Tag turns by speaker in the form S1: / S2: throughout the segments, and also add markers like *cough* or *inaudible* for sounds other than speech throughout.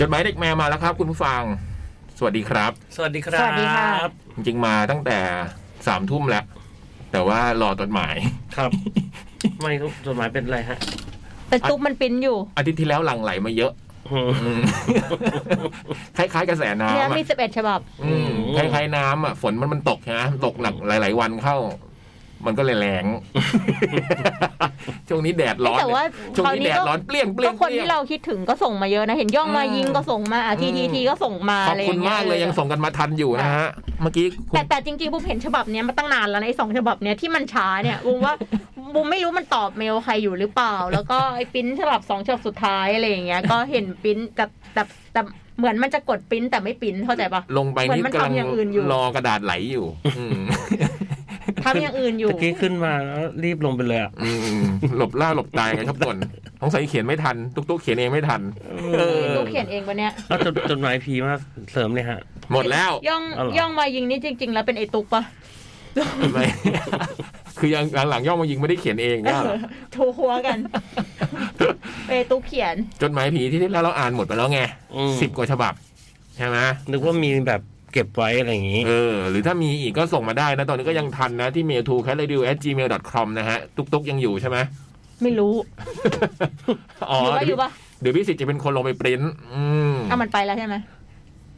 S1: จดหมายเด็กแมวมาแล้วครับ คุณผู้ฟัง สวัสดีครับ
S2: สวัสดีครับ
S3: สวัสดีค่ะ
S1: จริงๆมาตั้งแต่สามทุ่มแล้ว แต่ว่ารอจดหมาย
S2: ครับ
S3: *laughs*
S2: ไม่รู้จดหมายเป็นอะไรฮะ
S3: แต่ตุ๊บมันปิ้นอยู่
S1: อาทิตย์ที่แล้วหลั่งไหลมาเยอะ
S2: อืม
S1: อืม คล้ายๆกระแสน้ำ
S3: เนี่ย
S1: อะ
S3: มีสิบเอ็ดฉบับ
S1: อืม
S2: โอ้
S1: คล้ายๆน้ำอ่ะฝนมันมันตกนะตกหนักหลาย ๆ วันเข้า มันก็เลยแรง *laughs* ช่วงนี้แดดร้อน
S3: แต่ว่า
S1: ช่วง
S3: คราว
S1: นี้
S3: นี้
S1: แดด
S3: ก็
S1: ร้อนเปรี้ยงเปรี้ย
S3: ก็
S1: ง
S3: คน
S1: เปรี้ยง
S3: ที่เราคิดถึงก็ส่งมาเยอะนะ เห็นย่องมา
S1: อืม
S3: ยิงก็ส่งมาอ่ะทีที
S1: อืม
S3: ทีก็ส่งมา
S1: ขอ
S3: อะ
S1: บ
S3: ไร
S1: คุณมากเลยยังส่งกันมาทันอยู่นะฮะ เมื่อกี้คุณ
S3: แต่แต่จริงๆบุมเห็นฉบับเนี้ยมาตั้งนานแล้วนะไอ้สองฉบับเนี้ยที่มันช้าเนี่ยบุมว่า บุมไม่รู้มันตอบเมลใครอยู่หรือเปล่า แล้วก็ไอ้ปริ้นฉบับสองฉบับสุดท้ายอะไรอย่างเงี้ยก็เห็นปริ้นแต่แต่แต่เหมือนมันจะกดปริ้นแต่ไม่ปริ้นเข้าใจปะ
S1: ลงไปนี่
S3: เหมือนมัน
S1: กำลัง
S3: ทำอย่างอื่นอยู่
S1: รอกระดาษไหลอยู่ อืม
S3: ทำอย่างอื่นอยู่
S2: ตะกี้ขึ้นมาแล้วรีบลงไปเลยอ่ะ
S1: อืมหลบล่าหลบตายกันครับคนสงสัยเขียนไม่ทัน ตุ๊กตุ๊กเขียนเองไม่ทัน เออ
S3: ลูกเขียนเองปะเนี่ย
S2: แล้วจดจดหมายผีมาเสริมเลยฮะ
S1: หมดแล้ว
S3: ย่อง
S2: เอาเหรอ
S3: ย่องมายิงนี่จริง ๆ แล้วเป็นไอ้ตุ๊กปะ
S1: ไม่คือยังหลังๆย่องมายิงไม่ได้เขียนเองก็
S3: โทรหัวกันเป็นไอ้ตุ๊กเขียน
S1: จดหมายผีที่ที่แล้วเราอ่านหมดไปแล้วไง
S2: อืม
S1: สิบกว่าฉบับ ใช่ไหม
S2: นึกว่ามีแบบเก็บไว้อะไรอย่างงี้
S1: เออ หรือถ้ามีอีกก็ส่งมาได้นะ ตอนนี้ก็ยังทันนะ ที่ mail to c a t r a d i o gmail com นะฮะ ตุ๊กตุ๊กยังอยู่ใช่ไหม
S3: ไม่รู้
S1: อ๋อ
S3: อยู่ปะอยู่ปะ
S1: เดี๋ยวพี่สิทธิ์จะเป็นคนลงไปปริ้นท์อืม
S3: เอามันไปแล้วใช่ไหม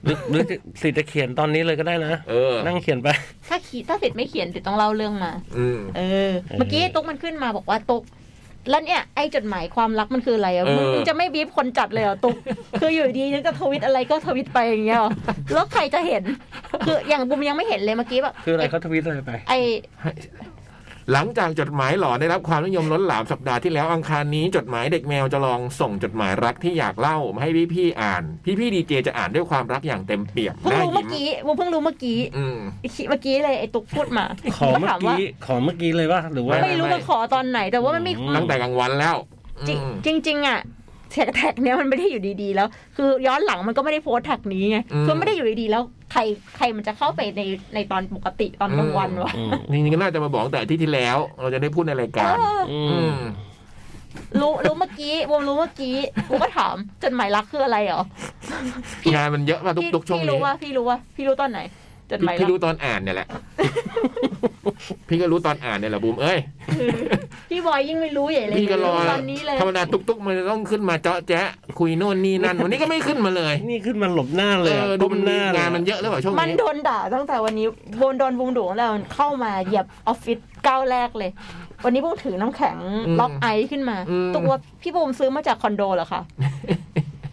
S2: หรือหรือสิจะเขียนตอนนี้เลยก็ได้นะ
S1: เออ
S2: นั่งเขียนไป
S3: ถ้าขีถ้าเสร็จไม่เขียนเดี๋ยวต้องเล่าเรื่องมา
S1: อืม
S3: เออ เมื่อกี้ไอ้ตุ๊กมันขึ้นมาบอกว่าตุ๊กแล้วเนี่ยไอ้จดหมายความรักมันคืออะไรอ่ะ
S1: เออ
S3: มึงมึงจะไม่บีบคนจัดเลยเหรอตุ๊กคืออยู่ดีนึกจะทวิตอะไรก็ทวิตไปอย่างเงี้ยเหรอแล้วใครจะเห็น คืออย่างบุมยังไม่เห็นเลยเมื่อกี้แบบ
S2: คืออะไรเขาทวีตอะไรไป
S3: ไอ้
S1: หลังจากจดหมายหลอนได้รับความนิยมล้นหลามสัปดาห์ที่แล้วอังคารนี้จดหมายเด็กแมวจะลองส่งจดหมายรักที่อยากเล่ามาให้พี่ๆอ่าน พี่ๆดีเจจะอ่านด้วยความรักอย่างเต็มเปี่ยม
S3: เพิ่ง
S1: น่า
S3: รู้เมื่
S1: ยิ้ม
S3: อกี้บุมเพิ่งรู้เมื่อกี้
S1: อืม
S3: เมื่อกี้เลยไอ้ตุ๊กพูดมา
S2: ขอเมื่อ
S3: ถามว่า
S2: กี้ขอเมื่อกี้เลยป่ะหรือว่า
S1: ไม่
S3: ไม่รู้มาขอตอนไหน แต่ว่ามันไม่
S2: อืม
S1: ตั้งแต่กลางวันแล้วอืม
S3: จริงจริง ๆ อ่ะแท็กแท็กเนี้ยมันไม่ได้อยู่ดีๆ แล้ว คือย้อนหลังมันก็ไม่ได้โพสต์แท็กนี้ไงคือไม่ได้อยู่ดีๆ แล้วใครใครมันจะเข้าไปในในตอนปกติตอนกลางวันวะ
S2: อืม
S1: จริงๆก็น่าจะมาบอกตั้งแต่อาที่ที่แล้ว เราจะได้พูดในราย
S3: เอ
S1: การ
S3: อ
S2: อื
S1: อื
S2: ม
S1: ม
S3: รู้รู้เมื่อกี้วงรู้เมื่อกี้กูก็ถามจดหมายรักคืออะไรเหรอง
S1: านมันเยอะมาก
S3: พี่
S1: ทุกๆช่วง
S3: พี่
S1: นี้
S3: รู้ว่าพี่รู้ว่าพี่รู้ตอนไหน จดหมายรั
S1: พี่
S3: ก
S1: รู้ตอนอ่านเนี่ยแห
S3: *laughs*
S1: ละ พี่ก็รู้ตอนอ่านเนี่ยแหละบูมเอ้ย
S3: พี่บอยยิ่งไม่รู้ใหญ่เลย
S1: พี่ก็รอ
S3: ตอนนี้เลย
S1: ธรรมดาตุ๊กๆมันจะต้องขึ้นมาเจาะแจ๊ะคุยโน่นนี่นั่นวันนี้ก็ไม่ขึ้นมาเลย
S2: นี่ขึ้นมาหลบหน้าเล
S1: เอย
S2: อะ
S1: อดูมัน
S2: ห
S1: มี
S2: น้าเลย
S1: งานมันเยอะหรือเปล่าช่วง
S3: มัน
S1: นี้
S3: โดนด่าตั้งแต่วันนี้โดนโดนวงดุตั้งแต่มันเข้ามาเหยียบออฟฟิศก้าวแรกเลย วันนี้พวกถือน้ำแข็งล็อกไอซ์ขึ้นมา
S1: อืม
S3: ตัวพี่บูมซื้อมาจากคอนโดเหรอ
S1: *laughs*
S3: คะ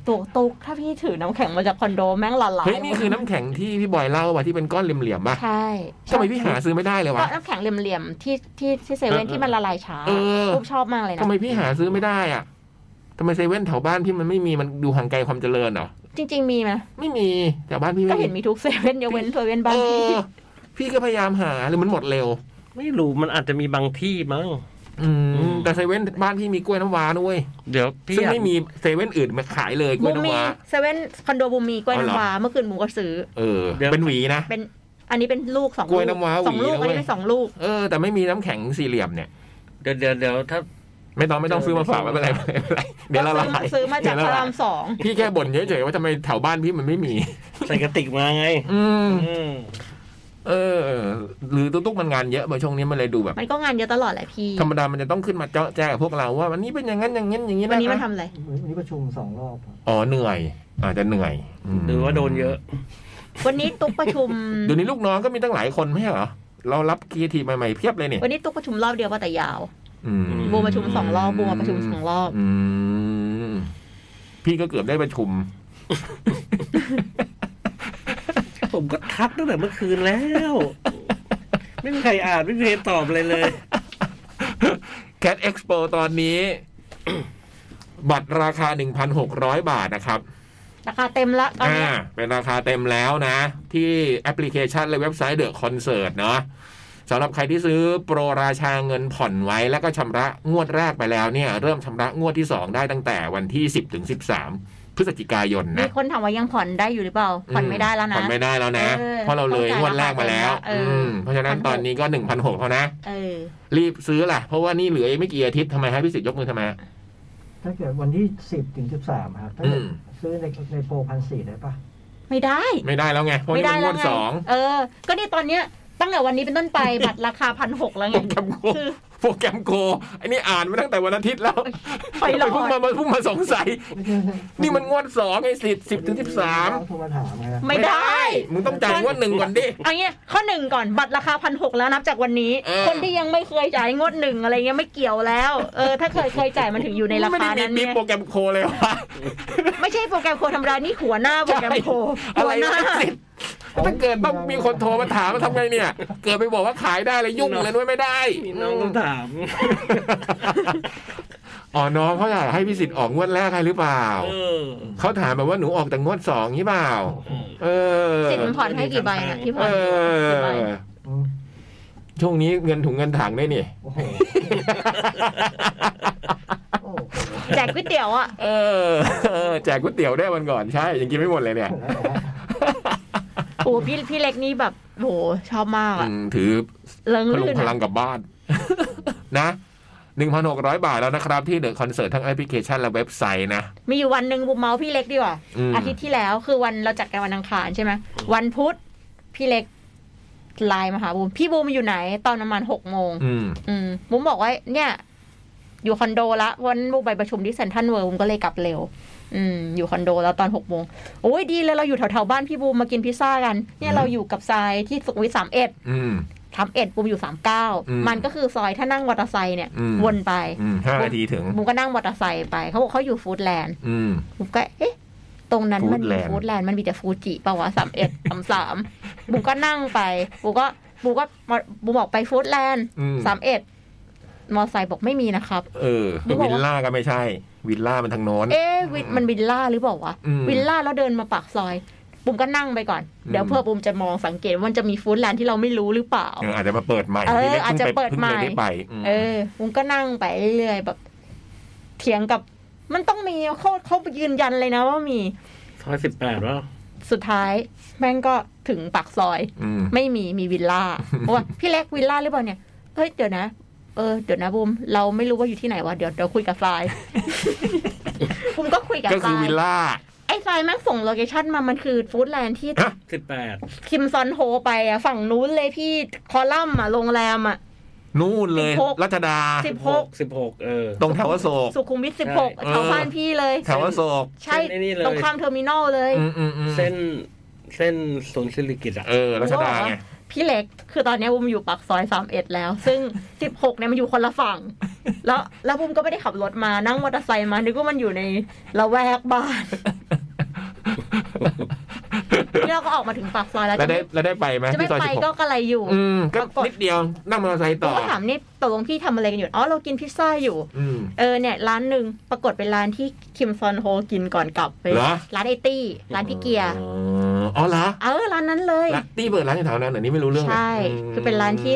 S3: ตัวตุกถ้าพี่ถือน้ำแข็งมาจากคอนโดแม่งละลาย
S1: เฮ้ยนี่คือน้ำแข็งที่ *laughs* พี่บอยเล่าว่าที่เป็นก้อนเหลี่ยมๆป่ะ
S3: ใช่
S1: ทำไมพี่หาซื้อไม่ได้เลยวะ
S3: ก็น้ำแข็งเหลี่ยมๆที่ที่ที่เซเว่นที่มันละลายช้า
S1: เออ
S3: บูมชอบมากเลยนะ
S1: ทำไมพี่หาซื้อไม่ได้อ่ะทำไมเซเว่นแถวบ้านพี่มันไม่มีมันดูห่างไกลความเจริญเหรอ
S3: จริง ๆ มีไหม
S1: ไม่มีแถวบ้านพี่
S3: ก็
S1: ไม่
S3: เห็นมีทุกเซเว่นยกเว้นเซเว่นบ้า
S1: เอน
S3: พี่
S1: อพี่ก็พยายามหาหรือมันหมดเร็ว
S2: ไม่รู้มันอาจจะมีบางที่มั้ง
S1: อืม
S2: อืม
S1: แต่เซเว่นบ้านพี่มีกล้วยน้ำว้าด้วย
S2: เดี๋ยวพี่
S1: ซึ่ง
S2: อยาก
S1: ไม่มีเซเว่นอื่นมาขายเลยกล้
S3: บู
S1: วย
S3: ม
S1: น้ำ
S3: มี
S1: ว้า
S3: เซเว่นคอนโดบูมมีกล้วย
S1: อ๋อเหรอ
S3: น้ำว้าเมื่อคืนบูมก็ซื้อ
S1: เออ เป็นหวีนะ
S3: เป็นอันนี้เป็นลูกสอง
S1: กล้วยน้ำว้า
S3: สองลูก
S1: หวีนะ
S3: อัน
S1: เว้ย
S3: นี้เป็นสองลูก
S1: เออ แต่ไม่มีน้ำแข็งสี่เหลี่ยมเนี่ย
S2: เดี๋ยวเดี๋ยวเดี๋ยวถ้า
S1: ไม่ต้องไม่ต้องซื้อมาฝากไม่เป็นไรไม่เป็นไรเดี๋ยวละลาย
S3: ซื้อมาจาก
S1: เดี๋ยวละ
S3: พระ
S1: ลย
S3: รามสอง
S1: พี่แค่บ่นเฉยๆว่าทำไมแถวบ้านพี่มันไม่มี
S2: ใส่กระติกมาไง
S1: อืม
S2: อืม
S1: เออ หรือตุ๊กๆมันงานเยอะไปช่วงนี้มันเลยดูแบบ
S3: มันก็งานเยอะตลอดแหละพี่
S1: ธรรมดามันจะต้องขึ้นมาเจาะแจ้กับพวกเราว่าวันนี้เป็นอย่างนั้นอย่างนี้อย่างนี้
S3: วั
S1: นะ
S3: นนี้มัน
S1: คะ
S3: ทำอะไร
S4: วันนี้ประชุมสองรอบครับ
S1: อ๋อเหนื่อย อาจจะเหนื่อยม
S2: หรือว่าโดนเยอะ
S3: วันนี้ตุ๊กประชุม
S1: เดี๋ยวนี้ลูกน้องก็มีตั้งหลายคนไม่ใช่เหรอ เรารับครีเอทีฟใหม่ๆเพียบเลยนี่
S3: วันนี้ตุ๊กประชุมรอบเดียวว่าแต่ยาว
S1: อืม
S3: โบประชุมสองรอบโบมาประชุมสองรอบ
S1: อืมพี่ก็เกือบได้ประชุม
S2: ผมก็ทักตั้งแต่เมื่อคืนแล้ว *laughs* ไม่มีใครอ่านไม่มีใครตอบเลยเลย
S1: แคดเอ็กซ์โปตอนนี้ *coughs* บัตรราคา 1,600 บาทนะครับ
S3: ราคาเต็มละตอน
S1: อ่า
S3: เนี้ย
S1: เป็นราคาเต็มแล้วนะ ที่แอปพลิเคชันและเว็บไซต์เดอะคอนเสิร์ตเนาะสำหรับใครที่ซื้อโปรราชาเงินผ่อนไว้แล้วก็ชำระงวดแรกไปแล้วเนี่ย เริ่มชำระงวดที่ 2 ได้ตั้งแต่วันที่ 10ถึง13 พฤศจิกายน
S3: มี
S1: นะ
S3: คนถามว่ายังผ่อนได้อยู่หรือเปล่า ผ่อนไม่ได้แล้ว
S1: ผ่อน
S3: นะ
S1: ไม่ได้แล้วนะ
S3: เออ
S1: เพราะเราเลยงวดแรกมาแล้ว
S3: เอออื
S1: มเพราะฉะนั้นตอนนี้ก็ 1,600เท่านะ
S3: เออ
S1: รีบซื้อล่ะ เพราะว่านี่เหลืออีกไม่กี่อาทิตย์ทำไมฮะพี่สิทธิ์ยกมือทำไมฮะ
S4: ถ้าเกิดวันที่สิบถึงสิบสามครับถ้าเกิด
S1: อืม
S4: ซื้อในในโปรพันสี่ได้ปะ
S3: ไม่ได้
S1: ไม่ได้แล้วไงเพราะ
S3: ไม่
S1: นี่
S3: ได้
S1: มันง
S3: แล้ว
S1: ด
S3: ไง
S1: สอง
S3: เออ ก็นี่ตอนเนี้ยตั้งแต่วันนี้เป็นต้นไป บัตรราคาพันหกแล้ว
S1: โป
S3: ไง
S1: รแกรมโก
S3: คือ
S1: โปรแกรมโกอันนี้อ่านมาตั้งแต่วันอาทิตย์แล้ว
S3: ไปหลอ
S1: เพิ่ง
S3: ด
S1: มาเพิ่งมาสงสัย นี่มันงวดสองไอ้สิสิบถึงสิบสาม
S4: น้องโทรมาถามไงครับ
S3: ไม่ได้
S1: มึงต้องจ่ายงวดหนึ่งก่อนดิ
S3: เอันนี้ยข้อหนึ่งก่อนบัตรราคาพันหกแล้วนับจากวันนี้
S1: เออ
S3: คนที่ยังไม่เคยจ่ายงวดหนึ่งอะไรเงี้ยไม่เกี่ยวแล้ว เออ ถ้าเคยเคยจ่ายมันถึงอยู่ในรา
S1: ไม่
S3: คา
S1: ได้มี
S3: นั้น
S1: มี
S3: เนี่ย
S1: โปรแกรมโคเลยวะ
S3: ไม่ใช่โปรแกรมโคธรรมดานี่หัวหน้าโปรแกรมโค
S1: อะ
S3: หั
S1: ไร
S3: วหน้า
S1: นักสิทธิ์ถ้าเกิดต้องมีคนโทรมาถามมาทำไงเนี่ย เกิดไปบอกว่าขายได้เลยยุ่งเลยด้วยไม่ได้
S2: มีน้องคำถาม
S1: อ๋อน้องเขาอยากให้พี่สิทธิ์ออกงวดแรกให้หรือเปล่า
S2: เออ
S1: เขาถามแบบว่าหนูออกแต่งวดสองนี่เปล่า เออ
S3: สิทธิ์มันผ่อนให้กี่ใบนะพี่พ
S1: เอ
S3: รกี่ใบ
S1: อ
S4: อืม
S1: ช่วงนี้เงินถุงเงินถังได้
S3: *laughs*
S1: นี่
S4: โอ้โหโอ้โห
S3: แจกก๋วยเตี๋ยวอ่ะ
S1: เออเออแจกก๋วยเตี๋ยวได้วันก่อนใช่ยังกินไม่หมดเลย
S3: *laughs*
S1: เนี่ย
S3: โอ้พี่พี่เล็กนี่แบบโหชอบมากอะ
S1: อืมถือ
S3: เริง
S1: พลุง
S3: รื่น
S1: พ
S3: อะ
S1: ลังกลับบ้าน
S3: *laughs*
S1: นะหนึ่งพันหกร้อยบาทแล้วนะครับ ที่เดอะคอนเสิร์ตทั้งแอปพลิเคชันและเว็บไซต์นะ
S3: มีอยู่วันหนึ่งบุมเมาส์พี่เล็กดีกว่า
S1: อืม
S3: อาทิตย์ที่แล้วคือวันเราจัดกันวันอังคารใช่ไหมวันพุธพี่เล็กไลน์มาหาบุมพี่บุมอยู่ไหน ตอนประมาณหกโมง
S1: อืม
S3: อืมบุมบอกว่าเนี่ย อยู่คอนโดละวันบุมไปประชุมที่เซนทรัลเวิร์บุมก็เลยกลับเร็ว อืม อยู่คอนโดแล้วตอนหกโมงโอ้ยดีเลยเราอยู่แถวๆบ้านพี่บูมมากินพิซซ่ากัน เนี่ย
S1: อืม
S3: เราอยู่กับทรายที่สุขมวิทสามเอ็ด
S1: อืม
S3: สามเอ็ดบูมอยู่สามเก้า
S1: อืม
S3: มันก็คือซอยถ้านั่งมอเตอร์ไซค์เนี่ย
S1: อืม
S3: วนไป
S1: อืมห้านาทีถึง
S3: บูมก็นั่งมอเตอร์ไซค์ไปเขาบอกเขาอยู่ฟู้ดแลนด์
S1: อืม
S3: บุมก็เอ๊ะ ตรงนั้นมันมี
S1: Foodland
S3: ฟู้ดแลนด์มันมีแต่ฟูจิปะวะสามเอ็ดสามส *laughs* ามบุมก็นั่งไปบุมก็บุมก็มาบุมบอกไปฟู้ดแลนด์
S1: อืม
S3: สามเอ็ดมอไซค์บอกไม่มีนะครับ
S1: เออ
S3: บอกว่า
S1: วิลล่าก็ไม่ใช่ วิลล่ามันทางโน้น
S3: เอ๊ะวิมันวิลล่าหรือเปล่าวะ
S1: อืม
S3: วิลล่าแล้วเดินมาปากซอยบุมก็นั่งไปก่อน เดี๋ยว
S1: อืม
S3: เพื่อบุมจะมองสังเกตว่ามันจะมีฟู้ดแลนด์ที่เราไม่รู้หรือเปล่า
S1: เอออาจจะมาเปิดใหม่
S3: เออ
S1: พี่ล็ก
S3: อาจจะ
S1: พิ่ง
S3: เปิดใหม่
S1: พิ่งลยได้ไปม
S3: เออบุมก็นั่งไปเรื่อยๆแบบ เถียงกับ มันต้องมีเขาเขายืนยันเลยนะว่ามี
S2: ซอยสิบแปดว่า
S3: สุดท้าย แม่งก็ถึงปากซอย
S1: อืม
S3: *laughs* ไม่มีมีวิลล่า บอกว่าพี่เล็กวิลล่าหรือเปล่าเนี่ย เฮ้ยเดี๋ยวนะ เออเดี๋ยวนะบูมเราไม่รู้ว่าอยู่ที่ไหนวะเดี๋ยวเดี๋ยวคุยกับทราย *laughs* บูมก็คุยกับ
S1: ก็
S3: ท
S1: คือ
S3: ราย
S1: วิลล่า
S3: ไอ้ทรายแม่งส่งโลเคชั่นมามันคือฟู้ดแลนด์ที่
S1: ฮะ
S2: สิบแปด
S3: คิมซอนโฮไปอะฝั่งนู้นเลยพี่คอลัมน์อะโรงแรมอะ
S1: นู่นเลย
S3: สิบหก
S1: รัชดา
S3: สิบหก
S2: สิบหกเออ
S1: ตรงแถวอโศก
S3: สุขุมวิทสิบหก
S1: เออ
S3: แถวบ้านพี่เลย
S1: แถวอโศก
S3: ใช่
S2: เส้นไอ้นี่เลย
S3: ตรงข้ามเทอร์มินอลเลย
S1: อืมอืมอืม
S2: เส้นเส้นศูนย์ศิริกิตอ่ะ
S1: เออรัชดาไง
S3: พี่เล็กคือตอนเนี้ยบุมอยู่ปากซอยสามเอ็ดแล้ว ซึ่ง *laughs* สิบหกเนี่ยมันอยู่คนละฝั่ง แล้วแล้วบุมก็ไม่ได้ขับรถมานั่งมอเตอร์ไซค์มานึกว่ามันอยู่ในละแวกบ้าน *laughs* เนี่ยเราก็ออกมาถึงปากซอยแล้ว
S1: แล้ว
S3: จะ
S1: ได้
S3: ไม่
S1: แล้วได้ไปไหม
S3: จะไม่
S1: ที่ซอยสิ
S3: ไป
S1: บหก
S3: ก็กระไรอยู่
S1: อืมก็นิดเดียวนั่งมอเตอร์ไซค์
S3: ผม
S1: ต่อ
S3: ก็ถามนี่ตกลงพี่ทำอะไรกันอยู่อ๋อเรากินพิซซ่าอยู่
S1: อืม
S3: เออเนี่ยร้านหนึ่งปรากฏเป็นร้านที่คิมซอนโฮกินก่อนกลับไป
S1: เหรอ
S3: ร้านไอตี้ร้านพี่เกียร์
S1: อ๋ออ๋อเหรอ
S3: เออร้านนั้นเลย
S1: ร้านตี้เปิดร้านอยู่แถวนั้นเหรอันนี้ไม่รู้เรื่องเลย
S3: ใช่
S1: ม
S3: คือเป็นร้านที่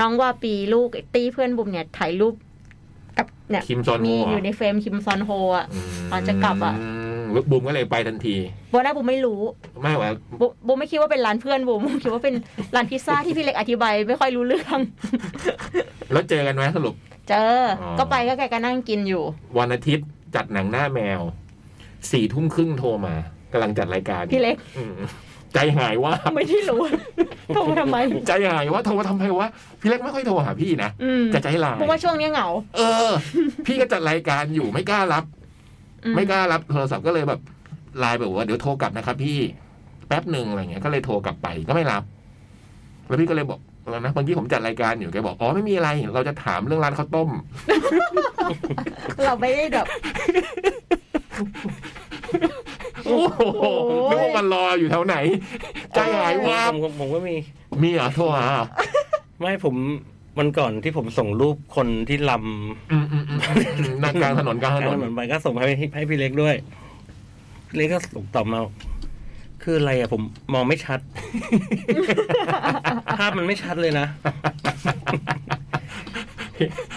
S3: น้องว่าปีลูกไอ้ตี้เพื่อนบุมเนี่ยถ่ายรูปกับเนี่ย
S1: คิมซอนโฮ
S3: มี
S1: เหร
S3: อยู่ในเฟรมคิมซอนโฮอ่ะ
S1: ม
S3: ตอนจะกลับอะ
S1: มแล้วบุมก็เลยไปทันที
S3: วันนั้นบูมไม่รู้
S1: ไม่ว่า
S3: บูบูมไม่คิดว่าเป็นร้านเพื่อนบูมบูมคิดว่าเป็น *laughs* ร้านพิซซ่าที่พี่เล็กอธิบายไม่ค่อยรู้เรื่อง
S1: แล้วเจอกันไหมสรุป
S3: เจอ
S1: อ๋อ
S3: ก็ไปก็แกก็นั่งกินอยู่
S1: วันอาทิตย์จัดหนังหน้าแมวสี่ทุ่มครึ่งโทรมากำลังจัดรายการ
S3: พี่เล็ก
S1: อืมใจหายว่า
S3: ไม่ได้
S1: *laughs*
S3: รู้ โทรมาทำไม
S1: ใจหายว่าโทรมาทำไมวะพี่เล็กไม่ค่อยโทรหาพี่นะ
S3: อืม
S1: จะใจลาย
S3: บูมว่าช่วงเนี้ยเหงา
S1: เออ พี่ก็จัดรายการอยู่ไม่กล้ารับ
S3: อื
S1: ไม่กล้ารับโทรศัพท์ก็เลยแบบไลน์ไปบอกว่าเดี๋ยวโทรกลับนะครับพี่แป๊บหนึ่งอะไรเงี้ยก็เลยโทรกลับไปก็ไม่รับ แล้วพี่ก็เลยบอกอะไรนะบางทีผมจัดรายการอยู่แกบอกอ๋อไม่มีอะไร เราจะถามเรื่องร้านข้าวต้ม
S3: เราไม่ได้แบบ
S1: โอ้โห
S3: โอ้ย
S1: นึกว่ามันรออยู่แถวไหน ใจหาย
S2: ผ
S1: วาบ
S2: มผมผมก็มี
S1: มีเหรอโทรหาเหรอ
S2: ไม่ผมวันก่อนที่ผมส่งรูปคนที่ล
S1: อืมอืมอืมอืมหน้ากลางถนนกลางถ
S2: ำกานร
S1: น
S2: เหมือนไปก็ส่งให้ให้ให้พี่เล็กด้วยพี่เล็กก็ส่งตอบมา คืออะไรอ่ะผมมองไม่ *laughs* ชัด ภาพมันไม่ชัดเลยนะ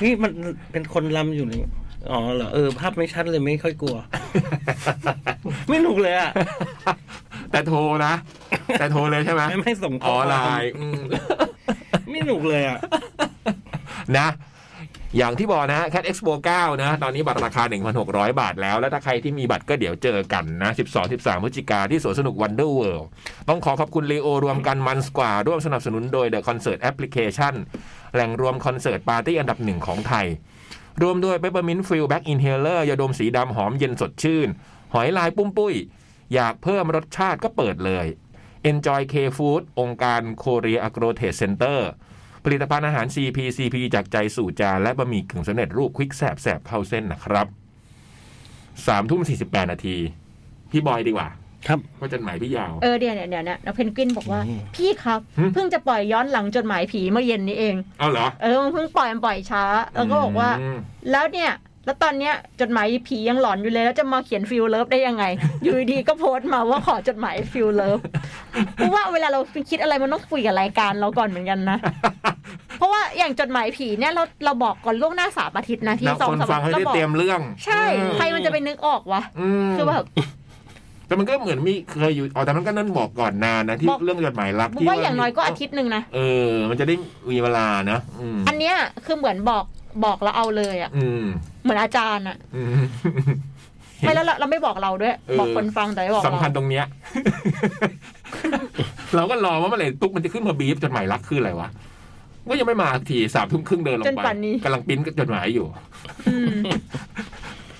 S2: นี่มันเป็นคนลำอยู่นี่อ๋อเหรอเออภาพไม่ชัดเลยไม่ค่อยกลัว *laughs* ไม่หนุกเลยอ่ะ
S1: แต่โทรนะแต่โทรเลยใช่ไหม
S2: ไม่ไม่ส่งข้
S1: อ๋อ
S2: ค
S1: ไล
S2: วาม
S1: น์อืม
S2: ไม่หนุกเลยอ่ะ
S1: นะ อย่างที่บอกนะฮะ Cat Expo 9 นะ ตอนนี้บัตรราคา 1,600 บาทแล้ว แล้วถ้าใครที่มีบัตรก็เดี๋ยวเจอกันนะ 12 13พฤศจิกาที่สวนสนุก Wonder World ต้องขอขอบคุณเลโอรวมกันมันสกว่า ร่วมสนับสนุนโดย The Concert Application แหล่งรวมคอนเสิร์ตปาร์ตี้อันดับหนึ่งของไทย รวมด้วย Peppermint f i l Back Inhaler ยาดมสีดำหอมเย็นสดชื่น หอยลายปุ้มปุ้ย อยากเพิ่มรสชาติก็เปิดเลย Enjoy K Food องค์การ Korea Agro Trade Center ผลิตภัณฑ์อาหาร CP CP จากใจสู่จานและบะหมี่กึ่งสำเร็จรูปควิกแสบแสบเข้าเส้นนะครับสามทุ่มสี่สิบแปดนาที พี่บอยดีกว่า
S2: ครับ
S1: เพราะจดหมายพี่ยาว
S3: เออเดี๋ยวเดี๋ยวเดี๋ยวเนี่ยน้องเพนกวินบอกว่า
S2: อืม
S3: พี่ครับ
S1: หึ
S3: เพิ่งจะปล่อยย้อนหลังจดหมายผีเมื่อเย็นนี้เอง
S1: เอาเหรอ
S3: เออมันเพิ่งปล่อยมันปล่อยช้า แล้วก็บอกว่า
S1: ม
S3: แล้วเนี่ย แล้วตอนเนี้ยจดหมายผียังหลอนอยู่เลย แล้วจะมาเขียนฟิลเลิฟได้ยังไง *laughs* อยู่ดีๆก็โพสต์มาว่าขอจดหมายฟิลเลิฟ *laughs* เพราะว่าเวลาเราคิดอะไรมันต้องคุยกับรายการเราก่อนเหมือนกันนะ *laughs* เพราะว่าอย่างจดหมายผีเนี่ยเราเราบอกก่อนล่วงหน้าสามอาทิตย์นะที่
S1: แล้ว
S3: สอง
S1: คน
S3: สาม
S1: ฟังให้
S3: ก็
S1: ได้
S3: บอก
S1: เตรียมเรื่อง
S3: ใช่ ใครมันจะไปนึกออกวะ
S1: ม
S3: คือแบบ
S1: แต่มันก็เหมือนมีเคยอยู่อ๋อแต่มันก็นั่นบอกก่อนนานนะที่
S3: บอก
S1: เรื่องจดหมายรัก
S3: บุ
S1: ที่
S3: ว่าอย่างน้อยก็อาทิตย์หนึ่งนะ
S1: เออ มันจะได้มีเวลานะอืม
S3: อันเนี้ยคือเหมือนบอกบอกแล้วเอาเลยอ่ะ
S1: อืม
S3: เหมือนอาจารย์อ่ะ
S1: อืม
S3: ไม่แล้วเราเราไม่บอกเราด้วย
S1: เออ
S3: บอกคนฟังแต่ไม่บอก
S1: สำคัญ
S3: เรา
S1: ตรงเนี้ย
S3: *laughs*
S1: เราก็รอว่าเมื่อไหร่ตุ๊กมันจะขึ้นมาบีฟจดหมายรักคืออะไรวะก็ยังไม่มาสักทีสามทุ่มครึ่งเดินลง
S3: จน
S1: ไป
S3: ป่านนี้
S1: กำลังปริ้นจดหมายอยู่
S3: อืม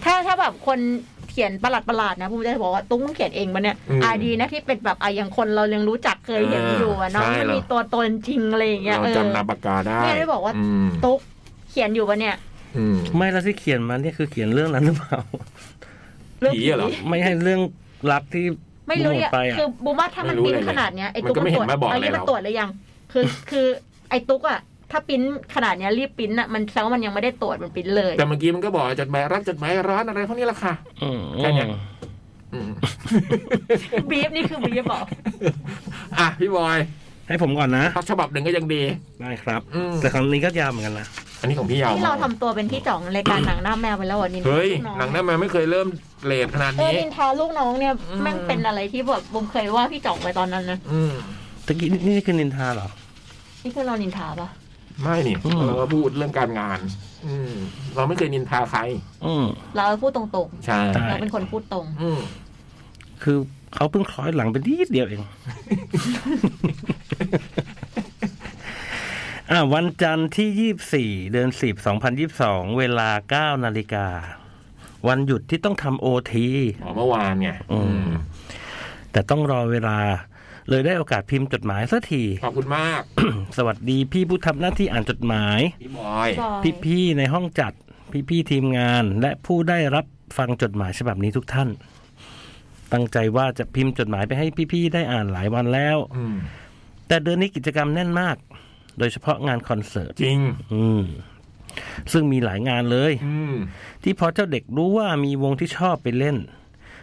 S3: ถ้าถ้าแบบคนเขียนประหลาดประหลาดๆนะผมจะบอกว่าตุ้งเขียนเองปะเนี่ย
S1: อืม
S3: อาดีนะที่เป็นแบบอ่ะอย่างคนเรายังรู้จักเคยเห็นอยู่อะเนาะ
S1: ใช่
S3: มัน
S1: เหรอ
S3: มีตัวตนจริงอะไรอย่างเงี้ย
S1: เรา
S3: เออ
S1: จำนามปากกาได้
S3: แม่ได้บอกว่า
S1: ม
S3: ตุ๊กเขียนอยู่ปะเนี่ย
S1: อืม
S2: ไม่แล้วที่เขียนมาเนี่ยคือเขียนเรื่องนั้นหรือเป *laughs* ล่า
S1: ผีอะเหรอ
S2: ไม่ให้เรื่องรักที่
S3: ไม่รู้
S2: หม
S3: เนี่ย
S2: ดไปอ่ะ
S3: คือบูมว่าถ้ามัน
S1: ไม่รู้
S3: ปิ้น
S1: เลย
S3: ขนาดเนี้ยไอ้
S1: มัน
S3: ตุ๊ก
S1: ก็ไม่
S3: มัน
S1: เห็
S3: ตรวจ
S1: นมาบอก
S3: ไอ้นี่
S1: เลย
S3: มั
S1: ห
S3: น
S1: รอ
S3: ตรวจหรือยัง คือ คือไอ้ตุ๊กอะถ้าปิ้นขนาดเนี้ยรีบปิ้นอะมันแสดงว่ามันยังไม่ได้ตรวจมันปิ้นเลย
S1: แต่เมื่อกี้มันก็บอกจดหมายรักจดหมายร้อนอะไรพวกนี้ละค่ะ
S2: อืม
S1: แค่เนี้ย อืม
S3: บีฟนี่คือบีฟบอก
S1: อ่ะพี่บอย
S2: ให้ผมก่อนนะ
S1: พักฉบับหนึ่งก็ยังดี
S2: ได้ครับ
S1: อืม
S2: แต่ครั้งนี้ก็ยาวเหมือนกันนะ
S1: อันนี้ของพี่ยาว
S3: ที่
S1: มา
S3: เรา
S1: ก
S3: ทำตัวเป็นพี่จ่องรายการหนังหน้าแมวไปแล้ววันนี้
S1: เฮ้ย
S3: ลูก
S1: หนังห
S3: น้อ
S1: น้าแมวไม่เคยเริ่มเลทขนาด
S3: เออ
S1: นี้
S3: นินทาลูกน้องเนี่ย
S1: อืม
S3: แม่งเป็นอะไรที่แบบบุมเคยว่าพี่จ่องไปตอนนั้นนะ
S1: อืม
S2: ตะกี้นี่นี่คือนินทาเหรอ
S3: นี่คือเรานินทาปะ
S1: ไม่นี่
S2: อืม
S1: เราก็พูดเรื่องการงาน อืมเราไม่เคยนินทาใคร
S2: อืม
S3: เราพูดตรง
S1: ใช่
S2: ใช่
S3: ๆเราเป็นคนพูดตรง
S1: อืม
S2: คือเขาเพิ่งคล้อยหลังไปนิดเดียวเอง อ่ะวันจันทร์ที่ยี่บสี่24 เดือนสิบสองพันยี่สองเวลาเก้านาฬิกา วันหยุดที่ต้องทำโอที
S1: อ๋อเมื่อวานไง
S2: อืม
S1: อืม
S2: แต่ต้องรอเวลา เลยได้โอกาสพิมพ์จดหมายสักที
S1: ขอบคุณมาก
S2: สวัสดีพี่ผู้ทำหน้าที่อ่านจดหมาย
S1: พี่บอย
S2: พี่ๆในห้องจัด พี่ๆทีมงาน และผู้ได้รับฟังจดหมายฉบับนี้ทุกท่าน ตั้งใจว่าจะพิมพ์จดหมายไปให้พี่ๆได้อ่านหลายวันแล้ว
S1: อืม
S2: แต่เดือนนี้กิจกรรมแน่นมาก โดยเฉพาะงานคอนเสิร์ต
S1: จริง
S2: อืม ซึ่งมีหลายงานเลย
S1: อืม
S2: ที่พอเจ้าเด็กรู้ว่ามีวงที่ชอบไปเล่น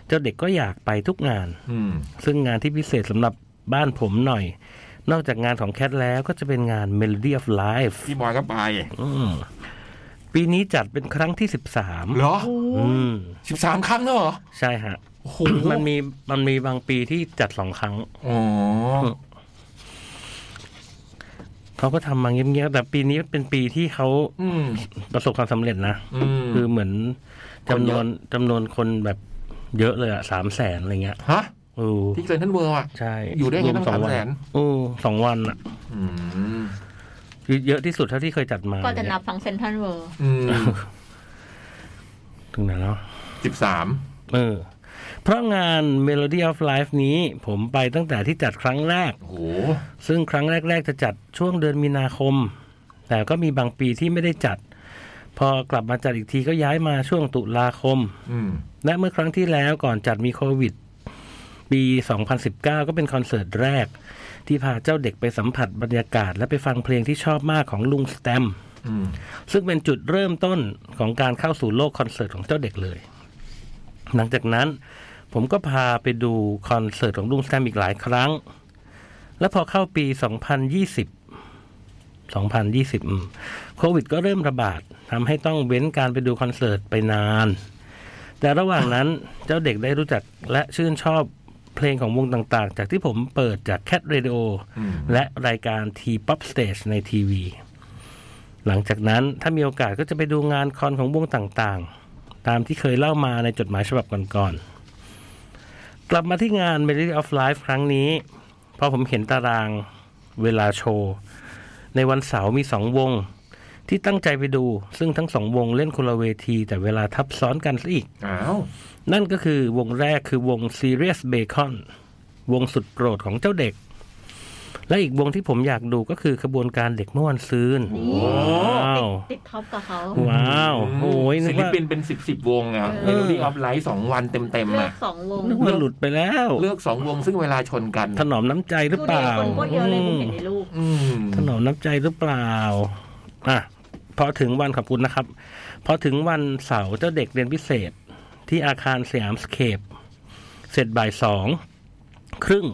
S2: เจ้าเด็กก็อยากไปทุกงาน
S1: อืม
S2: ซึ่งงานที่พิเศษสำหรับบ้านผมหน่อย นอกจากงานของแคทแล้วก็จะเป็นงาน Melody of Life
S1: พี่บอยก็ไป
S2: อืมปีนี้จัดเป็นครั้งที่สิบสาม
S1: เหรอ
S2: อืม
S1: สิบสามครั้งแล้วเหรอ
S2: ใช่ฮะ
S1: โอ้โห
S2: มันมีมันมีบางปีที่จัดสองครั้ง
S1: อ๋อ
S2: เขาก็ทำมาเงียบๆแต่ปีนี้เป็นปีที่เขา
S1: อืม
S2: ประสบความสำเร็จนะ
S1: อืม
S2: คือเหมือนจำนวน
S1: คนเย
S2: จำนวนคนแบบเยอะเลยอะสามแสนอะไรเงี้ย
S1: ฮะ
S2: โอ้
S1: ที่เซนทรันเวิร์อ่ะ
S2: ใช่
S1: อยู่ได้ไงตั้ง
S2: รว
S1: สาม
S2: วั
S1: แสน
S2: โอ้สองวันอะ
S1: อืม
S2: คือเยอะที่สุดเท่าที่เคยจัดมา
S3: ก็จะนับฟังเซนทันเวิร์
S1: อืม
S2: ถึงไหนแล้ว
S1: สิบสาม
S2: เออ เพราะงาน Melody of Life นี้ผมไปตั้งแต่ที่จัดครั้งแรก
S1: โอ้โห
S2: ซึ่งครั้งแรก ๆ จะจัดช่วงเดือนมีนาคม แต่ก็มีบางปีที่ไม่ได้จัด พอกลับมาจัดอีกทีก็ย้ายมาช่วงตุลาคม
S1: อืม
S2: และเมื่อครั้งที่แล้วก่อนจัดมีโควิด ปี 2019 ก็เป็นคอนเสิร์ตแรก ที่พาเจ้าเด็กไปสัมผัสบรรยากาศ และไปฟังเพลงที่ชอบมากของลุงสแตม
S1: อืม
S2: ซึ่งเป็นจุดเริ่มต้นของการเข้าสู่โลกคอนเสิร์ตของเจ้าเด็กเลย หลังจากนั้น ผมก็พาไปดูคอนเสิร์ตของลุงแซมอีกหลายครั้ง และพอเข้าปี 2020 2020อืมโควิดก็เริ่มระบาดทำให้ต้องเว้นการไปดูคอนเสิร์ตไปนาน แต่ระหว่างนั้นเจ้าเด็กได้รู้จักและชื่นชอบเพลงของวงต่างๆ จากที่ผมเปิดจาก Cat Radio
S1: อืม
S2: และรายการ T-POP Stage ในทีวี หลังจากนั้นถ้ามีโอกาสก็จะไปดูงานคอนของวงต่างๆ ตามที่เคยเล่ามาในจดหมายฉบับก่อนๆ กลับมาที่งาน Melody of Life ครั้งนี้ พอผมเห็นตารางเวลาโชว์ ในวันเสาร์มีสองวง ที่ตั้งใจไปดู ซึ่งทั้งสองวงเล่นคนละเวที แต่เวลาทับซ้อนกันซะอีก
S1: อ้าว
S2: นั่นก็คือวงแรกคือวง Serious Bacon วงสุดโปรดของเจ้าเด็ก และอีกวงที่ผมอยากดูก็คือขบวนการเด็กเมื่อวันซืน
S3: นี่
S2: ว้าว
S3: ติดท็อปกับเขา
S2: ว้าวโอ้ยนึ
S1: ศิ
S2: ก
S1: ล
S2: ว่า
S1: ปินเป็นสิบสิบวงอ่ะ
S3: เอ
S1: เม
S3: อ
S1: โลดี้ออฟไลท์สองวันเต็มเต็มๆ
S3: เลือ
S1: อ่ะ
S3: กสองวง
S2: นึกว่าหลุดไปแล้ว
S1: เลือกสองวงซึ่งเวลาชนกัน
S2: ถนอมน้ำใจหรือ
S3: ดู
S2: เป
S3: เด็ก
S2: ล่า
S3: คนโคตรเยอะเลยผมเห็น
S2: อืม
S3: ในรูป
S1: อืม
S2: ถนอมน้ำใจหรือเปล่าอ่ะพอถึงวันขอบคุณนะครับ พอถึงวันเสาร์เจ้าเด็กเรียนพิเศษ ที่อาคารสยามสเคปเสร็จบ่ายสองครึ่ง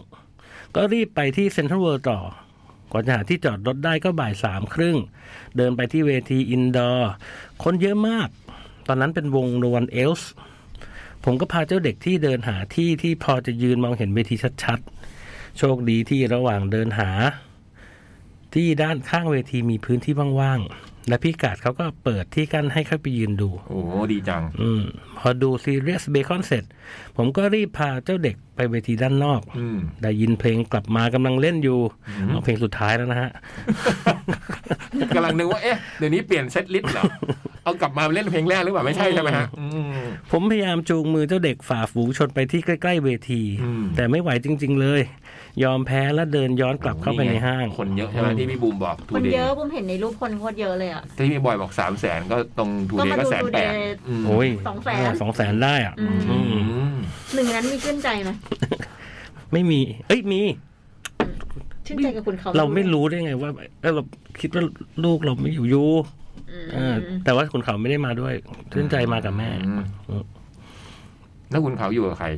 S2: ก็รีบไปที่เซ็นทรัลเวิลด์ต่อ กว่าจะหาที่จอดรถได้ก็บ่ายสามครึ่ง เดินไปที่เวทีอินดอร์คนเยอะมาก ตอนนั้นเป็นวงโนวันเอลส์ผมก็พาเจ้าเด็กที่เดินหาที่ที่พอจะยืนมองเห็นเวทีชัดๆ โชคดีที่ระหว่างเดินหา ที่ด้านข้างเวทีมีพื้นที่ว่างๆ และพี่กาดเขาก็เปิดที่กั้นให้เข้าไปยืนดู
S1: โอ้โหดีจัง
S2: อืม พอดูซีเรียสเบคอนเสร็จ ผมก็รีบพาเจ้าเด็กไปเวทีด้านนอก
S1: อืม
S2: ได้ยินเพลงกลับมากำลังเล่นอยู่
S1: อืม
S2: เอาเพลงสุดท้ายแล้วนะฮะ
S1: กำลังนึกว่าเอ๊ะเดี๋ยวนี้เปลี่ยนเซตลิสต์เหรอ เอากลับมาเล่นเพลงแรกหรือเปล่าไม่ใช่ใช่ไหมฮะอืม
S2: ผมพยายามจูงมือเจ้าเด็กฝ่าฝูงชนไปที่ใกล้ ๆ เวที
S1: อืม
S2: แต่ไม่ไหวจริง ๆ เลย ยอมแพ้และเดินย้อนกลับเข้าไปในห้าง
S1: คนเยอะใช่ไหมที่พี่บูมบอกทู
S3: คน
S1: เด
S3: เยอะ
S1: ย์
S3: ผมเห็นในรูปคนโคตรเยอะเลยอ่ะ
S1: ที่พี่บอยบอกสามแสนก็ตรงทูเดย์
S3: ก็
S1: ก็
S3: มาดู
S1: แสนแปด
S3: Today
S2: โอ้ย
S3: สองแสน
S2: สองแสนได้อะ
S3: อืม
S2: อืม
S3: หนึ่งในนั้นมีชื่นใจไหม
S2: ไม่มี เอ้ยมี
S3: ชื่นใจกับคุณเขา
S2: เราไม่รู้ได้ไงว่าเอ้ยเราคิดว่าลูกเราไม่อยู่อยู
S3: อืม
S2: เออแต่ว่าคุณเขาไม่ได้มาด้วยชื่นใจมากับแม่
S1: แล้วคุณเขาอยู่กับใคร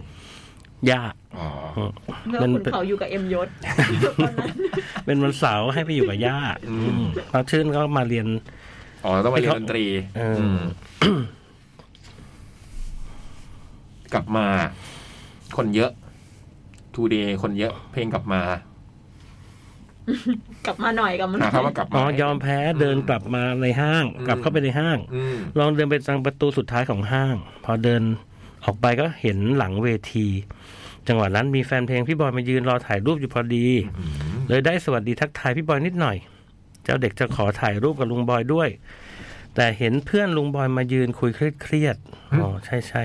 S2: ย่า
S1: อ๋อ
S3: แล้ว
S2: มัน
S3: คุณเขาอยู่กับเอ็มย
S2: *laughs*
S3: ศตอนนั้น
S2: เป็นวันเสาร์ให้ไปอยู่กับย่า
S1: อืม
S2: อืมพอชื่นก็มาเรียน
S1: อ๋อต้องมาเรียนดนตรี
S2: เอออื
S1: มกลับมา คนเยอะทูเดย์คนเยอะ เพลงกลับมาก
S3: ลับมาหน่อยกลับมาห
S1: หา
S3: น่อย
S1: คำว่ากลับ
S2: อ๋
S1: มา
S2: อยอมแพ้เดินกลับมาในห้าง
S1: อืม
S2: กลับเข้าไปในห้าง
S1: อืม
S2: ลองเดินไปทางประตูสุดท้ายของห้าง พอเดินออกไปก็เห็นหลังเวที จังหวะนั้นมีแฟนเพลงพี่บอยมายืนรอถ่ายรูปอยู่พอดี
S1: อืม
S2: เลยได้สวัสดีทักทายพี่บอยนิดหน่อย เจ้าเด็กจะขอถ่ายรูปกับลุงบอยด้วย แต่เห็นเพื่อนลุงบอยมายืนคุยเครียดๆอ๋อใช่ใช่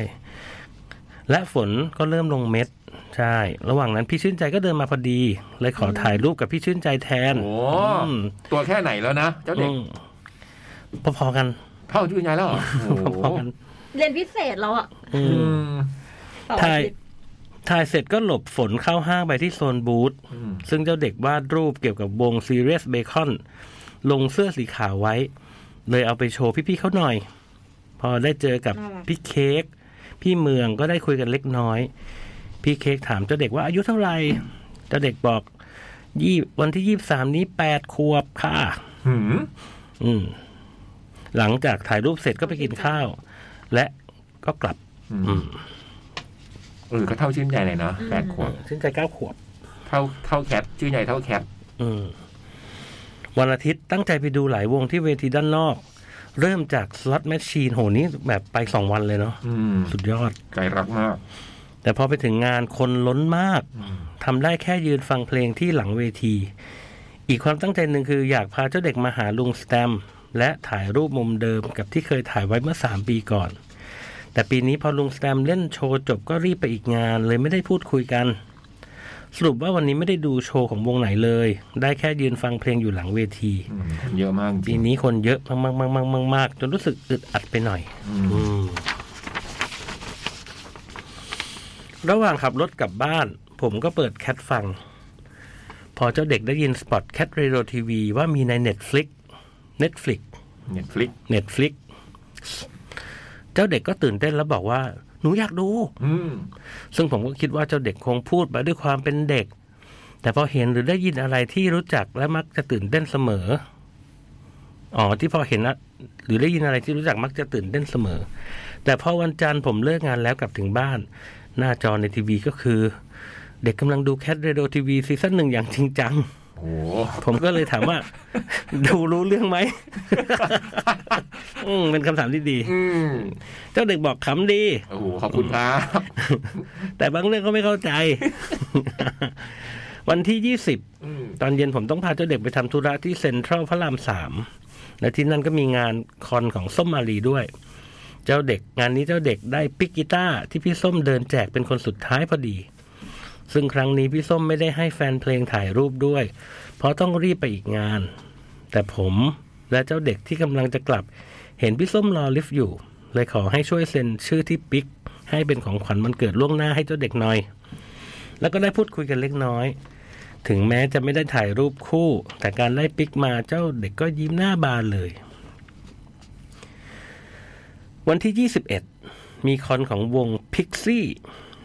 S2: ๆและฝนก็เริ่มลงเม็ด ใช่ ระหว่างนั้นพี่ชื่นใจก็เดินมาพอดี เลยขอถ่ายรูปกับพี่ชื่นใจแทน
S1: โอ้
S2: อืม
S1: ตัวแค่ไหนแล้วนะเจ้าเด็ก
S2: อืมพอๆกัน
S1: เท่าชื่อยายแล้วเหรอโอ้
S2: พอๆกัน
S3: เรียนพิเศษเราอ่ะ
S2: อื
S1: อื
S2: ม
S1: ม
S3: เสร์อ
S2: ถ่าย
S3: ทิตย์
S2: ถ่ายเสร็จก็หลบฝนเข้าห้างไปที่โซนบูธ
S1: อืม
S2: ซึ่งเจ้าเด็กวาดรูปเกี่ยวกับวง Serious Bacon ลงเสื้อสีขาวไว้ เลยเอาไปโชว์พี่ๆเขาหน่อย พอได้เจอกับพี่เค้ก พี่เมืองก็ได้คุยกันเล็กน้อย พี่เค้กถามเจ้าเด็กว่าอายุเท่าไหร่ เจ้าเด็กบอกยี่วันที่ยี่สามนี้แปดขวบค่ะ
S1: หืม
S2: อืม หลังจากถ่ายรูปเสร็จก็ไปกินข้าว และก็กลับ
S1: อื
S2: อื
S1: ม
S2: ม
S1: เออก็เท่าชื่นใจเลยเนาะแปดขวบ
S2: ชื่นใจเก้าขวบ
S1: เท่าเท่าแคทชื่อใหญ่เท่าแคท
S2: อืมวันอาทิตย์ตั้งใจไปดูหลายวงที่เวทีด้านนอก เริ่มจากสล็อตแมชชีนโหนี้แบบไปสองวันเลยเนาะ
S1: อืม
S2: สุดยอด
S1: ใจรักมาก
S2: แต่พอไปถึงงานคนล้นมาก
S1: อืม
S2: ทำได้แค่ยืนฟังเพลงที่หลังเวที อีกความตั้งใจหนึ่งคืออยากพาเจ้าเด็กมาหาลุงสแตมป์และถ่ายรูปมุมเดิมกับที่เคยถ่ายไว้เมื่อสามปีก่อน แต่ปีนี้พอลุงสแตมป์เล่นโชว์จบก็รีบไปอีกงาน เลยไม่ได้พูดคุยกัน สรุปว่าวันนี้ไม่ได้ดูโชว์ของวงไหนเลย ได้แค่ยืนฟังเพลงอยู่หลังเวที
S1: อืมคนเยอะมากจริ
S2: ปี
S1: ง
S2: นี้คนเยอะมากๆๆๆๆจนรู้สึกอึดอัดไปหน่อย
S1: อืม
S2: ระหว่างขับรถกลับบ้าน ผมก็เปิดแคทฟัง พอเจ้าเด็กได้ยินสปอตแคทเรโ o ทีวีว่ามีใน Netflix Netflix
S1: เน็ตฟลิก
S2: Netflix เจ้าเด็กก็ตื่นเต้นแล้วบอกว่า หนูอยากดู
S1: อืม
S2: ซึ่งผมก็คิดว่าเจ้าเด็กคงพูดมาด้วยความเป็นเด็ก แต่พอเห็นหรือได้ยินอะไรที่รู้จักและมักจะตื่นเต้นเสมอ อ๋อที่พอเห็นอะหรือได้ยินอะไรที่รู้จักมักจะตื่นเต้นเสมอ แต่พอวันจันทร์ผมเลิกงานแล้วกลับถึงบ้าน หน้าจอในทีวีก็คือ เด็กกำลังดูแคทเรโดทีวีซีซั่นหนึ่งอย่างจริงจัง
S1: โอ้โห
S2: ผมก็เลยถามว่า *laughs* ดูรู้เรื่องไหม *laughs* อืมเป็นคำถามที่ดี
S1: อืม
S2: เจ้าเด็กบอกขำดี
S1: โอ้โหขอบคุณครับ
S2: *laughs* แต่บางเรื่องก็ไม่เข้าใจ วันที่ยี่สิบ
S1: อืม
S2: ตอนเย็นผมต้องพาเจ้าเด็กไปทำธุระที่เซ็นทรัลพระรามสาม และที่นั่นก็มีงานคอนของส้มมารีด้วย เจ้าเด็กงานนี้เจ้าเด็กได้ปิกกีตาร์ที่พี่ส้มเดินแจกเป็นคนสุดท้ายพอดี ซึ่งครั้งนี้พี่ส้มไม่ได้ให้แฟนเพลงถ่ายรูปด้วย เพราะต้องรีบไปอีกงาน แต่ผมและเจ้าเด็กที่กำลังจะกลับ เห็นพี่ส้มรอลิฟต์อยู่ เลยขอให้ช่วยเซ็นชื่อที่ปิกให้เป็นของขวัญวันเกิดล่วงหน้าให้เจ้าเด็กหน่อย แล้วก็ได้พูดคุยกันเล็กน้อย ถึงแม้จะไม่ได้ถ่ายรูปคู่ แต่การไล่ปิกมาเจ้าเด็กก็ยิ้มหน้าบานเลย วันที่ 21 มีคอนของวงพิกซี่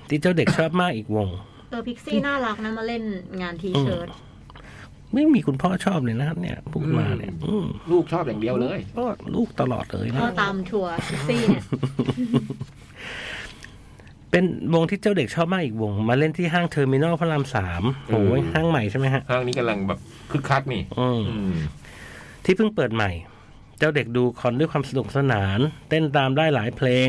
S2: ที่เจ้าเด็กชอบมากอีกวง
S3: เออพิกซี่น่ารักนะมาเล่นงานทีเชิร์ต
S2: ไม่มีคุณพ่อชอบเลยนะครับเนี่ยพูดมาเนี่ยอืม
S1: ลูกชอบอย่างเดียวเลย
S2: ก็ลูกตลอดเลยนะ
S3: พ่อตามทัวร์พิกซี่เนี่ย
S2: เป็นวงที่เจ้าเด็กชอบมากอีกวง มาเล่นที่ห้างเทอร์มินอลพระรามสามโอ้ย
S1: อืม
S2: ห้างใหม่ใช่ไหมฮะ
S1: ห้างนี้กำลังแบบคึกคักนี่
S2: อืม
S1: อืม
S2: ที่เพิ่งเปิดใหม่ เจ้าเด็กดูคอนด้วยความสนุกสนาน เต้นตามได้หลายเพลง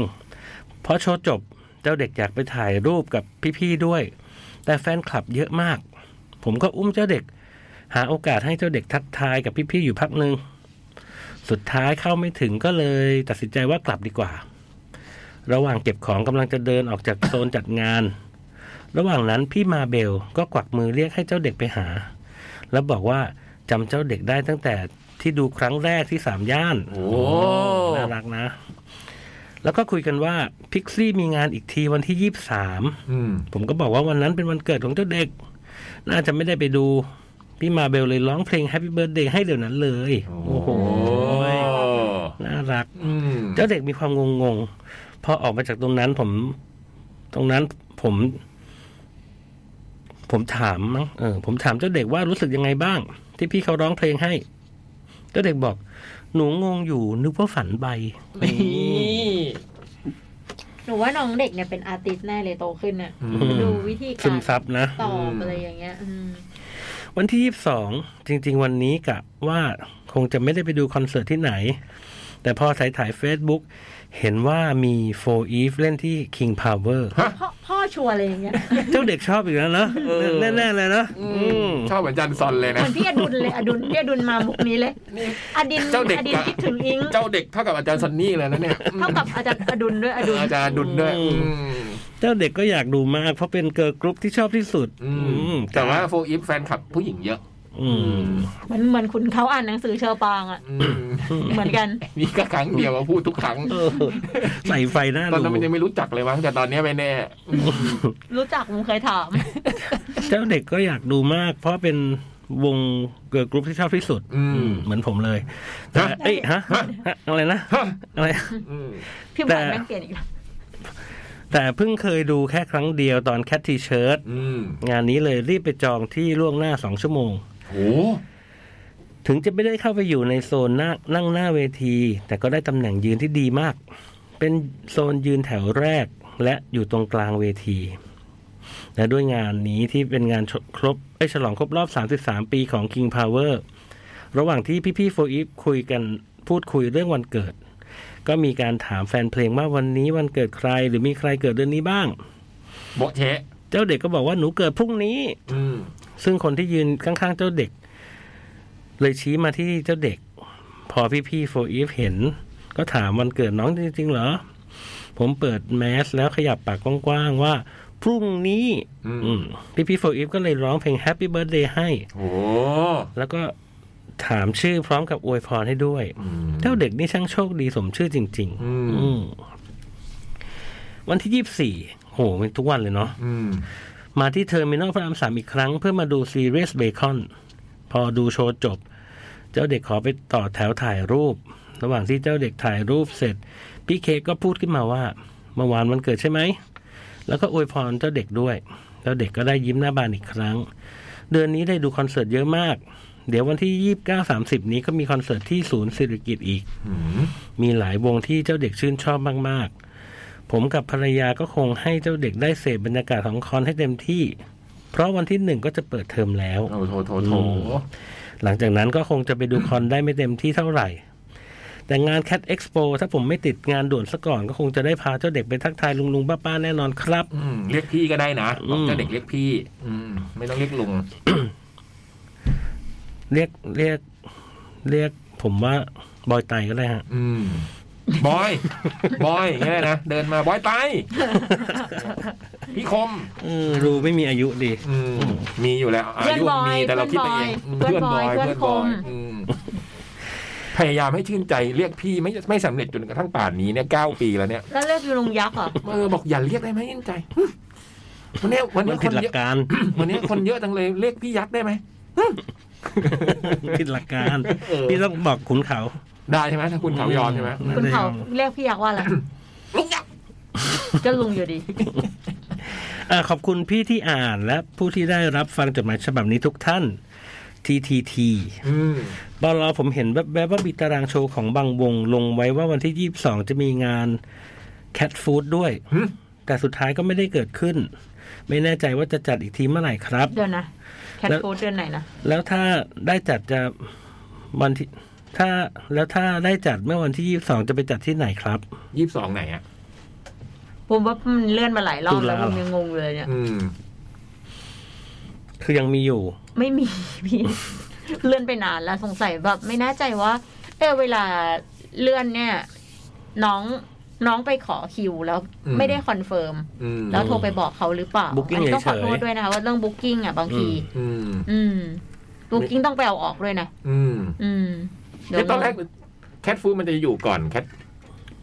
S2: เพราะโชว์จบเจ้าเด็กอยากไปถ่ายรูปกับพี่ ๆ ด้วย แต่แฟนคลับเยอะมาก ผมก็อุ้มเจ้าเด็ก หาโอกาสให้เจ้าเด็กทักทายกับพี่ ๆ อยู่พักหนึ่งสุดท้ายเข้าไม่ถึงก็เลยตัดสินใจว่ากลับดีกว่า ระหว่างเก็บของกำลังจะเดินออกจากโซนจัดงาน ระหว่างนั้นพี่มาเบลก็กวักมือเรียกให้เจ้าเด็กไปหา แล้วบอกว่าจำเจ้าเด็กได้ตั้งแต่ที่ดูครั้งแรกที่สามย่าน
S1: โอ้
S2: น่ารักนะ แล้วก็คุยกันว่าพิกซี่มีงานอีกทีวันที่ยี่สาม
S1: อืม
S2: ผมก็บอกว่าวันนั้นเป็นวันเกิดของเจ้าเด็ก น่าจะไม่ได้ไปดู พี่มาเบลเลยร้องเพลง Happy Birthday ให้เดี๋ยวนั้นเลย โอ้โห น่ารัก
S1: อืม
S2: เจ้าเด็กมีความงงๆ พอออกมาจากตรงนั้นผม ตรงนั้นผม ผมถามมั้งเออ ผมถามเจ้าเด็กว่ารู้สึกยังไงบ้าง ที่พี่เขาร้องเพลงให้ เจ้าเด็กบอก หนูงงอยู่นึกว่าฝันใบ
S1: นี่
S3: หนูว่าน้องเด็กเนี่ยเป็นอาร์ติสต์แน่เลยโตขึ้นเนี่ย
S1: อื
S2: อืม
S1: ม
S3: ดูวิธี
S2: ซึ
S3: กามร
S2: ซับนะ
S3: ตอ
S1: อื
S3: บ
S1: ม
S3: อะไรอย่างเงี้ย อืม
S2: วันที่ 22 จริง ๆ วันนี้กะว่าคงจะไม่ได้ไปดูคอนเสิร์ตที่ไหน แต่พอถ่ายถ่าย Facebook เห็นว่ามี For Eve เล่นที่ King Power
S3: พ่อพ่อชัวร์อะไรอย่างเงี้ย
S2: เจ้าเด็กชอบอีกแล้วเนอะ
S1: เออ
S2: แน่ ๆ เลยเนอะ
S1: อื
S2: อื
S1: ม
S2: ม
S1: ชอบเหมือนจันซอนเลย
S3: เห
S1: นะ
S3: มือนพี่อดุลเลยอดุลพี่อดุลมามุกนี้เลยอดิน
S1: เจ้าเด็ก
S3: อดิน
S1: อะ
S3: คิดถึงอิง
S1: เจ้าเด็กเท่ากับอาจารย์ซันนี่เลยนะเนี่ย
S3: เท่ากับอาจารย์อดุลด้วยอดุล
S1: อาจารย์ดุลด้วยอืม
S2: เจ้าเด็กก็อยากดูมาก เพราะเป็นเกิร์ลกรุ๊ปที่ชอบที่สุด
S1: อื
S2: อื
S1: ม
S2: ม
S1: แต่ว่าโฟอีฟแฟนคลับผู้หญิงเยอะ
S2: อืม
S3: เหมือนเหมือนคุณเขาอ่านหนังสือเชอปางอ่ะ
S1: อืม
S3: เหมือนกัน
S1: นี่ก็ครั้งเดียวว่าพูดทุกครั้ง
S2: เออใส่ไฟหน้า
S1: ตอน
S2: ดู
S1: นั้นมันยังไม่รู้จักเลยมั้งแต่ตอนเนี้ยไม่แน่
S3: รู้จักผมเคยถาม
S2: เจ้าเด็กก็อยากดูมาก เพราะเป็นวงเกิร์ลกรุ๊ปที่ชอบที่สุด
S1: อืม
S2: อืมเหมือนผมเลยแต่เอ้ยฮะฮะอะไรนะ
S1: ฮะ
S2: อะไร
S1: อืม
S3: พี่บันแม่งเปลี่ยนอีกแล้ว
S2: แต่เพิ่งเคยดูแค่ครั้งเดียวตอนแคททีเชิร์ต
S1: อืม
S2: งานนี้เลยรีบไปจองที่ล่วงหน้าสองชั่วโมง
S1: โห
S2: ถึงจะไม่ได้เข้าไปอยู่ในโซนหน้านั่งหน้าเวที แต่ก็ได้ตำแหน่งยืนที่ดีมาก เป็นโซนยืนแถวแรกและอยู่ตรงกลางเวที และด้วยงานนี้ที่เป็นงานฉครบเอ้ยฉลองครบรอบ 33 ปีของ King Power ระหว่างที่พี่ๆโฟอีฟคุยกันพูดคุยเรื่องวันเกิด ก็มีการถามแฟนเพลงว่าวันนี้วันเกิดใครหรือมีใครเกิดเดือนนี้บ้าง
S1: โบะเชะ
S2: เจ้าเด็กก็บอกว่าหนูเกิดพรุ่งนี้
S1: อืม
S2: ซึ่งคนที่ยืนข้างๆเจ้าเด็ก เลยชี้มาที่เจ้าเด็ก พอพี่ๆโฟอีฟเห็น ก็ถามวันเกิดน้องจริงๆเหรอ ผมเปิดแมสแล้วขยับปากกว้างๆว่า พรุ่งนี้
S1: อืม
S2: อืมพี่ๆโฟอีฟก็เลยร้องเพลง Happy Birthday ให้
S1: โห
S2: แล้วก็ถามชื่อพร้อมกับอวยพรให้ด้วย
S1: อืม
S2: เจ้าเด็กนี่ช่างโชคดีสมชื่อจริง ๆ
S1: อืม
S2: อืมวันที่ยี่บสี่โหเป็นทุกวันเลยเนาะ
S1: อืม
S2: มาที่เทอร์มินอลพระรามสามอีกครั้งเพื่อมาดูซีรีส์เบคอน พอดูโชว์จบ เจ้าเด็กขอไปต่อแถวถ่ายรูป ระหว่างที่เจ้าเด็กถ่ายรูปเสร็จ พี่เคกก็พูดขึ้นมาว่าเมื่อวานวันเกิดใช่ไหม แล้วก็อวยพรเจ้าเด็กด้วย แล้วเด็กก็ได้ยิ้มหน้าบานอีกครั้ง เดือนนี้ได้ดูคอนเสิร์ตเยอะมาก เดี๋ยววันที่ยี่สิบเก้าสามสิบนี้ก็มีคอนเสิร์ตที่ศูนย์ศิริกิตอีก
S1: อืม
S2: มีหลายวงที่เจ้าเด็กชื่นชอบมาก ๆ ผมกับภรรยาก็คงให้เจ้าเด็กได้เสพบรรยากาศของคอนให้เต็มที่ เพราะวันที่หนึ่งก็จะเปิดเทอมแล้ว
S1: โอ้โถโถโถ
S2: หลังจากนั้นก็คงจะไปดูคอนได้ไม่เต็มที่เท่าไหร่ แต่งาน Cat Expo ถ้าผมไม่ติดงานด่วนซะก่อนก็คงจะได้พาเจ้าเด็กไปทักทายลุงๆป้าๆแน่นอนครับ
S1: อืมเรียกพี่ก็ได้นะ
S2: อืม
S1: บอกเจ้าเด็กเรียกพี่ อืม ไม่ต้องเรียกลุง
S2: เรียกเรียกเรียกผมว่าบอยไตก็ได้ฮะ
S1: อืม บอย *laughs* บอยอย่างเงี้ยนะเดินมาบอยไป
S3: *laughs*
S1: พี่คม
S2: เออรูไม่มีอายุดี
S1: อืม มีอยู่แล้วอา
S3: เพื่อน
S1: ยุ
S3: บอย
S1: มีแต่เราคิดไปเอง
S3: เพื่อนบอยเพื่อนบอย
S1: อืมพยายามให้ชื่นใจเรียกพี่ไม่ไม่สำเร็จจนกระทั่งป่านนี้เนี่ยเก้าปีแล้วเนี่ย
S3: แล้วเรียกอยู่ลุงยักษ์เหรอ
S1: เออบอกอย่าเรียกได้ไหมชื่นใจวันเนี้ยวัน
S2: มั
S1: เนี้
S2: น
S1: ย
S2: ผิ
S1: ค
S2: ด
S1: น
S2: หลั
S1: เย
S2: ก
S1: อะ
S2: การ
S1: *coughs*
S2: *laughs*
S1: วันเนี้ยคนเยอะจังเลยเรียกพี่ยักษ์ได้ไหม
S2: ผิดหลักการ
S1: เออ
S2: พี่ต้องบอกขุนเขา
S1: ได้ใช่ไหมถ้าคุณเขายอมใช่ไหม
S2: อืม
S3: คุณเขาเรียกพี่ยักษ์ว่าอะไร
S1: ลุงยักษ์
S3: ก็ลุงอยู่ดี
S2: อ่าขอบคุณพี่ที่อ่านและผู้ที่ได้รับฟังจดหมายฉบับนี้ทุกท่าน TTT
S1: อืม
S2: บอลผมเห็นแวบๆว่ามีตารางโชว์ของบางวงลงไว้ว่าวันที่ 22 จะมีงาน Cat Food ด้วย
S1: หึ
S2: แต่สุดท้ายก็ไม่ได้เกิดขึ้น ไม่แน่ใจว่าจะจัดอีกทีเมื่อไหร่ครับ
S3: เดือนนะ แคท
S2: แล้ว
S3: โฟเดือนไหนนะ
S2: แล้วถ้าได้จัดจะวันที่ถ้าแล้วถ้าได้จัดเมื่อวันที่ 22 จะไปจัดที่ไหนครับ
S1: ยี่สิบสองไหนอ่ะ
S3: ผมว่ามันเลื่อนมาหลายรอบแล้ว
S2: ตุลา
S3: ผมยังงงเลยเนี่ย
S1: อืม
S2: คือยังมีอยู่
S3: ไม่มี *laughs* พี่ เลื่อนไปนานแล้วสงสัยแบบไม่แน่ใจว่า เออเวลาเลื่อนเนี่ย น้องน้องไปขอคิวแล้ว
S1: อืม
S3: ไม่ได้คอนเฟิร์ม
S1: อืม
S3: แล้วโทรไปบอกเขาหรือเปล่า
S2: Booking
S3: อันี้ต้องขอ
S2: เฉยๆ
S3: โทษด้วยนะคะว่าเรื่องบุ๊กิ้งอ่ะบางที
S2: อื
S1: อืม
S2: ม
S3: อืมบุ๊กิ้งต้องไปเอาออกด้วยนะ
S1: อืม
S3: อืมเดี๋ย
S1: เดี๋ยว วตอนแรกแคทฟูมันจะอยู่ก่อนแคท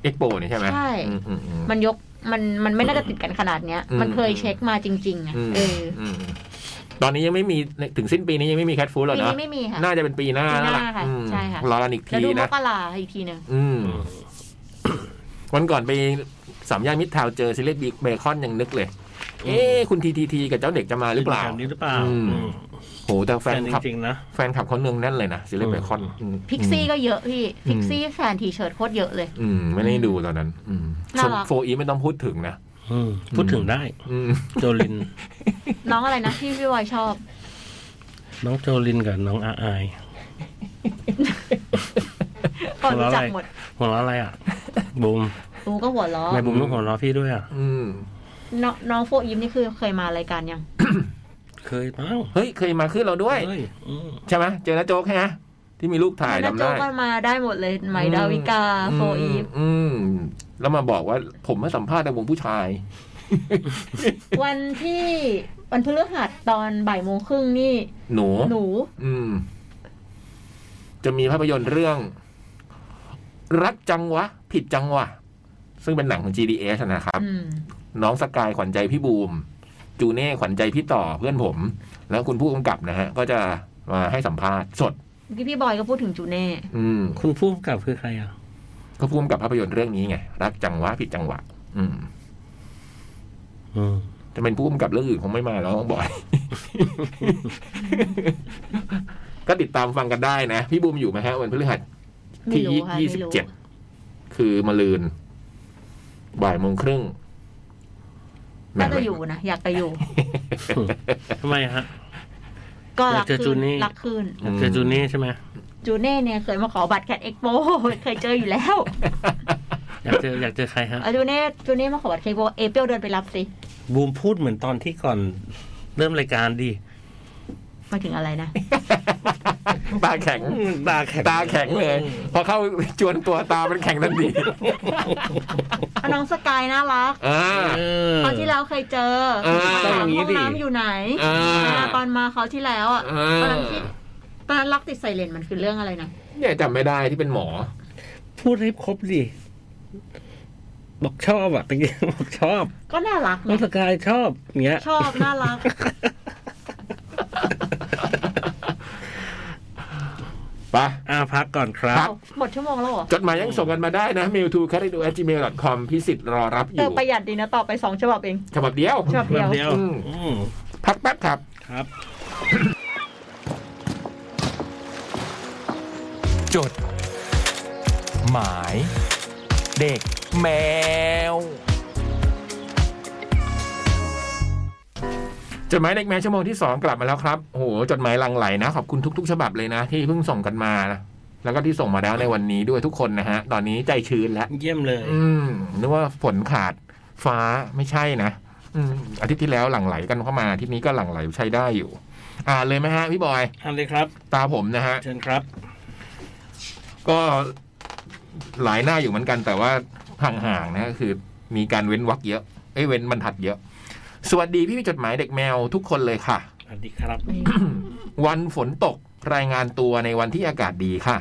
S1: เอ็กโปนี่ใช่ไหม
S3: ใช่
S1: อืมอืมอืม
S3: มันยกมันมันไม่น่าจะติดกันขนาดเนี้ย
S1: อืม
S3: มันเคยเช็คมาจริงๆอ่ะ
S1: อืม
S3: เออ
S1: อืมตอนนี้ยังไม่มีถึงสิ้นปีนี้ยังไม่มีแคทฟูหรอก
S3: ปี
S1: เนาะ
S3: นี้ไม่มีค่ะ
S1: น่าจะเป็นปีหน้า
S3: ปีหน้า
S1: แล้วล่ะ
S3: ค่ะ
S1: อืม
S3: ใช่ค่ะ
S1: รอกันอีก
S3: แล้ว
S1: ที
S3: ดูม
S1: นะ
S3: กราอีกทีหนึ่ง
S1: อืม วันก่อนไปสามย่านมิตรทาวน์เจอซิเลตบีเบคอนยังนึกเลย เอ๊ะคุณทีทีทีกับเจ้าเด็กจะมาหรือเปล่า
S2: แบบนี้หรือเปล่า
S1: อืม
S2: อืม
S1: โหแต่แฟ
S2: แฟ
S1: น
S2: น
S1: คลับ
S2: จริงๆนะ
S1: แฟนคลับเขาเนืองแน่นเลยนะซิเลตเบคอนอืม
S3: พิกซี่ก็เยอะพี่
S1: อืม
S3: พิกซี่แฟนทีเชิร์ตโคตรเยอะเลย
S1: อืม ไม่ได้ดูตอนนั้น อืม
S3: น่ารัก
S1: โฟอีไม่ต้องพูดถึงนะ
S2: อืมพูดถึงได้
S1: อืม
S2: โจลิน
S3: น้องอะไรนะที่พี่วอยชอบ
S2: น้องโจลินกับน้องอาอาย
S3: ก่อนรู้จักหมด
S2: หัวเราะอะไรอ่ะ บุ
S3: *laughs*
S2: ม
S3: บูมก็หัวล้อ
S2: ทำไมบุมต้องหัวเราะพี่ด้วยอ่ะ
S1: อืม
S3: น้องน้องโฟอิมนี่คือเคยมารายการยัง
S2: เคยมั้ง
S1: เฮ้ย เคยมาขึ้นเราด้วย
S2: เฮ้ยอืม
S1: ใช่ไหมเจอนะโจ๊กใช่ไหมที่มีรูปถ่าย
S3: น่า
S1: จำ
S3: จะ
S1: ได้
S3: ก็มาได้หมดเลยไหมดาวิกาโฟอีฟ
S1: อืมอืม แล้วมาบอกว่าผมมาสัมภาษณ์ในวงผู้ชาย
S3: วันที่วันพฤหัสตอนบ่ายโมงครึ่งนี่
S1: หนู
S3: หนู
S1: อืม จะมีภาพยนตร์เรื่อง รักจังวะ ผิดจังวะ ซึ่งเป็นหนังของ GDS นะครับ
S3: อืม
S1: น้องสกายขวัญใจพี่บูม จูเน่ขวัญใจพี่ต่อเพื่อนผม แล้วคุณผู้กำกับนะฮะ ก็จะมาให้สัมภาษณ์สด
S3: เมื่อกี้พี่บอยก็พูดถึงจูเน่
S1: อืม
S2: คุณผู้กำกับคือใครอ่ะ
S1: ก็พูดกับภาพยนตร์เรื่องนี้ไง รักจังหวะผิดจังหวะ อืม
S2: อืม *laughs*
S1: จะเป็นผู้กำกับเรื่องอื่นคงไม่มาแล้วน้องบอย *laughs* ก็ติดตามฟังกันได้นะ พี่บูมอยู่ไหมฮะวันพฤหัส
S3: ไม่
S1: ที่
S3: รู้ค่ะ
S1: ยี่
S3: ไม่
S1: สิบ
S3: รู้
S1: เจ็ดคือมะลืน บ่ายโมงครึ่งแหม
S3: น่าจะอยู่นะ อยากไปอยู่
S2: ทำไมฮะ
S3: ก็
S2: อ
S3: รัก
S2: ยากเจอจู
S3: ขึ้น
S2: เน่
S3: รักขึ้น
S2: เจอจูนี่ใช่ไหม
S3: จูเน่เนี่ยเคยมาขอบัตรแคดเอ็กโปเคยเจออยู่แล้ว
S1: *laughs*
S2: อยากเจออยากเจอใครฮะ
S3: อาจูเน่จูเน่มาขอบัตรเคโบเอเปียวเดินไปรับสิ
S2: บูมพูดเหมือนตอนที่ก่อนเริ่มรายการดี
S3: หมายถึงอะไรนะ
S1: *laughs* ตาแข็ง
S2: ตาแข็ง
S1: ตาแข็งเลย พอเข้าจวนตัวตามันแข็งทันที *laughs*
S3: อ่ะน้องสกายน่ารัก
S1: อ่า
S2: เออ
S3: คราวที่แล้วเคยเจอ
S1: เออ
S3: ถามห้องน้ำอยู่ไหน
S1: เออ
S3: เวลาตอนมาเขาวที่แล้วอ่ะ
S1: เออ
S3: ตอนนั้นที่ตอนนั้นรักติดไซเรนมันคือเรื่องอะไรนะ
S1: เนี่ยจำไม่ได้ที่เป็นหมอ *laughs*
S2: พูดให้ครบดิ บอกชอบอะตะกี้ *laughs* บอกชอบ
S3: ก็น่ารัก
S2: น้อ
S3: นะ
S2: งสกายชอบอย่างเงี้ย
S3: ชอบน่ารัก
S1: ไป
S2: อ่าพักก่อนครับ
S1: ครับ
S3: หมดชั่วโมงแล้วเหรอ
S1: จดหมายยังส่งกันมาได้นะ mail to c a r i d o g m a i l c o m พิสิทธิ์รอรับอ
S3: เออยู่ ประหยัดดีนะตอบไปสองฉบับเอง
S1: ฉบับเดียว
S3: ฉบับเดียว
S2: เดียว
S1: อืม
S2: อืม
S1: พักแป๊บครับ
S2: ครับ
S1: จด หมาย เด็กแมว จดหมายเด็กแมวชั่วโมงที่สองกลับมาแล้วครับโอ้โหจดหมายหลังไหลนะ ขอบคุณทุก ๆ ฉบับเลยนะ ที่เพิ่งส่งกันมานะแล้วก็ที่ส่งมาแล้วในวันนี้ด้วยทุกคนนะฮะ ตอนนี้ใจชื้นแล้ว
S2: เยี่ยมเลย
S1: อืมนึกว่าฝนขาดฟ้าไม่ใช่นะอืมอาทิตย์ที่แล้วหลั่งไหลกันเข้ามาอาทิตย์นี้ก็หลั่งไหลใช้ได้อยู่ อ่านเลยไหมฮะพี่บอย
S2: อันเลยครับ
S1: ตาผมนะฮะ
S2: เชิญครับ
S1: ก็หลายหน้าอยู่เหมือนกัน แต่ว่าห่างๆนะคือมีการเว้นวรรคเยอะเอ้ยเว้นบรรทัดเยอะ สวัสดีพี่ๆจดหมายเด็กแมวทุกคนเลยค่ะ
S2: สวัสดีครับ
S1: วันฝนตกรายงานตัวในวันที่อากาศดีค่ะ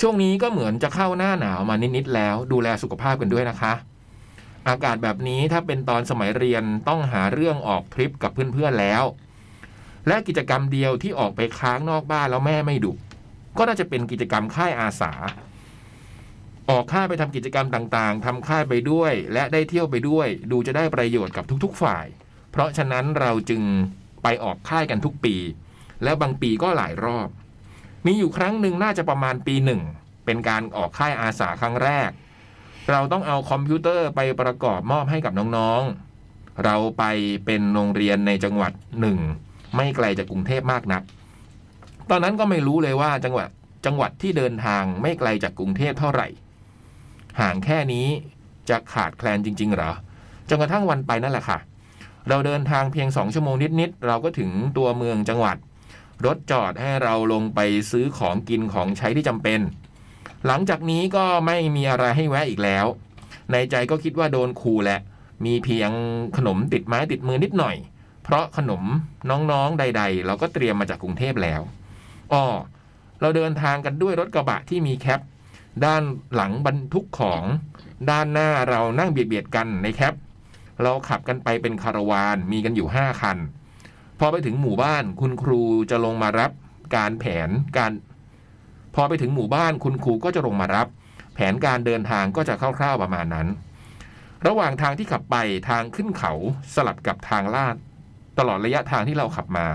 S1: ช่วงนี้ก็เหมือนจะเข้าหน้าหนาวมานิด ๆ แล้วดูแลสุขภาพกันด้วยนะคะ อากาศแบบนี้ถ้าเป็นตอนสมัยเรียนต้องหาเรื่องออกทริปกับเพื่อน ๆ แล้ว และกิจกรรมเดียวที่ออกไปค้างนอกบ้านแล้วแม่ไม่ดุก็น่าจะเป็นกิจกรรมค่ายอาสา ออกค่ายไปทำกิจกรรมต่างๆทำค่ายไปด้วย และได้เที่ยวไปด้วย ดูจะได้ประโยชน์กับทุก ๆ ฝ่าย เพราะฉะนั้นเราจึงไปออกค่ายกันทุกปี แล้วบางปีก็หลายรอบ มีอยู่ครั้งหนึ่งน่าจะประมาณปีหนึ่ง เป็นการออกค่ายอาสาครั้งแรก เราต้องเอาคอมพิวเตอร์ไปประกอบมอบให้กับน้องๆ เราไปเป็นโรงเรียนในจังหวัดหนึ่ง ไม่ไกลจากกรุงเทพมากนัก ตอนนั้นก็ไม่รู้เลยว่าจังหวัดจังหวัดที่เดินทางไม่ไกลจากกรุงเทพเท่าไหร่ ห่างแค่นี้จะขาดแคลนจริง ๆ เหรอ จนกระทั่งวันไปนั่นแหละค่ะ เราเดินทางเพียงสองชั่วโมงนิดๆ เราก็ถึงตัวเมืองจังหวัด รถจอดให้เราลงไปซื้อของกินของใช้ที่จำเป็น หลังจากนี้ก็ไม่มีอะไรให้แวะอีกแล้ว ในใจก็คิดว่าโดนครูแหละ มีเพียงขนมติดไม้ติดมือนิดหน่อย เพราะขนมน้องๆใด ๆ เราก็เตรียมมาจากกรุงเทพแล้วอ้อเราเดินทางกันด้วยรถกระบะที่มีแคป ด้านหลังบรรทุกของ ด้านหน้าเรานั่งเบียดๆกันในแคป เราขับกันไปเป็นคาราวานมีกันอยู่ห้าคัน พอไปถึงหมู่บ้านคุณครูจะลงมารับการแผนการ พอไปถึงหมู่บ้านคุณครูก็จะลงมารับ แผนการเดินทางก็จะคร่าวๆประมาณนั้น ระหว่างทางที่ขับไปทางขึ้นเขาสลับกับทางลาด ตลอดระยะทางที่เราขับมา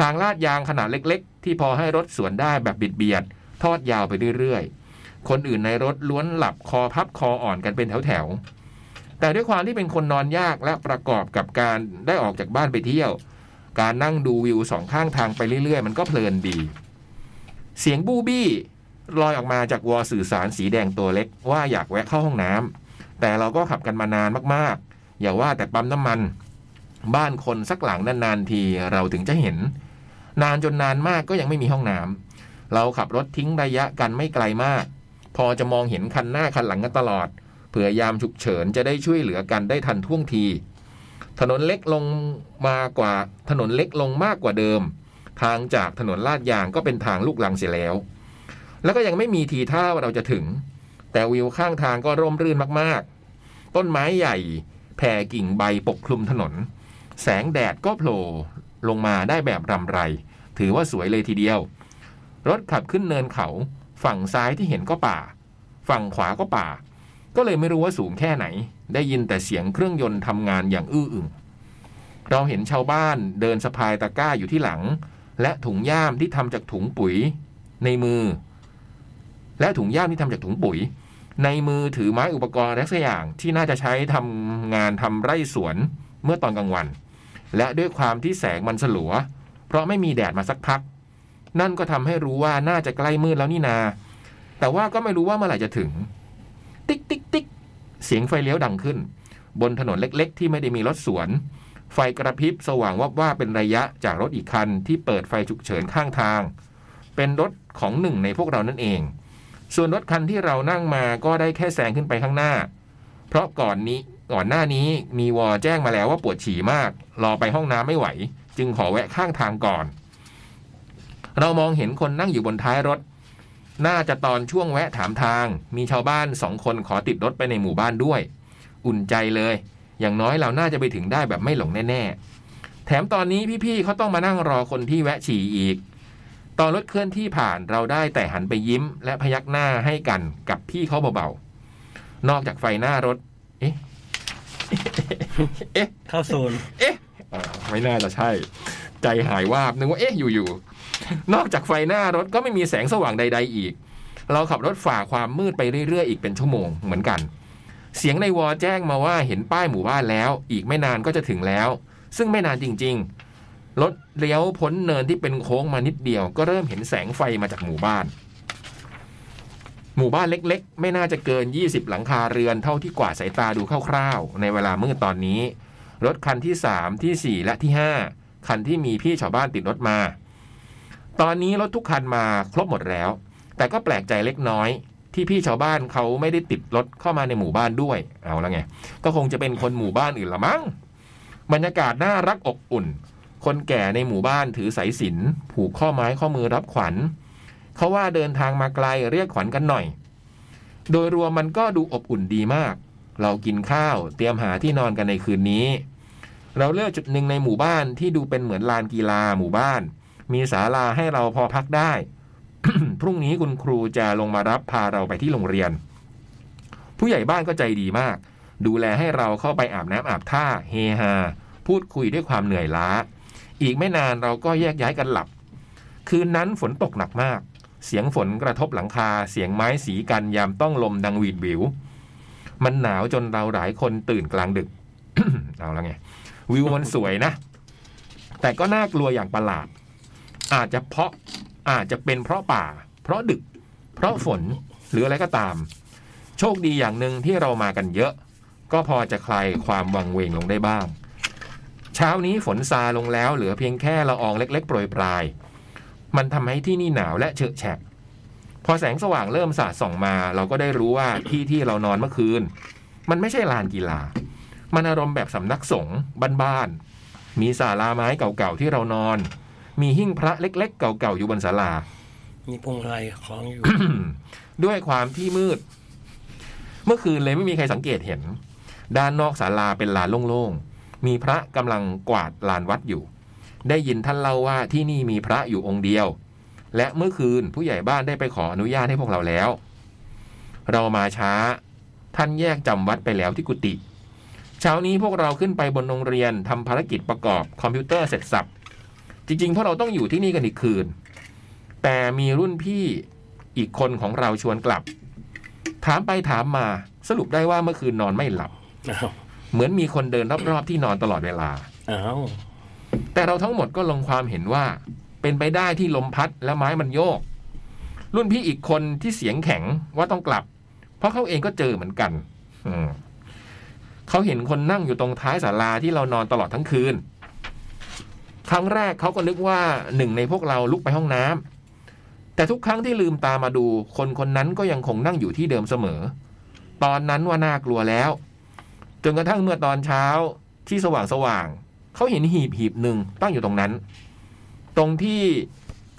S1: ทางลาดยางขนาดเล็กๆ ที่พอให้รถสวนได้แบบบิดเบียดๆทอดยาวไปเรื่อยๆ คนอื่นในรถล้วนหลับคอพับคออ่อนกันเป็นแถวๆแต่ด้วยความที่เป็นคนนอนยากและประกอบกับการได้ออกจากบ้านไปเที่ยว การนั่งดูวิวสองข้างทางไปเรื่อยๆ มันก็เพลินดี เสียงบูบี้ลอยออกมาจากวอลสื่อสารสีแดงตัวเล็กว่าอยากแวะเข้าห้องน้ำแต่เราก็ขับกันมานานมากๆ อย่าว่าแต่ปั๊มน้ำมัน บ้านคนสักหลังนานๆทีเราถึงจะเห็น นานจนนานมากก็ยังไม่มีห้องน้ำเราขับรถทิ้งระยะกันไม่ไกลมาก พอจะมองเห็นคันหน้าคันหลังกันตลอดเผื่อยามฉุกเฉินจะได้ช่วยเหลือกันได้ทันท่วงที ถนนเล็กลงมากว่าถนนเล็กลงมากกว่าเดิม ทางจากถนนลาดยางก็เป็นทางลูกลังเสียแล้ว แล้วก็ยังไม่มีทีท่าว่าเราจะถึง แต่วิวข้างทางก็ร่มรื่นมากๆ ต้นไม้ใหญ่แผ่กิ่งใบปกคลุมถนน แสงแดดก็โผล่ลงมาได้แบบรำไร ถือว่าสวยเลยทีเดียว รถขับขึ้นเนินเขา ฝั่งซ้ายที่เห็นก็ป่า ฝั่งขวาก็ป่า ก็เลยไม่รู้ว่าสูงแค่ไหน ได้ยินแต่เสียงเครื่องยนต์ทำงานอย่างอื้ออึง เราเห็นชาวบ้านเดินสะพายตะกร้าอยู่ที่หลัง และถุงย่ามที่ทำจากถุงปุ๋ย ในมือ และถุงย่ามที่ทำจากถุงปุ๋ย ในมือถือไม้อุปกรณ์อะไรสักอย่างที่น่าจะใช้ทำงานทำไร่สวนเมื่อตอนกลางวัน และด้วยความที่แสงมันสลัว เพราะไม่มีแดดมาสักพัก นั่นก็ทำให้รู้ว่าน่าจะใกล้มืดแล้วนี่นา แต่ว่าก็ไม่รู้ว่าเมื่อไหร่จะถึง ติ๊กติ๊กติ๊กเสียงไฟเลี้ยวดังขึ้น บนถนนเล็กๆ ที่ไม่ได้มีรถสวน ไฟกระพริบสว่างวับว่าบเป็นระยะจากรถอีกคันที่เปิดไฟฉุกเฉินข้างทาง เป็นรถของหนึ่งในพวกเรานั่นเอง ส่วนรถคันที่เรานั่งมาก็ได้แค่แซงขึ้นไปข้างหน้า เพราะก่อนนี้ก่อนหน้านี้มีวอแจ้งมาแล้วว่าปวดฉี่มาก รอไปห้องน้ำไม่ไหว จึงขอแวะข้างทางก่อน เรามองเห็นคนนั่งอยู่บนท้ายรถ น่าจะตอนช่วงแวะถามทาง มีชาวบ้านสองคนขอติดรถไปในหมู่บ้านด้วย อุ่นใจเลย อย่างน้อยเราน่าจะไปถึงได้แบบไม่หลงแน่ๆ แถมตอนนี้พี่ๆเขาต้องมานั่งรอคนที่แวะฉี่อีก ตอนรถเคลื่อนที่ผ่านเราได้แต่หันไปยิ้ม และพยักหน้าให้กันกับพี่เขาเบาๆ นอกจากไฟหน้ารถ เอ๊ะ เอ๊ะ
S2: เข้าโซน
S1: อ่าไม่น่าจะใช่ ใจหายวาบนึกว่าเอ๊ะอยู่ๆ นอกจากไฟหน้ารถก็ไม่มีแสงสว่างใด ๆ อีก เราขับรถฝ่าความมืดไปเรื่อยๆ อีกเป็นชั่วโมงเหมือนกัน เสียงในวอแจ้งมาว่าเห็นป้ายหมู่บ้านแล้ว อีกไม่นานก็จะถึงแล้ว ซึ่งไม่นานจริง ๆ รถเลี้ยวพ้นเนินที่เป็นโค้งมานิดเดียว ก็เริ่มเห็นแสงไฟมาจากหมู่บ้าน หมู่บ้านเล็กๆ ไม่น่าจะเกิน 20 หลังคาเรือนเท่าที่กว่าดสายตาดูคร่าวๆ ในเวลามืดตอนนี้ รถคันที่ 3 ทีสี่ 4 และที่ 5 คันที่มีพี่ชาวบ้านติดรถมา ตอนนี้รถทุกคันมาครบหมดแล้ว แต่ก็แปลกใจเล็กน้อย ที่พี่ชาวบ้านเขาไม่ได้ติดรถเข้ามาในหมู่บ้านด้วยเอาละไง ก็คงจะเป็นคนหมู่บ้านอื่นละมั้งบรรยากาศน่ารักอบอุ่น คนแก่ในหมู่บ้านถือสายสิญจนผูกข้อไม้ข้อมือรับขวัญ เขาว่าเดินทางมาไกลเรียกขวัญกันหน่อย โดยรวมมันก็ดูอบอุ่นดีมาก เรากินข้าวเตรียมหาที่นอนกันในคืนนี้ เราเลือกจุดหนึ่งในหมู่บ้านที่ดูเป็นเหมือนลานกีฬาหมู่บ้าน มีศาลาให้เราพอพักได้ *coughs* พรุ่งนี้คุณครูจะลงมารับพาเราไปที่โรงเรียน ผู้ใหญ่บ้านก็ใจดีมาก ดูแลให้เราเข้าไปอาบน้ำอาบท่าเฮฮาพูดคุยด้วยความเหนื่อยล้า อีกไม่นานเราก็แยกย้ายกันหลับ คืนนั้นฝนตกหนักมาก เสียงฝนกระทบหลังคา เสียงไม้สีกันยามต้องลมดังหวีดหวิว มันหนาวจนเราหลายคนตื่นกลางดึก *coughs* เอาแล้วไง วิวมันสวยนะ แต่ก็น่ากลัวอย่างประหลาด อาจจะเพราะอาจจะเป็นเพราะป่า เพราะดึก เพราะฝนหรืออะไรก็ตาม โชคดีอย่างหนึ่งที่เรามากันเยอะ ก็พอจะคลายความวังเวงลงได้บ้าง เช้านี้ฝนซาลงแล้ว เหลือเพียงแค่ละอองเล็ก ๆ โปรยปลาย มันทำให้ที่นี่หนาวและเฉอะแฉะพอแสงสว่างเริ่มสาดส่องมา เราก็ได้รู้ว่าที่ที่เรานอนเมื่อคืน มันไม่ใช่ลานกีฬา มันอารมณ์แบบสำนักสงฆ์บ้านๆมีศาลาไม้เก่าๆที่เรานอน มีหิ้งพระเล็ก ๆ เก่าๆอยู่บนศาลา
S2: มีพวงมาลัยคล้องอยู่ *coughs*
S1: ด้วยความที่มืด เมื่อคืนเลยไม่มีใครสังเกตเห็น ด้านนอกศาลาเป็นลานโล่งๆ มีพระกำลังกวาดลานวัดอยู่ ได้ยินท่านเล่าว่าที่นี่มีพระอยู่องค์เดียว และเมื่อคืนผู้ใหญ่บ้านได้ไปขออนุญาตให้พวกเราแล้ว เรามาช้า ท่านแยกจำวัดไปแล้วที่กุฏิเช้านี้พวกเราขึ้นไปบนโรงเรียนทำภารกิจประกอบคอมพิวเตอร์เสร็จสับจริงๆพวกเราต้องอยู่ที่นี่กันอีกคืน แต่มีรุ่นพี่ อีกคนของเราชวนกลับ ถามไปถามมาสรุปได้ว่าเมื่อคืนนอนไม่หลับ
S2: อ้าว
S1: เหมือนมีคนเดินรอบๆที่นอนตลอดเวลา
S2: อ้าว
S1: แต่เราทั้งหมดก็ลงความเห็นว่า เป็นไปได้ที่ลมพัดและไม้มันโยก รุ่นพี่อีกคนที่เสียงแข็งว่าต้องกลับ เพราะเขาเองก็เจอเหมือนกัน อืมเขาเห็นคนนั่งอยู่ตรงท้ายศาลาที่เรานอนตลอดทั้งคืน ครั้งแรกเขาก็นึกว่าหนึ่งในพวกเราลุกไปห้องน้ำแต่ทุกครั้งที่ลืมตามาดู คนคนนั้นก็ยังคงนั่งอยู่ที่เดิมเสมอ ตอนนั้นว่าน่ากลัวแล้ว จนกระทั่งเมื่อตอนเช้าที่สว่างสว่างๆ เขาเห็นหีบหีบหนึ่งตั้งอยู่ตรงนั้น ตรงที่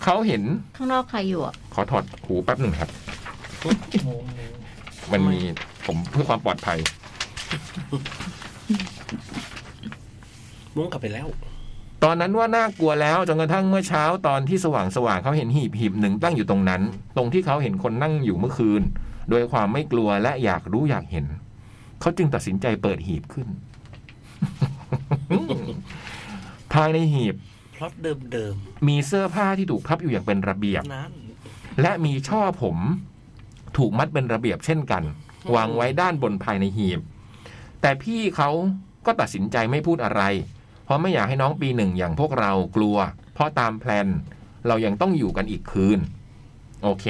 S1: เขาเห็น
S3: ข้างนอกใครอยู่อะ
S1: ขอถอดหูแป๊บหนึ่งครับ
S4: งง
S1: มันมีผมเพื่อความปลอดภัย
S2: ม้วงกลับไปแล้ว
S1: ตอนนั้นว่าน่ากลัวแล้วจนกระทั่งเมื่อเช้าตอนที่สว่างสว่างๆเขาเห็นหีบหีบหนึ่งตั้งอยู่ตรงนั้น ตรงที่เขาเห็นคนนั่งอยู่เมื่อคืน โดยความไม่กลัวและอยากรู้อยากเห็น เขาจึงตัดสินใจเปิดหีบขึ้น ภายในหีบ
S2: พล็อตเดิมเดิม
S1: มีเสื้อผ้าที่ถูกพับอยู่อย่างเป็นระเบียบ
S2: ๆนั้น
S1: และมีช่อผม ถูกมัดเป็นระเบียบเช่นกัน วางไว้ด้านบนภายในหีบ แต่พี่เขาก็ตัดสินใจไม่พูดอะไร เพราะไม่อยากให้น้องปีหนึ่งอย่างพวกเรากลัว เพราะตามแพลน เรายังต้องอยู่กันอีกคืน โอเค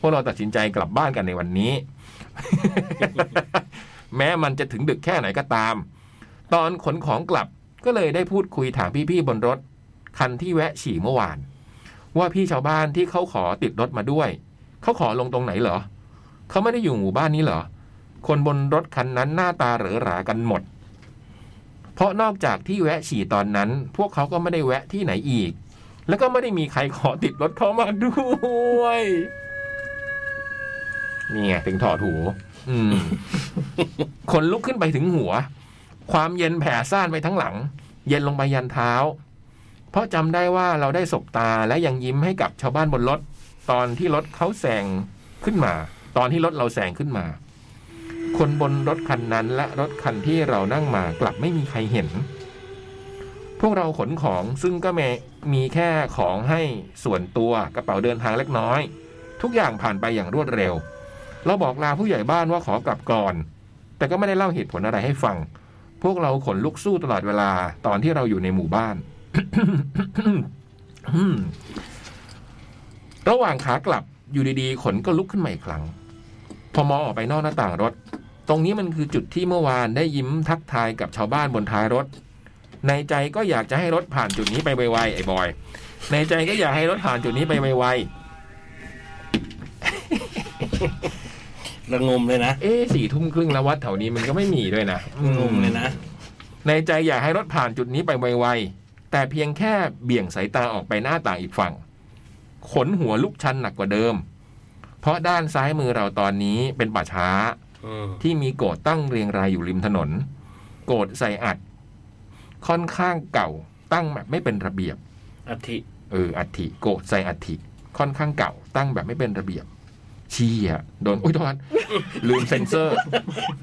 S1: พวกเราตัดสินใจกลับบ้านกันในวันนี้ *laughs* แม้มันจะถึงดึกแค่ไหนก็ตาม ตอนขนของกลับก็เลยได้พูดคุยถามพี่ๆบนรถ คันที่แวะฉี่เมื่อวาน ว่าพี่ชาวบ้านที่เขาขอติดรถมาด้วย เขาขอลงตรงไหนเหรอ เขาไม่ได้อยู่หมู่บ้านนี้เหรอ คนบนรถคันนั้นหน้าตาเหรอหรากันหมด เพราะนอกจากที่แวะฉี่ตอนนั้น พวกเขาก็ไม่ได้แวะที่ไหนอีก แล้วก็ไม่ได้มีใครขอติดรถเขามาด้วยนี่ไงถึงถอดหูอืม *laughs* คนลุกขึ้นไปถึงหัว ความเย็นแผ่ซ่านไปทั้งหลัง เย็นลงไปยันเท้า เพราะจำได้ว่าเราได้สบตาและยังยิ้มให้กับชาวบ้านบนรถ ตอนที่รถเขาแซงขึ้นมา ตอนที่รถเราแซงขึ้นมา คนบนรถคันนั้นและรถคันที่เรานั่งมากลับไม่มีใครเห็น พวกเราขนของซึ่งก็แมมีแค่ของให้ส่วนตัวกระเป๋าเดินทางเล็กน้อย ทุกอย่างผ่านไปอย่างรวดเร็ว เราบอกลาผู้ใหญ่บ้านว่าขอกลับก่อน แต่ก็ไม่ได้เล่าเหตุผลอะไรให้ฟัง พวกเราขนลุกสู้ตลอดเวลาตอนที่เราอยู่ในหมู่บ้าน ระหว่างขากลับอยู่ดีๆ ขนก็ลุกขึ้นมาอีกครั้ง พอมองออกไปนอกหน้าต่างรถ ตรงนี้มันคือจุดที่เมื่อวานได้ยิ้มทักทายกับชาวบ้านบนท้ายรถ ในใจก็อยากจะให้รถผ่านจุดนี้ไปไวๆไอ้บอย ในใจก็อยากให้รถผ่านจุดนี้ไปไว
S2: ระงมเลยนะ
S1: ๆเอ๊ะสี่ทุ่มครึ่งแล้ววัดแถวนี้มันก็ไม่มีด้วยนะอื
S2: ระงมเลยนะ
S1: ในใจอยากให้รถผ่านจุดนี้ไปไวๆ แต่เพียงแค่เบี่ยงสายตาออกไปหน้าต่างอีกฝั่ง ขนหัวลุกชันหนักกว่าเดิม เพราะด้านซ้ายมือเราตอนนี้เป็นป่าช้า
S2: อืม
S1: ที่มีโกดตั้งเรียงรายอยู่ริมถนน โกดใส่อัด ค่อนข้างเก่า ตั้งแบบไม่เป็นระเบียบ
S2: อัฐิ
S1: เอออัฐิโกดใส่อัฐิค่อนข้างเก่า ตั้งแบบไม่เป็นระเบียบเชี้อ่ะโดนอุ้ยโทษลืมเซ็นเซอร์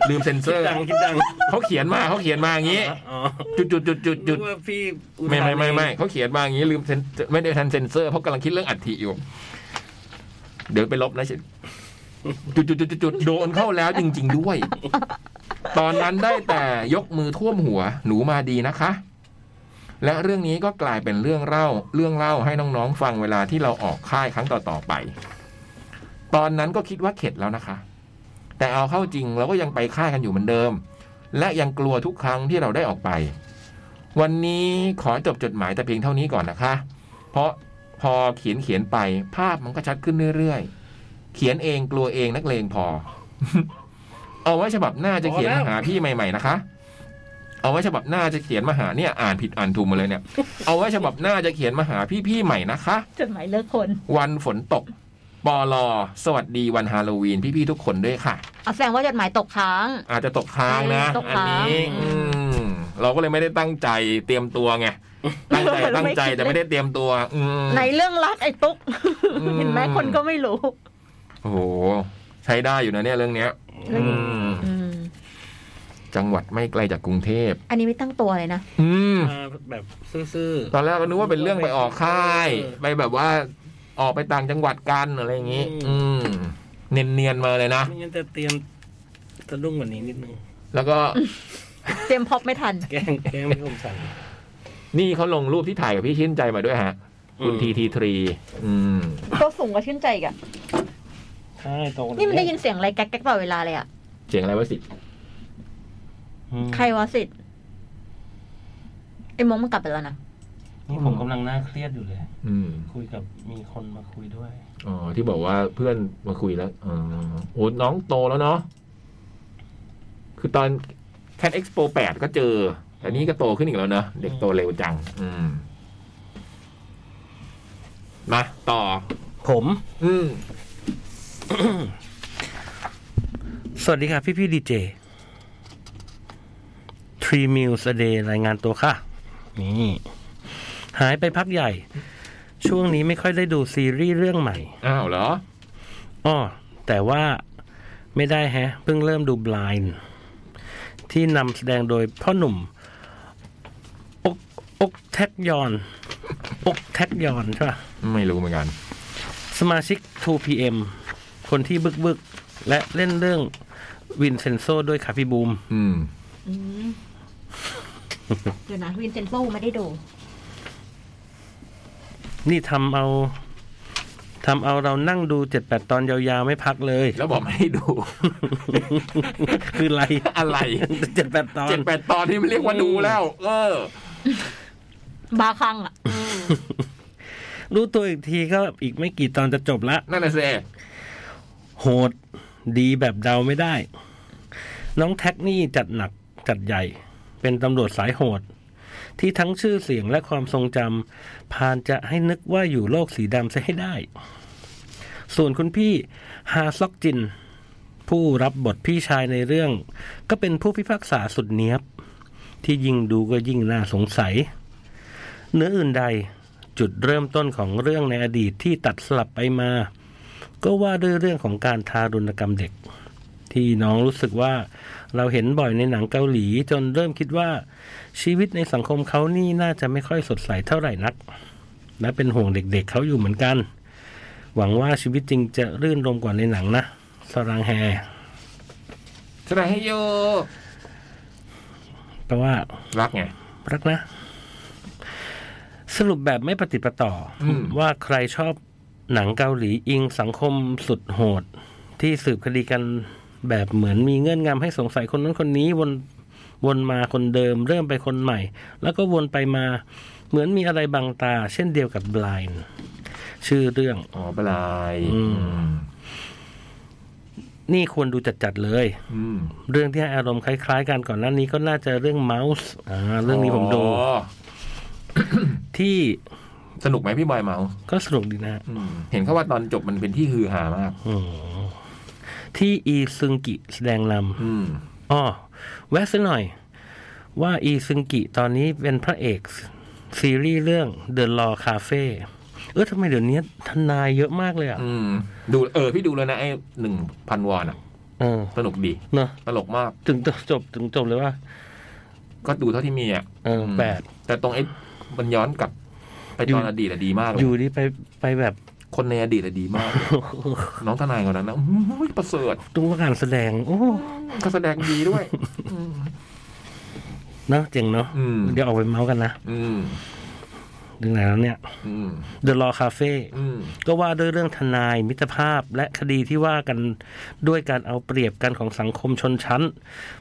S1: ลืมเซ็นเซอร์
S2: ดังคิดดัง
S1: เขาเขียนมาเขาเขียนมาอย่างนี้
S2: อ๋อ
S1: จุดจุดจุดจุดจุด
S2: นึกว่าพี่อุ
S1: ไม่
S2: ทาน
S1: ไม่ไม่ไม่
S2: เอง
S1: เขาเขียนมาอย่างนี้ลืมเซ็นไม่ได้ทันเซ็นเซอร์เพราะกำลังคิดเรื่องอัฐิอยู่ เดี๋ยวไปลบนะเฉยจุดจุดจุดจุดจุดโดนเข้าแล้วจริง ๆ ด้วย ตอนนั้นได้แต่ยกมือท่วมหัว หนูมาดีนะคะ และเรื่องนี้ก็กลายเป็นเรื่องเล่า เรื่องเล่าให้น้องๆฟังเวลาที่เราออกค่ายครั้งต่อๆไป ตอนนั้นก็คิดว่าเข็ดแล้วนะคะ แต่เอาเข้าจริงเราก็ยังไปค่ายกันอยู่เหมือนเดิม และยังกลัวทุกครั้งที่เราได้ออกไป วันนี้ขอจบจดหมายแต่เพียงเท่านี้ก่อนนะคะ เพราะพอเขียนเขียนไปภาพมันก็ชัดขึ้นเรื่อยๆ เขียนเองกลัวเองนักเลงพอ *laughs* เอาไว้ฉบับหน้าจะเขียนมาหาพี่ใหม่ ๆนะคะ เอาไว้ฉบับหน้าจะเขียนมาหาเนี่ย อ่านผิดอ่านถูกหมาเลยเนี่ย เอาไว้ฉบับหน้าจะเขียนมาหาพี่ๆใหม่นะคะ
S3: จดหมายเลิกคน
S1: วันฝนตกปอลอสวัสดีวันฮาโลวีนพี่ๆทุกคนด้วยค่ะ
S3: เอาแสดงว่าจดหมายตกค้าง
S1: อาจจะตกค้างนะ
S3: ตก
S1: อัน
S3: ค้าง
S1: นี้อืมเราก็เลยไม่ได้ตั้งใจเตรียมตัวไงตั้งใจตั้งใจแต่ไม่ได้เตรียมตัว อืม
S3: ในเรื่องรักไอ้ตุ๊ก
S1: อืม
S3: เห็นไหมคนก็ไม่รู้
S1: โอ้โหใช้ได้อยู่นะเนี่ยเรื่องเนี้ย
S3: เรื่องนี้
S1: อืม
S3: อืม
S1: จังหวัดไม่ไกลจากกรุงเทพ
S3: อันนี้ไม่ตั้งตัวเลยนะ
S1: อืม
S2: มาแบบซื่อ
S1: ตอนแรกก็นึกว่าเป็นเรื่องไปออกค่าย ไปแบบว่าออกไปต่างจังหวัดกันอะไรอย่างงี้
S2: อื
S1: อืม เนียนๆมาเลยนะ
S2: ๆไม่งั้นจะเตรียมสะดุ้งกว่านี้นิดนึง
S1: แล้วก็
S3: เตรียมพบไม่ทัน
S2: แกล้งแกล้งไม่คมสัน
S1: นี่เขาลงรูปที่ถ่ายกับพี่ชื่นใจมาด้วยฮะ คุณ
S2: อืม
S1: ทีทีทรีอืม
S3: ก็สูงกว่าชื่นใจอีกอ่ะ
S2: ใช่โต
S3: นี่มันได้ยินเสียงอะไรแก๊กแก๊กตลอดเวลาเลยอ่ะ
S1: เสียงอะไรวะสิ
S3: ใครวะสิทธิ์ไอ้มงมันกลับไปแล้วนะ
S2: นี่ผมกำลังน่าเครียดอยู่เลย
S1: อืม
S2: คุยกับมีคนมาคุยด้วย
S1: อ๋อ ที่บอกว่าเพื่อนมาคุยแล้วอ๋อโอ้น้องโตแล้วเนาะ คือตอน Cat Expo 8 ก็เจอ อันนี้ก็โตขึ้นอีกแล้วเนอะเด็กโตเร็วจัง อืม มา ต่อ
S2: ผม
S1: อืม
S2: สวัสดีค่ะพี่พี่ดีเจ three meals a day รายงานตัวค่ะ นี่ หายไปพักใหญ่ ช่วงนี้ไม่ค่อยได้ดูซีรีส์เรื่องใหม่
S1: อ้าวเหรอ
S2: อ้อแต่ว่าไม่ได้แฮะ เพิ่งเริ่มดู Blind ที่นำแสดงโดยพ่อหนุ่ม อกอกแท็กยอน อกแท็กยอนใช่ปะ
S1: ไม่รู้เหมือนกัน
S2: สมาชิก 2PM คนที่บึกบึกๆ และเล่นเรื่องวินเซนโซด้วยค่ะพี่บูม
S1: อืม
S3: อื *laughs* ม เดี๋ยวนะ วินเซนโตไม่ได้ดู
S2: นี่ทำเอาทำเอาเรานั่งดูเจ็ดแปดตอนยาวๆ ไม่พักเลย *laughs*
S1: แล้วบอกไม่ได้ดู *laughs*
S2: คืออะไร
S1: อะไร
S2: เจ็ดแปดตอน
S1: เจ็ดแปดตอนที่มันเรียกว่าดูแล้ว เออ
S3: บาคลังอ่ะ
S2: รู้ตัวอีกทีก็อีกไม่กี่ตอนจะจบละ
S1: นั่นน่ะสิ
S2: โหดดีแบบเดาไม่ได้ น้องแท็กนี่จัดหนักจัดใหญ่ เป็นตำรวจสายโหด ที่ทั้งชื่อเสียงและความทรงจำพานจะให้นึกว่าอยู่โลกสีดำซะให้ได้ ส่วนคุณพี่ฮาซอกจิน ผู้รับบทพี่ชายในเรื่อง ก็เป็นผู้พิพากษาสุดเนียบ ที่ยิ่งดูก็ยิ่งน่าสงสัยเหนื้ออื่นใดจุดเริ่มต้นของเรื่องในอดีตที่ตัดสลับไปมา ก็ว่าด้วยเรื่องของการทารุณกรรมเด็ก ที่น้องรู้สึกว่าเราเห็นบ่อยในหนังเกาหลี จนเริ่มคิดว่าชีวิตในสังคมเขานี่น่าจะไม่ค่อยสดใสเท่าไหร่นัก และเป็นห่วงเด็กๆเขาอยู่เหมือนกัน หวังว่าชีวิตจริงจะรื่นรมกว่าในหนังนะสรังแฮ
S1: แสดงให้โย
S2: พ แปลว่า
S1: รักไง
S2: รักนะ สรุปแบบไม่ปฏิดปะต่ออ
S1: ม
S2: ว่าใครชอบหนังเกาหลีอิงสังคมสุดโหด ที่สืบคดีกันแบบเหมือนมีเงื่อนงำให้สงสัยคนนั้นคนนี้วนวนมาคนเดิม เริ่มไปคนใหม่ แล้วก็วนไปมาเหมือนมีอะไรบังตา เช่นเดียวกับ Blind ชื่อเรื่อง
S1: อ๋อเปลาย
S2: อืม นี่ควรดูจัดๆเลย
S1: อืม
S2: เรื่องที่ให้อารมณ์คล้ายๆกันก่อนหน้านี้ก็น่าจะเรื่อง Mouse อ่าเรื่องนี้ผมดู
S1: อ๋อ
S2: ที่
S1: สนุกไหมพี่บอยเมาส์
S2: ก็สนุกดีนะ
S1: อืมเห็นเขาว่าตอนจบมันเป็นที่ฮือฮามาก
S2: โอ้โหที่อีซึงกิแสดงน
S1: อืม
S2: ำอ้อแวะซะหน่อย ว่าอีซึงกิตอนนี้เป็นพระเอก ซีรีส์เรื่อง The Law Cafe เออทำไมเดี๋ยวนี้ทนายเยอะมากเลยอ่ะ
S1: อืม ดูเออพี่ดูแล้วนะไอ้หนึ่งพันวอนอ่ะ
S2: เออ
S1: สนุกดี
S2: เนอะ
S1: ตลกมาก
S2: ถึงจบถึงจบเลยว่า
S1: ก็ดูเท่าที่มีอ่ะ
S2: เออ
S1: อืม
S2: แปด
S1: แต่ตรงไอ้มันย้อนกลับ ไป
S2: อยู่
S1: ตอนอดีตอะดีมากเล
S2: อย ยู่ดีไปไปแบบ *laughs*
S1: คนในอดีตอะดีมาก น้องทนายคนนั้นนะอุ้ยประเสริฐ
S2: ต้องว่าการแสดง โอ้
S1: ก็แสดงดีด้วย
S2: เนอะเจ๋งเนอะ
S1: อืม
S2: เดี๋ยวออกไปเมาส์กันนะ
S1: อืม
S2: ถึงไหนแล้วเนี่ย
S1: อืม
S2: The Law Cafe
S1: อืม
S2: ก็ว่าด้วยเรื่องทนายมิตรภาพและคดีที่ว่ากันด้วยการเอาเปรียบกันของสังคมชนชั้น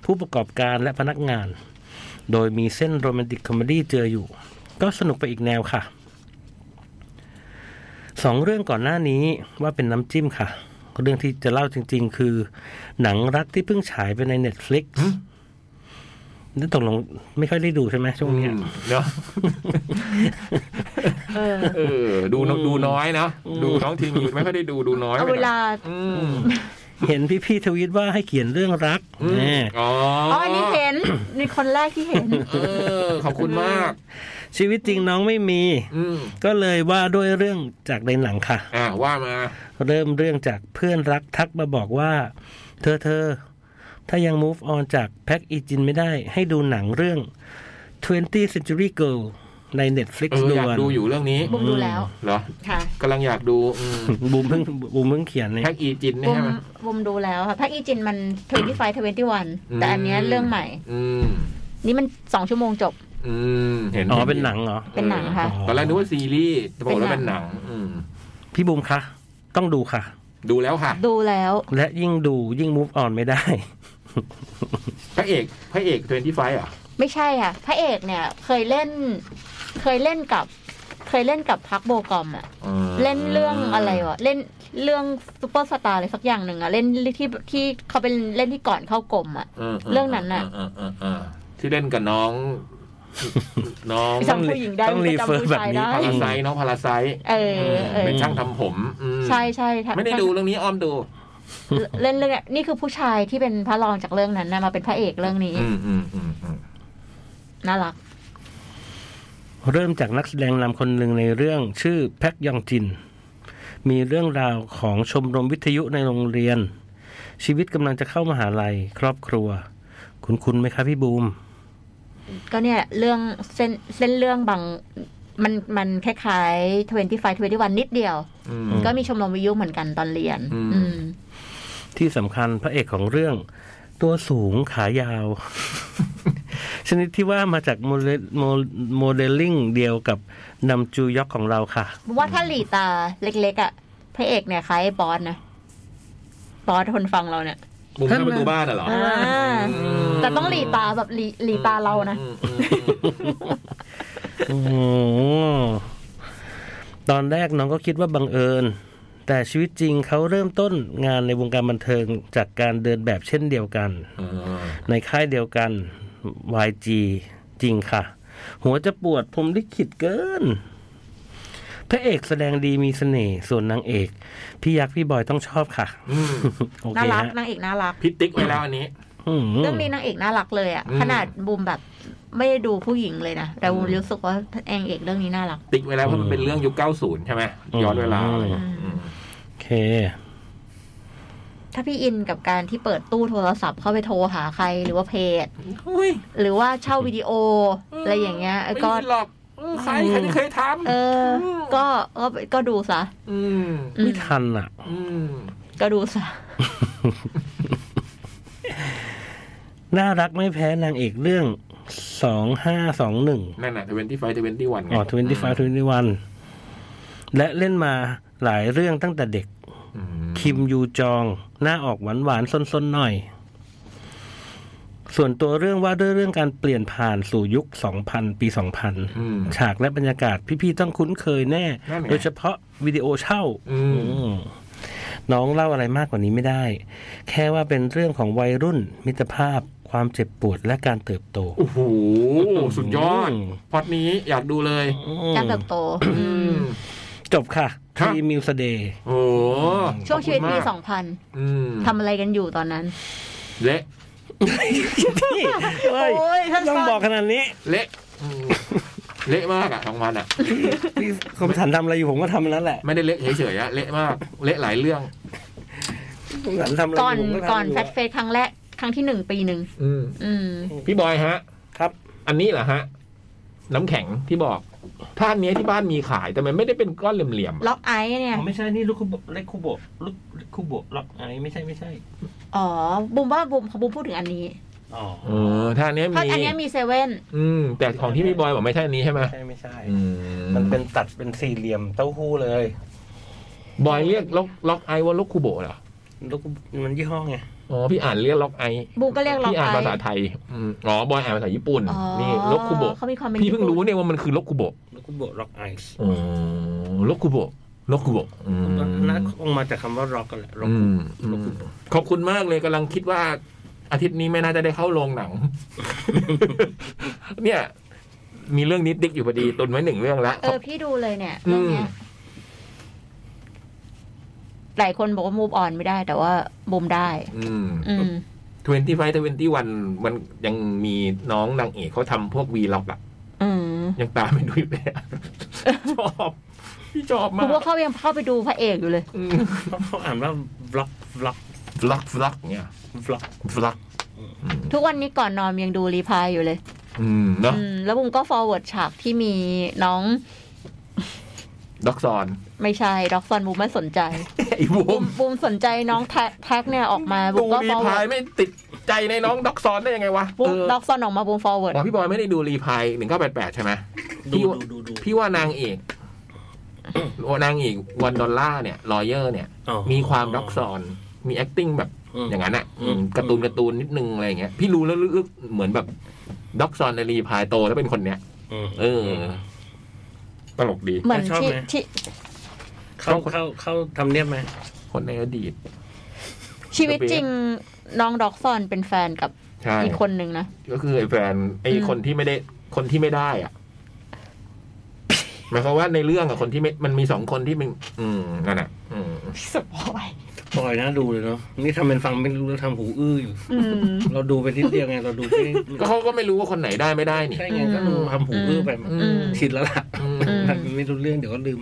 S2: ผู้ประกอบการและพนักงาน โดยมีเส้นโรแมนติกคอมเมดี้เจออยู่ ก็สนุกไปอีกแนวค่ะสองเรื่องก่อนหน้านี้ว่าเป็นน้ำจิ้มค่ะ เรื่องที่จะเล่าจริงๆ คือ หนังรักที่เพิ่งฉายไปใน Netflix
S1: หึ
S2: นั่นตกลงไม่ค่อยได้ดูใช่ไหมช่วงเนี้ย
S1: อืมเนาะ
S3: เออ
S1: เออ ดูน้อง
S2: อืม
S1: ดูน้อยนะ
S2: อืม
S1: ดูน้องทีมอยู่ไม่ค่อยได้ดูดูน้อย
S3: เอา
S1: ไป
S3: เว
S1: หน่
S3: ลา
S1: อยอืม
S2: เห็นพี่ๆทวีตว่าให้เขียนเรื่องรัก
S1: อืม
S2: แน่
S1: อ๋อ
S3: อ๋ออันนี้เห็นนี่คนแรกที่เห็น
S1: เออขอบคุณมาก
S2: ชีวิตจริงน้องไม่มี
S1: อืม
S2: ก็เลยว่าด้วยเรื่องจากในหนังค่ะ
S1: อ่ะว่ามา
S2: เริ่มเรื่องจากเพื่อนรักทักมาบอกว่า เธอเธอ ถ้ายัง move on จากแพ็กอีจินไม่ได้ ให้ดูหนังเรื่อง 20 Century Girl ใน Netflix
S1: เออ
S2: ด่
S1: อยาก
S2: วน
S1: ดูอยู่เรื่องนี้
S3: บุมดูแล้ว
S1: เหรอ
S3: ค่ะ
S1: กำลังอยากดูอืม
S2: บูมเพิ่งบูมเพิ่งเขียนเนี่ย
S1: แพ็กอีจินเนี่ย
S3: บุม
S1: ใช่ไหม
S3: บุมดูแล้วค่ะภาคอีจินมัน25 21 แต่อันเนี้ย
S1: อืม
S3: เรื่องใหม่
S1: อืม
S3: นี่มัน 2 ชั่วโมงจบ
S1: อืมเห็น
S2: อ๋อ เป็นหนังเหรอ
S3: เป็นหนังค่ะ
S1: ตอนแรกนึกว่าซีรีส์แต่บอกแล้วเป็นหนัง อืม
S2: พี่บูมคะ ต้องดูค่ะ
S1: ดูแล้วค่ะ
S3: ดูแล้ว
S2: และยิ่งดูยิ่ง move on ไม่ได้
S1: พระเอกพระเอกเทนที่ไฟอ่ะ
S3: ไม่ใช่ค่ะพระเอกเนี่ยเคยเล่น เคยเล่นกับ เคยเล่นกับพักโบกอมอ่ะ
S1: อืม
S3: เล่นเรื่องอะไรวะเล่นเรื่องซูเปอร์สตาร์อะไรสักอย่างหนึ่งอะเล่นที่ที่เขาเป็นเล่นที่ก่อนเข้ากรมอะ
S1: มม
S3: เรื่องนั้นน่ะ
S1: เออเออเออที่เล่นกับน้อง น้อง
S3: จำผู้หญิงได้
S2: ต้อง
S3: จำผู้ชาย
S2: รี
S3: ได้
S1: พารา
S2: เฟอร์แบบนี้
S1: ไซต์น้องพาราไซต์
S3: เออเออ
S1: เป็นช่างทำผมอืม
S3: ใช่ใช่ค่ะ
S1: ไม่ได้ดูเรื่องนี้อ้อมดู
S3: เล่นเรื่องนี่คือผู้ชายที่เป็นพระรองจากเรื่องนั้นนะมาเป็นพระเอกเรื่องนี้
S1: อืมอืมอืมอืม
S3: น่ารัก
S2: เริ่มจากนักแสดงนำคนหนึ่งในเรื่องชื่อแพ็กยองจิน มีเรื่องราวของชมรมวิทยุในโรงเรียน ชีวิตกำลังจะเข้ามหาลัย ครอบครัว คุณคุณไหมครับพี่บูม
S3: ก็เนี่ย เรื่องเส้นเส้นเรื่องบางมันมันคล้ายๆ25 21นิดเดียว
S1: อืม
S3: ก็มีชมรมวิทยุเหมือนกันตอนเรียน
S1: อืม
S3: อืม
S2: ที่สำคัญพระเอกของเรื่อง ตัวสูงขายาว *laughs* ชนิดที่ว่ามาจากโมเดลโมโมเดลลิ่งเดียวกับนำจูยอกของเราค่ะ
S3: เพราะว่าถ้าหลีตาเล็กๆอะพระเอกเนี่ยคล้ายบอสนะบอสคนฟังเราเนี่ย
S1: มุมหน้าประตูบ้านน่ะเหรอ
S3: อ่าแต่ต้องหลีตาแบบหลีหลีตาเรานะ
S1: อืมอืมอืม
S2: โอ้โหตอนแรกน้องก็คิดว่าบังเอิญ แต่ชีวิตจริงเขาเริ่มต้นงานในวงการบันเทิงจากการเดินแบบเช่นเดียวกัน
S1: อ่า
S2: ในค่ายเดียวกัน YG จริงค่ะ หัวจะปวดผมลิขิตเกิน พระเอกแสดงดีมีเสน่ห์ส่วนนางเอก พี่ยักษ์พี่บอยต้องชอบค่ะ
S1: อืม
S2: โอเค
S3: น่ารัก
S2: ฮะ
S3: นางเอกน่ารัก
S1: พิติ๊กไว้แล้วอันนี้
S2: อืม
S3: เรื่องนี้นางเอกน่ารักเลยอ่ะ
S1: อืม
S3: ขนาดบูมแบบไม่ได้ดูผู้หญิงเลยนะแต่บูมรู้สึกว่านางเอกเรื่องนี้น่ารัก
S1: ติ๊กไว้แล้วเพราะมันเป็นเรื่องยุค 90 ใช่ไหมย้อนเวลาอะไรอย่างเงี้ยอืม
S2: โอเค
S3: ถ้าพี่อินกับการที่เปิดตู้โทรศัพท์เข้าไปโทรหาใครหรือว่าเพจ
S1: อุ้ย
S3: หรือว่าเช่าวิดีโออะไรอย่างเงี้ย
S1: ไม่
S3: ก็
S1: มีหรอกเออใครใครจะเคยทำ
S3: เออ ก็ก็ก็ดูซะ
S1: อืม
S3: อื
S2: ไม่
S3: ม
S2: ทันอ่ะ
S1: อืม
S3: ก็ดูซะ
S2: น่ารักไม่แพ้นางเอกเรื่อง สองห้าสองหนึ่ง
S1: นั่นน่ะทเวนตี้ไฟทเวนตี้วัน
S2: อ๋อทเวนตี้ฟาทเวนตี้วันและเล่นมาหลายเรื่องตั้งแต่เด็ก คิมยูจอง หน้าออกหวานหวานๆซนๆหน่อย ส่วนตัวเรื่องว่าด้วยเรื่องการเปลี่ยนผ่านสู่ยุค 2000 ปี 2000 ฉากและบรรยากาศพี่ๆต้องคุ้นเคยแน่
S1: นั่นไง
S2: โดยเฉพาะวิดีโอเช่า
S1: อืม
S2: อืมน้องเล่าอะไรมากกว่านี้ไม่ได้ แค่ว่าเป็นเรื่องของวัยรุ่น มิตรภาพ ความเจ็บปวดและการเติบโต
S1: โอ้โห สุดยอด
S2: อืม
S1: พอดนี้อยากดูเลย
S3: การเติบโต
S1: อืม
S2: จบค่ะ
S1: ครับ
S2: ทีมิวสเดย์
S1: โอ้โห
S3: ช่วงชีวิตปี
S1: ขบคุณมาก
S3: สองพัน
S1: อืม
S3: ทำอะไรกันอยู่ตอนนั้น
S1: เละ
S2: นี่เฮ้ย
S3: โอ้ยท่าน
S2: ต้องบอกขนาดนี้
S1: เละ *laughs* อืมเละมากอะสองพันอะ
S2: คมสันทำอะไรอยู่ผมก็ทำอันนั้นแหละ
S1: ไม่ได้เละเฉยๆอะเละมากเละหลายเรื่อง
S2: คมสันทำอะไร
S3: ก่อน
S2: ยู่ผม
S3: ก่อน
S2: ทำยู่
S3: แฟตเฟสครั้งแรกครั้งที่หนึ่งปีหนึ่ง
S1: อืม
S3: อืม
S1: พี่บอยฮะ
S2: ครับ
S1: อันนี้เหรอฮะ น้ำแข็งที่บอก ถ้าอันเนี้ยที่บ้านมีขายแต่มันไม่ได้เป็นก้อนเหลี่ยมๆอะ
S3: ล็อกไอซ์เนี่ย
S2: ไม่ใช่นี่ลูกคุโบเล็กคุโบลูกคุโบล็อกไอไม่ใช่ไม่ใช่
S3: อ๋อ บุมว่าบุมพอบุมพูดถึงอันนี้
S2: อ๋อ
S1: เออถ้าอันเนี้ยมี
S3: เพราะอันเนี้ยมีเซเว่น
S1: อืม แต่ของที่พี่บอยบอกไม่ใช่อันนี้ใช่ไหม
S2: ใช่ไม่ใช่
S1: อื
S2: มันเป็นตัดเป็นสี่เหลี่ยมเต้าหู้เลย
S1: บอยเรียกล็อกล็อกไอว่าล็อกคูโบะเหรอ
S2: ลูกคุโบมันยี่ห้อไง
S1: อ๋อพี่อ่านเรียกล็อกไอ
S3: บูก็เรียกล็อก
S1: พี่อ่าน
S3: ไอ
S1: ภาษาไทยอืมอ๋อบอยอ่านภาษาญี่ปุ่น
S3: อ๋อ
S1: นี่ล็อกคูโบะ
S3: เขามีความเป็น
S1: พี่เพิ่งรู้เนี่ยว่ามันคือล็อกคูโบะ
S2: ลูกคุโบล็อกไอซ์
S1: อ๋อล็อกคูโบะล็อกคูโบะอืม
S2: น่าคงมาจากคำว่าล็อกกันแหละล็อก
S1: อืมอื
S2: ล็อก
S1: ม
S2: คุโบ
S1: ขอบคุณมากเลยกำลังคิดว่าอาทิตย์นี้ไม่น่าจะได้เข้าโรงหนัง *laughs* เนี่ย มีเรื่องนิดดิกอยู่พอดีตุนไว้หนึ่งเรื่องละ
S3: เออ พี่ดูเลยเนี่ยเรื่องเนี้
S1: อื
S3: ย
S1: ม
S3: หลายคนบอกว่ามูฟออนไม่ได้ แต่ว่าบูมได้
S1: อืม
S3: อืม
S1: ทเวนตี้ไฟทเวนตี้วันมันยังมีน้องนางเอกเขาทำพวกวีล็อกอะ
S3: อืม
S1: ยังตามไปดูอยู่เลยอะ *laughs* ชอบพี่ชอบมา
S3: บู
S1: ก
S3: มว่าเขายังเข้าไปดูพระเอกอยู่เลย
S2: เขาอ่านว่าล็อกล็อก
S1: ฟลักฟลักเนี่ย
S2: ล็อก
S1: ฟลัก
S3: ทุกวันนี้ก่อนนอนยังดูรีพายอยู่เลย
S1: อืมเนาะ
S3: อืม แล้วบูมก็ forward ฉากที่มีน้อง
S1: ด็อกซอน
S3: ไม่ใช่ด็อกซอนบูมไม่สนใจ
S1: ไอ้บู
S3: บู
S1: ม
S3: มบูมสนใจน้องแท็กแท็กเนี่ยออกมาบู
S1: ดู
S3: มก็
S1: รีพาย
S3: forward
S1: ไม่ติดใจในน้องด็อกซอนได้ยังไงวะ
S3: บู
S1: เอ
S3: ม
S1: อ
S3: ด็อกซอนออกมาบูม forward
S1: อ๋อพี่บอยไม่ได้ดูรีพายหนึ่งเก้าแปดแปดใช่ไหม
S2: ดู
S1: พี่ว่า
S2: ดูดูดู
S1: พี่ว่านางเอก *coughs* นางเอกวันดอลล่าเนี่ยลอยเยอร์เนี่ย
S2: อ๋อ
S1: มีความด็อกซอนมี acting แบบ อย่างนั้นอ่ะ
S2: อืม
S1: การ์ตูนการ์ตูนนิดนึงอะไรอย่างเงี้ยพี่รู้แล้วลึกๆเหมือนแบบด็อกซอนในรีพายโตแล้วเป็นคนเนี้ย
S2: อืม
S1: เออ ตลกดี
S3: เหมือน
S2: ชอบ
S3: ที่
S2: ไหม
S3: ที่
S2: เข้าเข้าเข้าทำเนียบไหม
S1: คนในอดีต
S3: ชีวิตจริงน้องด็อกซอนเป็นแฟนกับ
S1: ใช่
S3: อีกคนนึงนะ
S1: ก็คือไอ้แฟนไอ้
S3: อืม
S1: คนที่ไม่ได้ คนที่ไม่ได้อ่ะหมายความว่าในเรื่องอะคนที่ไม่มันมีสองคนที่มันอืมนั่นแหละอืม
S3: สปอย
S2: ปล่อยน่าดูเลยเนาะนี่ทำเป็นฟังไม่รู้แล้วทำหูอื้ออยู่ เราดูไปนิดเดียวไงเราดูไป
S1: ก็เขาก็ไม่รู้ว่าคนไหนได้ไม่ได้นี่
S2: ใช่ไงก็ดูทำหูอื้อไป
S1: อืม
S2: ชินแล้วล่ะ
S1: อืม
S2: มันไม่รู้เรื่องเดี๋ยวก็ลืม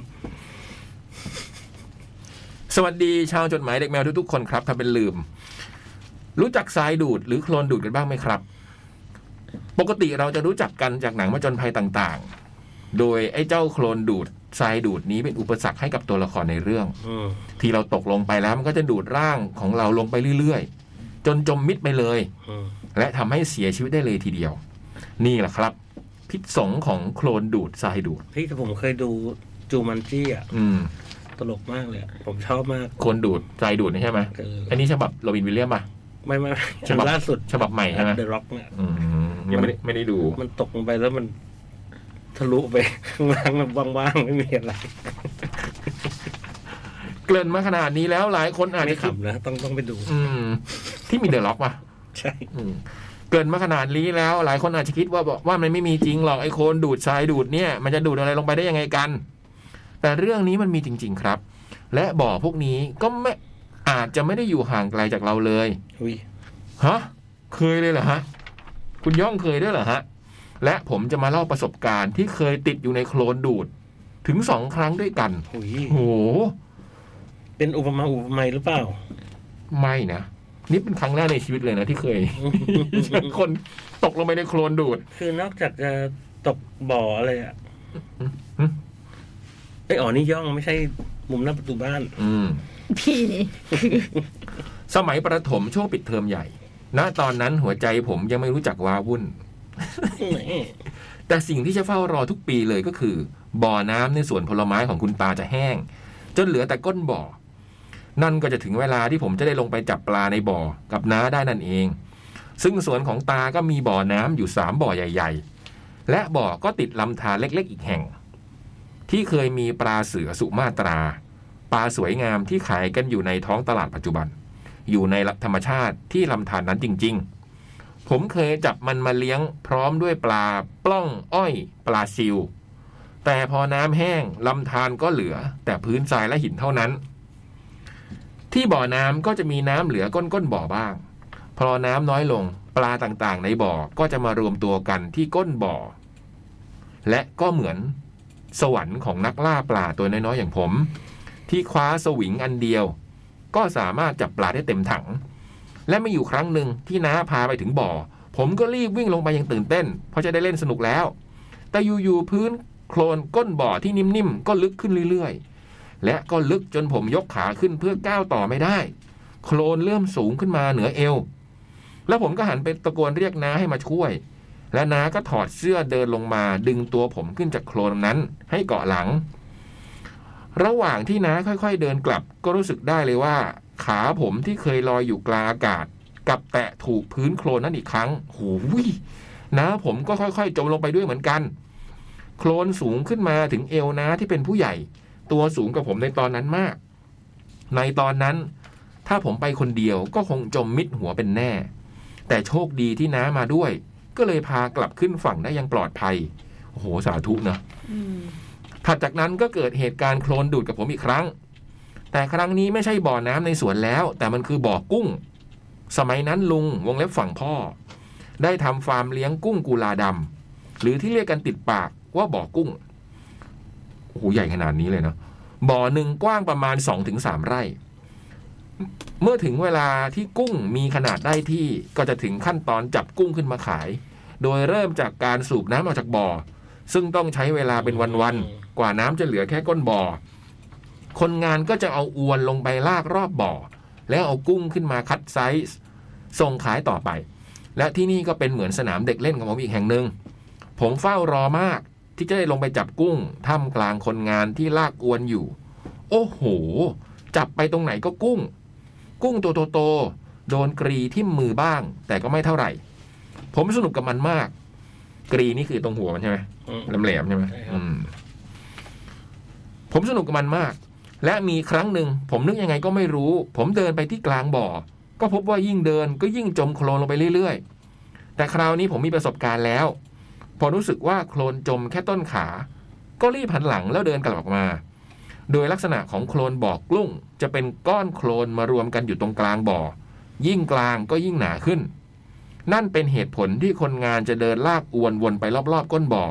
S1: สวัสดีชาวจดหมายเด็กแมวทุกๆคนครับถ้าเป็นลืม รู้จักทรายดูดหรือโคลนดูดกันบ้างไหมครับ ปกติเราจะรู้จักกันจากหนังมาจนภัยต่างๆ โดยไอ้เจ้าโคลนดูดทรายดูดนี้เป็นอุปสรรคให้กับตัวละครในเรื่อง
S2: อืม
S1: ที่เราตกลงไปแล้วมันก็จะดูดร่างของเราลงไปเรื่อยๆ จนจมมิดไปเลย
S2: อืม
S1: และทำให้เสียชีวิตได้เลยทีเดียว นี่แหละครับ พิษสงของโคลนดูดทรายดูด
S2: พี่แต่ผมเคยดูจูมันจี้อ่ะ
S1: อืม
S2: ตลกมากเลยอะผมชอบมาก
S1: โคลนดูดทรายดูดนี่ใช่ไหม
S2: เออ
S1: อันนี้ฉบับโรบินวิลเลียมป่ะ
S2: ไม่ไม่
S1: ฉบับ
S2: ล่าสุด
S1: ฉบับใหม่ใช่ไหม
S2: เดอะร็อกเนี่ย
S1: อืมยังไม่ได้ไม่ได้ดู
S2: มันตกลงไปแล้วมัน ทะลุไปข้างล่างมันว่างๆไม่มีอะไร
S1: เกริ่นมาขนาดนี้แล้วหลายคนอาจ
S2: ไม่
S1: จะคิด
S2: ขำนะต้องต้องไปดู
S1: อืม ที่มีเดอะล็อกป่ะ
S2: ใช่
S1: อืมเกรินมาขนาดนี้แล้ว หลายคนอาจจะคิดว่าบอกว่ามันไม่มีจริงหรอกไอ้โคลนดูดทรายดูดเนี่ย มันจะดูดอะไรลงไปได้ยังไงกัน แต่เรื่องนี้มันมีจริง ๆครับ และบ่อพวกนี้ก็ไม่อาจจะไม่ได้อยู่ห่างไกลจากเราเลย
S2: อุ้ย
S1: ฮะเคยเลยเหรอฮะ คุณย่องเคยด้วยเหรอฮะ และผมจะมาเล่าประสบการณ์ที่เคยติดอยู่ในโคลนดูด ถึงสองครั้งด้วยกัน
S2: อุ้ย
S1: โห
S2: เป็นอุปมาอุปไมยหรือเปล่า
S1: ไม่นะ นี่เป็นครั้งแรกในชีวิตเลยนะที่เคย *laughs* เจอคนตกลงไปในโคลนดูด
S2: คือนอกจากจะตกบ่ออะไร
S1: *laughs*
S2: อ่ะ
S1: อืม
S2: ไอ้ยอ๋อนี่ย่องไม่ใช่มุมหน้าประตูบ้าน *laughs*
S1: อืม
S3: พี่นี่
S1: สมัยประถมช่วงปิดเทอมใหญ่ ณ ตอนนั้นหัวใจผมยังไม่รู้จักวาวุ่น แต่สิ่งที่จะเฝ้ารอทุกปีเลยก็คือ บ่อน้ำในสวนผลไม้ของคุณตาจะแห้ง จนเหลือแต่ก้นบ่อ นั่นก็จะถึงเวลาที่ผมจะได้ลงไปจับปลาในบ่อกับน้าได้นั่นเอง ซึ่งสวนของตาก็มีบ่อน้ำอยู่สามบ่อใหญ่ ๆ และบ่อก็ติดลำธารเล็ก ๆ อีกแห่ง ที่เคยมีปลาเสือสุมาตรา ปลาสวยงามที่ขายกันอยู่ในท้องตลาดปัจจุบัน อยู่ในธรรมชาติที่ลำธารนั้นจริง ๆ ผมเคยจับมันมาเลี้ยงพร้อมด้วยปลาปล้องอ้อย ปลาซิว แต่พอน้ำแห้งลำธารก็เหลือ แต่พื้นทรายและหินเท่านั้น ที่บ่อน้ำก็จะมีน้ำเหลือก้นก้นๆบ่อบ้าง พอน้ำน้อยลง ปลาต่างๆ ในบ่อก็จะมารวมตัวกันที่ก้นบ่อ และก็เหมือนสวรรค์ของนักล่าปลาตัวน้อยๆอย่างผม ที่คว้าสวิงอันเดียว ก็สามารถจับปลาได้เต็มถัง และไม่อยู่ครั้งหนึ่งที่น้าพาไปถึงบ่อ ผมก็รีบวิ่งลงไปอย่างตื่นเต้น เพราะจะได้เล่นสนุกแล้ว แต่อยู่ๆพื้นโคลนก้นบ่อที่นิ่มๆ ก็ลึกขึ้นเรื่อยๆ และก็ลึกจนผมยกขาขึ้นเพื่อก้าวต่อไม่ได้ โคลนเริ่มสูงขึ้นมาเหนือเอว แล้วผมก็หันไปตะโกนเรียกน้าให้มาช่วย และน้าก็ถอดเสื้อเดินลงมาดึงตัวผมขึ้นจากโคลนนั้นให้เกาะหลัง ระหว่างที่น้าค่อยๆ เดินกลับก็รู้สึกได้เลยว่า ขาผมที่เคยลอยอยู่กลางอากาศกลับแตะถูกพื้นโคลนนั่นอีกครั้งหูยน้าผมก็ค่อยๆ จมลงไปด้วยเหมือนกัน โคลนสูงขึ้นมาถึงเอวน้าที่เป็นผู้ใหญ่ ตัวสูงกว่าผมในตอนนั้นมาก ในตอนนั้น ถ้าผมไปคนเดียวก็คงจมมิดหัวเป็นแน่ แต่โชคดีที่น้ามาด้วย ก็เลยพากลับขึ้นฝั่งได้อยังปลอดภัยโอ้โหสาธุนะ
S3: อืม
S1: ถัดจากนั้นก็เกิดเหตุการณ์โคลนดูดกับผมอีกครั้ง แต่ครั้งนี้ไม่ใช่บ่อน้ำในสวนแล้ว แต่มันคือบ่อกุ้ง สมัยนั้นลุงวงเล็บฝั่งพ่อ ได้ทำฟาร์มเลี้ยงกุ้งกุลาดำหรือที่เรียกกันติดปากว่าบ่อกุ้งโอ้โหใหญ่ขนาดนี้เลยเนาะบ่อหนึ่งกว้างประมาณ 2-3 ไร่ เมื่อถึงเวลาที่กุ้งมีขนาดได้ที่ก็จะถึงขั้นตอนจับกุ้งขึ้นมาขาย โดยเริ่มจากการสูบน้ำออกจากบ่อ ซึ่งต้องใช้เวลาเป็นวันๆ กว่าน้ำจะเหลือแค่ก้นบ่อ คนงานก็จะเอาอวนลงไปลากรอบบ่อ แล้วเอากุ้งขึ้นมาคัดไซส์ส่งขายต่อไป และที่นี่ก็เป็นเหมือนสนามเด็กเล่นของผมอีกแห่งหนึ่ง ผมเฝ้ารอมากที่จะได้ลงไปจับกุ้งท่ามกลางคนงานที่ลากอวนอยู่ โอ้โห จับไปตรงไหนก็กุ้ง กุ้งตัวโตๆโดนกรีที่มือบ้าง แต่ก็ไม่เท่าไหร่ ผมสนุกกับมันมาก กรีนี่คือตรงหัวมันใช่ไหม แหลมๆใช่ไหม
S2: ใช่ครับ
S1: อืมผมสนุกกับมันมาก และมีครั้งหนึ่งผมนึกยังไงก็ไม่รู้ ผมเดินไปที่กลางบ่อ ก็พบว่ายิ่งเดินก็ยิ่งจมโคลนลงไปเรื่อยๆ แต่คราวนี้ผมมีประสบการณ์แล้ว พอรู้สึกว่าโคลนจมแค่ต้นขา ก็รีบหันหลังแล้วเดินกลับออกมา โดยลักษณะของโคลนบ่อกลุ้ง จะเป็นก้อนโคลนมารวมกันอยู่ตรงกลางบ่อ ยิ่งกลางก็ยิ่งหนาขึ้น นั่นเป็นเหตุผลที่คนงานจะเดินลากอวนวนไปรอบๆ ก้นบ่อ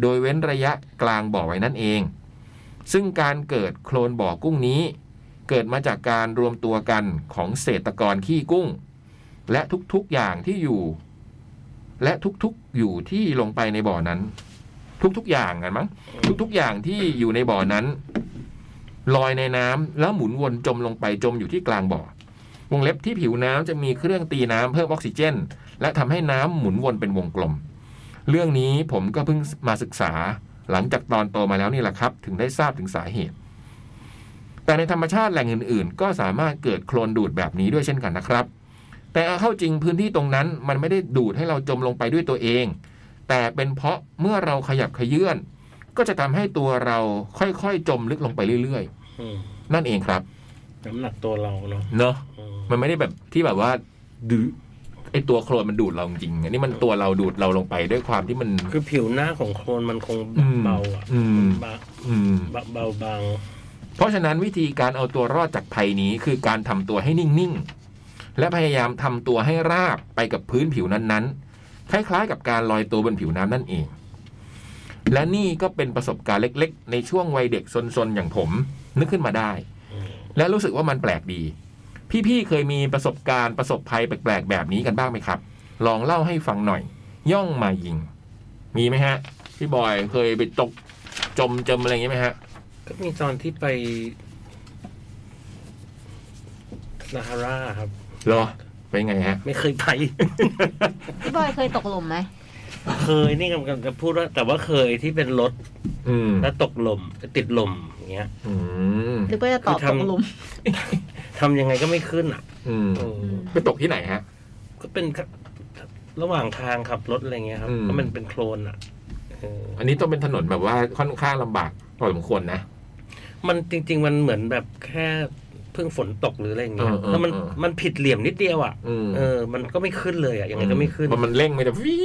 S1: โดยเว้นระยะกลางบ่อไว้นั่นเอง ซึ่งการเกิดโคลนบ่อกุ้งนี้ เกิดมาจากการรวมตัวกันของเศรษฐกรขี้กุ้ง และทุกๆอย่างที่อยู่ และทุกๆอยู่ที่ลงไปในบ่อนั้น ทุกๆอย่างนะมั้งทุกๆอย่างที่อยู่ในบ่อนั้น ลอยในน้ำแล้วหมุนวนจมลงไปจมอยู่ที่กลางบ่อ วงเล็บที่ผิวน้ำจะมีเครื่องตีน้ำเพิ่มออกซิเจน และทำให้น้ำหมุนวนเป็นวงกลม เรื่องนี้ผมก็เพิ่งมาศึกษาหลังจากตอนโตมาแล้วนี่แหละครับ ถึงได้ทราบถึงสาเหตุ แต่ในธรรมชาติแหล่งอื่น ๆ ก็สามารถเกิดโคลนดูดแบบนี้ด้วยเช่นกันนะครับ แต่เอาเข้าจริงพื้นที่ตรงนั้นมันไม่ได้ดูดให้เราจมลงไปด้วยตัวเอง แต่เป็นเพราะเมื่อเราขยับขยื่นก็จะทำให้ตัวเราค่อยๆจมลึกลงไปเรื่อยๆ นั่นเองครับ
S2: น้ำหนักตัวเราเนาะ
S1: เนาะ
S2: อืม
S1: มันไม่ได้แบบที่แบบว่าดื้อไอตัวโคลนมันดูดเราจริงๆอันนี้มันตัวเราดูดเราลงไปด้วยความที่มัน
S2: คือผิวหน้าของโคลนมันคง
S1: อืม
S2: เบาอ่ะ
S1: อืม
S2: บา
S1: อืม
S2: บาเบาบาง
S1: เพราะฉะนั้นวิธีการเอาตัวรอดจากภัยนี้คือการทำตัวให้นิ่ง ๆ และพยายามทำตัวให้ราบไปกับพื้นผิวนั้นๆ คล้าย ๆ กับการลอยตัวบนผิวน้ำนั่นเอง และนี่ก็เป็นประสบการณ์เล็ก ๆ ในช่วงวัยเด็กซน ๆ อย่างผม นึกขึ้นมาได้ และรู้สึกว่ามันแปลกดี พี่ ๆ เคยมีประสบการณ์ประสบภัยแปลก ๆ แบบนี้กันบ้างไหมครับ ลองเล่าให้ฟังหน่อย ย่องมายิง มีไหมฮะ พี่บอยเคยไปตกจมจมอะไรอย่างงี้ไหมฮะ
S2: ก็มีตอนที่ไปซาฮาราครับ
S1: เหรอเป็นไงฮะ
S2: ไม่เคยไป *laughs*
S3: พี่บอยเคยตกหลุมไหม
S2: เคยนี่กำลังจะพูดว่า แต่ว่าเคยที่เป็นรถ
S1: อืม
S2: แล้วตกลมติดลมอย่างเงี้ย
S1: อืม
S3: หรือก็จะตอบ
S2: คือ
S3: ต
S2: ทำ
S3: กหลุม
S2: ทำยังไงก็ไม่ขึ้นอ่ะ
S1: อืม
S2: เออ
S3: อืม
S1: ไปตกที่ไหนฮะ
S2: ก็เป็นระหว่างทางขับรถอะไรเงี้ยครับ
S1: อืม
S2: ก็มันเป็นโคลนอ่ะเออ
S1: อันนี้ต้องเป็นถนนแบบว่าค่อนข้างลำบากพอสมควรนะ
S2: มันจริง ๆ มันเหมือนแบบแค่เพิ่งฝนตกหรืออะไรอย่างเงี้ย
S1: เออเออ
S2: แล้วมัน
S1: เออ
S2: มันผิดเหลี่ยมนิดเดียวอ่ะ
S1: อืม
S2: เออ มันก็ไม่ขึ้นเลยอ่ะยังไงก็ไม่ขึ้น
S1: เพราะมันเร่งไม่ได้วี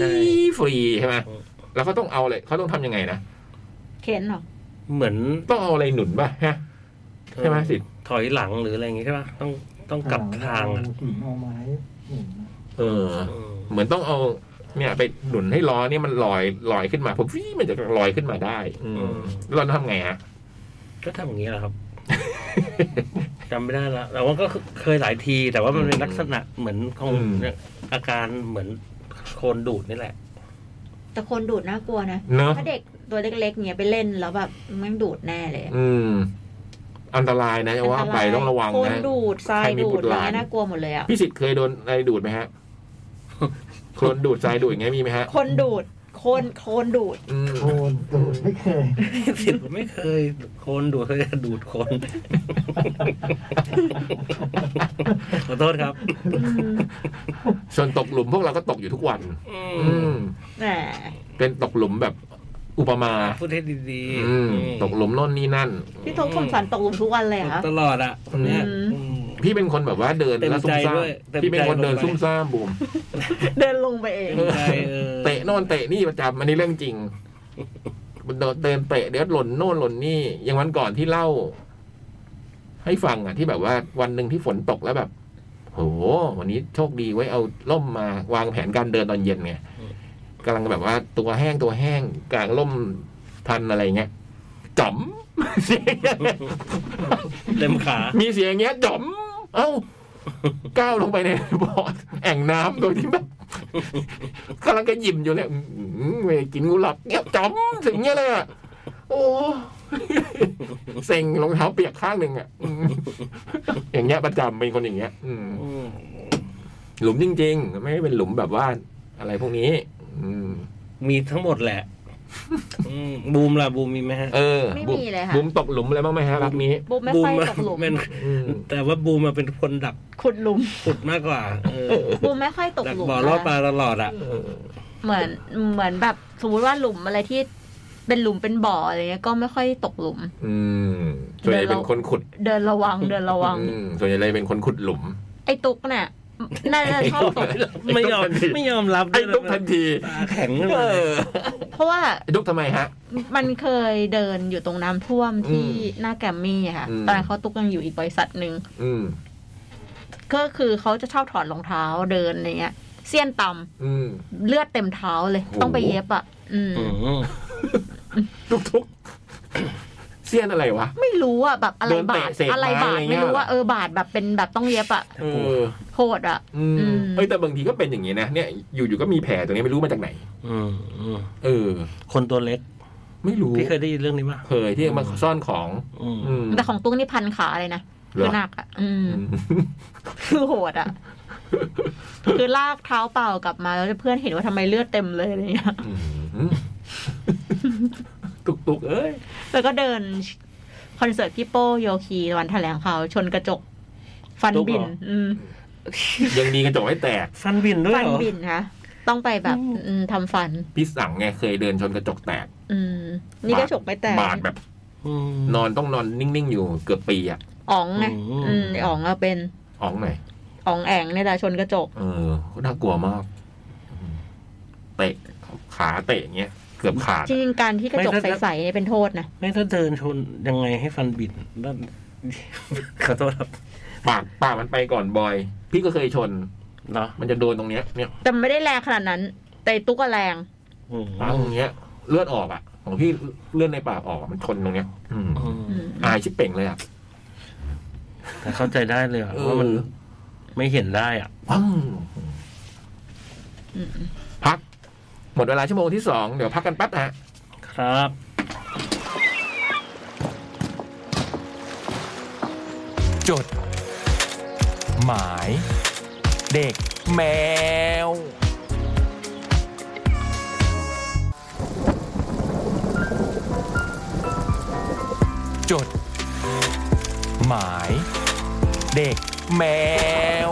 S2: ใช่
S1: ฟรีใช่ไหม
S2: เออ
S1: แล้วเขาต้องเอาอะไรเขาต้องทำยังไงนะ
S3: เข็นเหรอ
S2: เหมือน
S1: ต้องเอาอะไรหนุนป่ะฮะ ใช่ไหมสิ
S2: ถอยหลังหรืออะไรอย่างงี้ใช่ป่ะต้องต้องกลับทาง
S4: เอหินเอาไม้หนุนนะ
S1: เออ
S2: อืม
S1: เหมือนต้องเอา เนี่ย ไปหนุนให้ล้อเนี่ยมันลอยลอยขึ้นมาผมวิ่มันจะลอยขึ้นมาได้ อืมแล้วเราทำไงฮะ
S2: ก็ทำอย่างนี้แหละครับ *laughs* จำไม่ได้ละแต่ว่าก็เคยหลายที แต่ว่ามันเป็นลักษณะเหมือนของ
S1: อืม
S2: อาการเหมือนโคลนดูดนี่แหละ
S3: แต่คนดูดน่ากลัวนะ
S1: เนอะ
S3: ถ้าเด็กตัวเล็กๆเนี่ยไปเล่นแล้วแบบแมันดูดแน่เลยอะ
S1: อืม อันตรายนะจะว่าไป
S3: นย
S1: ต้องระวัง
S3: คน
S1: นะ
S3: ดูดทราย
S1: ใครมี
S3: ดู
S1: บุ
S3: ด
S1: ตรห
S3: อะ
S1: ลาน
S3: ไรเงี้ยน่ากลัวหมดเลยอะ
S1: พี่สิทธิ์เคยโดนอะไรดูดไหม
S2: *laughs*
S1: ฮะ โคลนดูดทรายดูดอย่างเงี้ยมีไหมฮะ
S3: คนดูดคนโคลนดูด
S1: อืม
S4: โคนตูดไม่เคย
S2: สิ *laughs* ผมไม่เคยโคลนดูดเคยดูดโคลน *laughs* ขอโทษครับ
S1: ส่วนตกหลุมพวกเราก็ตกอยู่ทุกวัน
S2: อื
S1: อื
S2: ม
S1: ม
S3: แหม
S1: เป็นตกหลุมแบบอุปมา
S2: พูดให้ดี
S1: อืม
S2: นี่
S1: ตกหลุมโน่นนี่นั่น
S3: พี่ทงสมสันตกหลุมทุกวันเลยเหร
S2: ต
S3: อะ
S2: กตลอดอ่ะคนเนี้ย
S3: อืม
S2: อืม
S1: พี่เป็นคนแบบว่าเดิน
S2: เต็ม
S1: แล้วซุ่ม
S2: ใจ
S1: ซ่า
S2: ด้
S1: ม
S2: วยเต็ม
S1: พี่เป็นคน
S2: ใจลงไป
S1: เดินซุ่มซ่ามบุม
S3: เดินลงไปเอง
S2: ใช่ออ
S1: เตะโน่นเตะนี่ประจำมันนี่เรื่องจริงมันเดินเตะเดี๋ยวหล่นโน่นหล่นนี่ อย่างวันก่อนที่เล่า ให้ฟังอ่ะ ที่แบบว่าวันหนึ่งที่ฝนตกแล้วแบบโหวันนี้โชคดีไว้ยเอาล่มมาวางแผนการเดินตอนเย็นไง
S2: อืม
S1: กำลังแบบว่าตัวแห้งตัวแห้งกลางล่มทันอะไรเงี้ยจ๋อม *laughs*
S2: เต็มขา
S1: มีเสียงอย่างเงี้ยจ๋อม เอ้า ก้าวลงไปในบ่อแอ่งน้ำโดยที่แบบกำลังจะหยิมอยู่เลยอื้อหือไม่ได้กินกูหลับเงี้ยจ๋อมถึงเงี้ยเลยอ่ะ โอ้เซ็งรองเท้าเปียกข้างหนึ่งอ่ะอืมอย่างเงี้ยประจำเป็นคนอย่างเงี้ย อืมหลุมจริง ๆ ไม่ได้เป็นหลุมแบบว่า อะไรพวกนี้ อืม
S2: มีทั้งหมดแหละ อืมบูมล่ะบูมมีไหมฮะ
S1: เออ
S3: ไม่
S1: บุ๋
S3: มีเลยค่ะ
S1: บุ๋มตกหลุมอะไรบ้างไหมฮะรักนี้
S3: บุมไม่
S2: บู
S3: ค่
S2: ม
S3: อย
S2: อะ
S3: ตกหลุม
S2: เป็น
S1: อืม
S2: แต่ว่าบูมมาเป็นคนดัก
S3: ขุดหลุม
S2: ขุดมากกว่าเออ
S3: บุมไม่ค่อยตก
S2: ดัก
S3: หลุม
S2: บ่อรอดปลาตลอดอ่ะ
S1: เออ
S3: เหมือนเหมือนแบบสมมติว่าหลุมอะไรที่เป็นหลุมเป็นบ่ออะไรเงี้ยก็ไม่ค่อยตกหลุม
S1: อืมส่วนใหญ่เป็นคนขุด
S3: เดินระวั
S1: *laughs*
S3: งเดินระวัง
S1: อืมส่วนใหญ่เลยเป็นคนขุดหลุม
S3: ไอ้ตุ๊กเนี่ยน่าจะชอบต
S1: *laughs*
S3: ก
S2: ไม่ยอม
S1: ไอ้ตุ๊กทันที
S2: ไม่ยอมรับด้
S1: ไอ้
S2: วยนะ
S1: ทุกทันที
S2: ตาแข็งขึ้น
S1: เอ
S2: มาเลย
S1: อ
S3: เพราะว่า
S1: ไอ้ทุกทำไมฮะ
S3: มันเคยเดินอยู่ตรงน้ำท่วมที่
S1: อืม
S3: หน้าแกรมมี่อะค่ะ
S1: อืม
S3: ตอนนั้นเขาตุ๊กยังอยู่อีกบริษัทหนึ่ง
S1: อืม
S3: ก็คือเขาจะชอบถอดรองเท้าเดินอะไรเงี้ยเสี้ยนต่ำ
S1: อืม
S3: เลือดเต็มเท้าเลย
S1: โอ้โห
S3: ต้องไปเย็บอ่ะ อืม
S2: อืม
S1: ทุกทุก *coughs* เสี้ยนอะไรวะ
S3: ไม่รู้อ่ะแบบอะไร
S1: เดิน
S3: บา
S1: เตะ
S3: ด
S1: เศษไม้
S3: อะไรบา
S1: อะ
S3: ด
S1: ไรเงี้
S3: ไม่
S1: ย
S3: รู้
S1: เหรอ
S3: ว่าเออบาดแบบเป็นแบบต้องเย็บอ่ะ
S1: เออ
S3: โหดอ่ะ
S1: อืม
S3: อืม
S1: เอ้ยแต่บางทีก็เป็นอย่างนี้นะเนี่ยอยู่ๆก็มีแผลตรงนี้ไม่รู้มาจากไหน
S2: อืมอืม
S1: เออ
S2: คนตัวเล็ก
S1: ไม่รู้
S2: พี่เคยได้ยินเรื่องนี้ป่ะ
S1: เคยที่มาซ่อนของ
S2: อืม
S1: อืม
S3: แต่ของตุ้งนี่พันขาเลยนะ
S1: เหร
S3: คือ
S1: อ
S3: หนักอ่ะ อืม
S1: อืม
S3: คือโหดอ่ะ คือลากเท้าเปล่ากลับมาแล้วเพื่อนเห็นว่าทำไมเลือดเต็มเลยอะไรเงี้ย
S1: อืมตุกตุกเอ้ย
S3: แล้วก็เดินคอนเสิร์ตพี่โป้โยคีวันแถลงข่าวชนกระจก ฟันบิน อืม
S1: ยังดีกระจกให้แตก
S2: ฟันบินด้วย
S3: ฟัน
S2: เหรอ
S3: บินค่ะต้องไปแบบ
S2: อืม
S3: อืมทำฟัน
S1: พี่สั่งไงเคยเดินชนกระจกแตก
S3: อืม นี่กระจกไม่แตก
S1: บาดแบบ
S2: อืม
S1: นอนต้องนอนนิ่งๆอยู่เกือบปีอะ
S3: อ๋องไง
S2: อืม
S3: อืมอ๋องอะเป็น
S1: อ๋องหน่อย
S3: อ๋องแองเนี่ยแหละชนกระจก
S1: เออน่ากลัวมากอืมเตะขาเตะอย่างเงี้ย เกือบขาด
S3: จริงๆการที่กระจก
S2: ไม่ถ้า
S3: ใสๆเนี่ยเป็นโทษนะ
S2: ไม่ถ้าเดินชนยังไงให้ฟันบินนั่ *laughs* นขอโทษครับ
S1: ปากปากมันไปก่อนบอย พี่ก็เคยชน
S2: เนาะ
S1: มันจะโดนตรงเนี้ยเนี่ย
S3: แต่มันไม่ได้แรงขนาดนั้น แต่ตุ๊กอะแรง
S2: อืม
S1: ปากตรงเนี้ย เลือดออกอ่ะ ของพี่เลือดในปากออกอะมันชนตรงเนี้ย อืม
S2: อืม
S3: อืม
S1: อายชิบเป่งเลยอ่ะ
S2: แต่เข้าใจได้เลยอะ
S1: เออ
S2: ว่ามันไม่เห็นได้อ่ะ
S1: ปัง
S3: อืม
S1: พัก หมดเวลาชั่วโมงที่สองเดี๋ยวพักกันแป๊บนะฮะ
S2: ครับ
S1: จด หมาย เด็กแมว
S5: จด หมาย เด็กแมว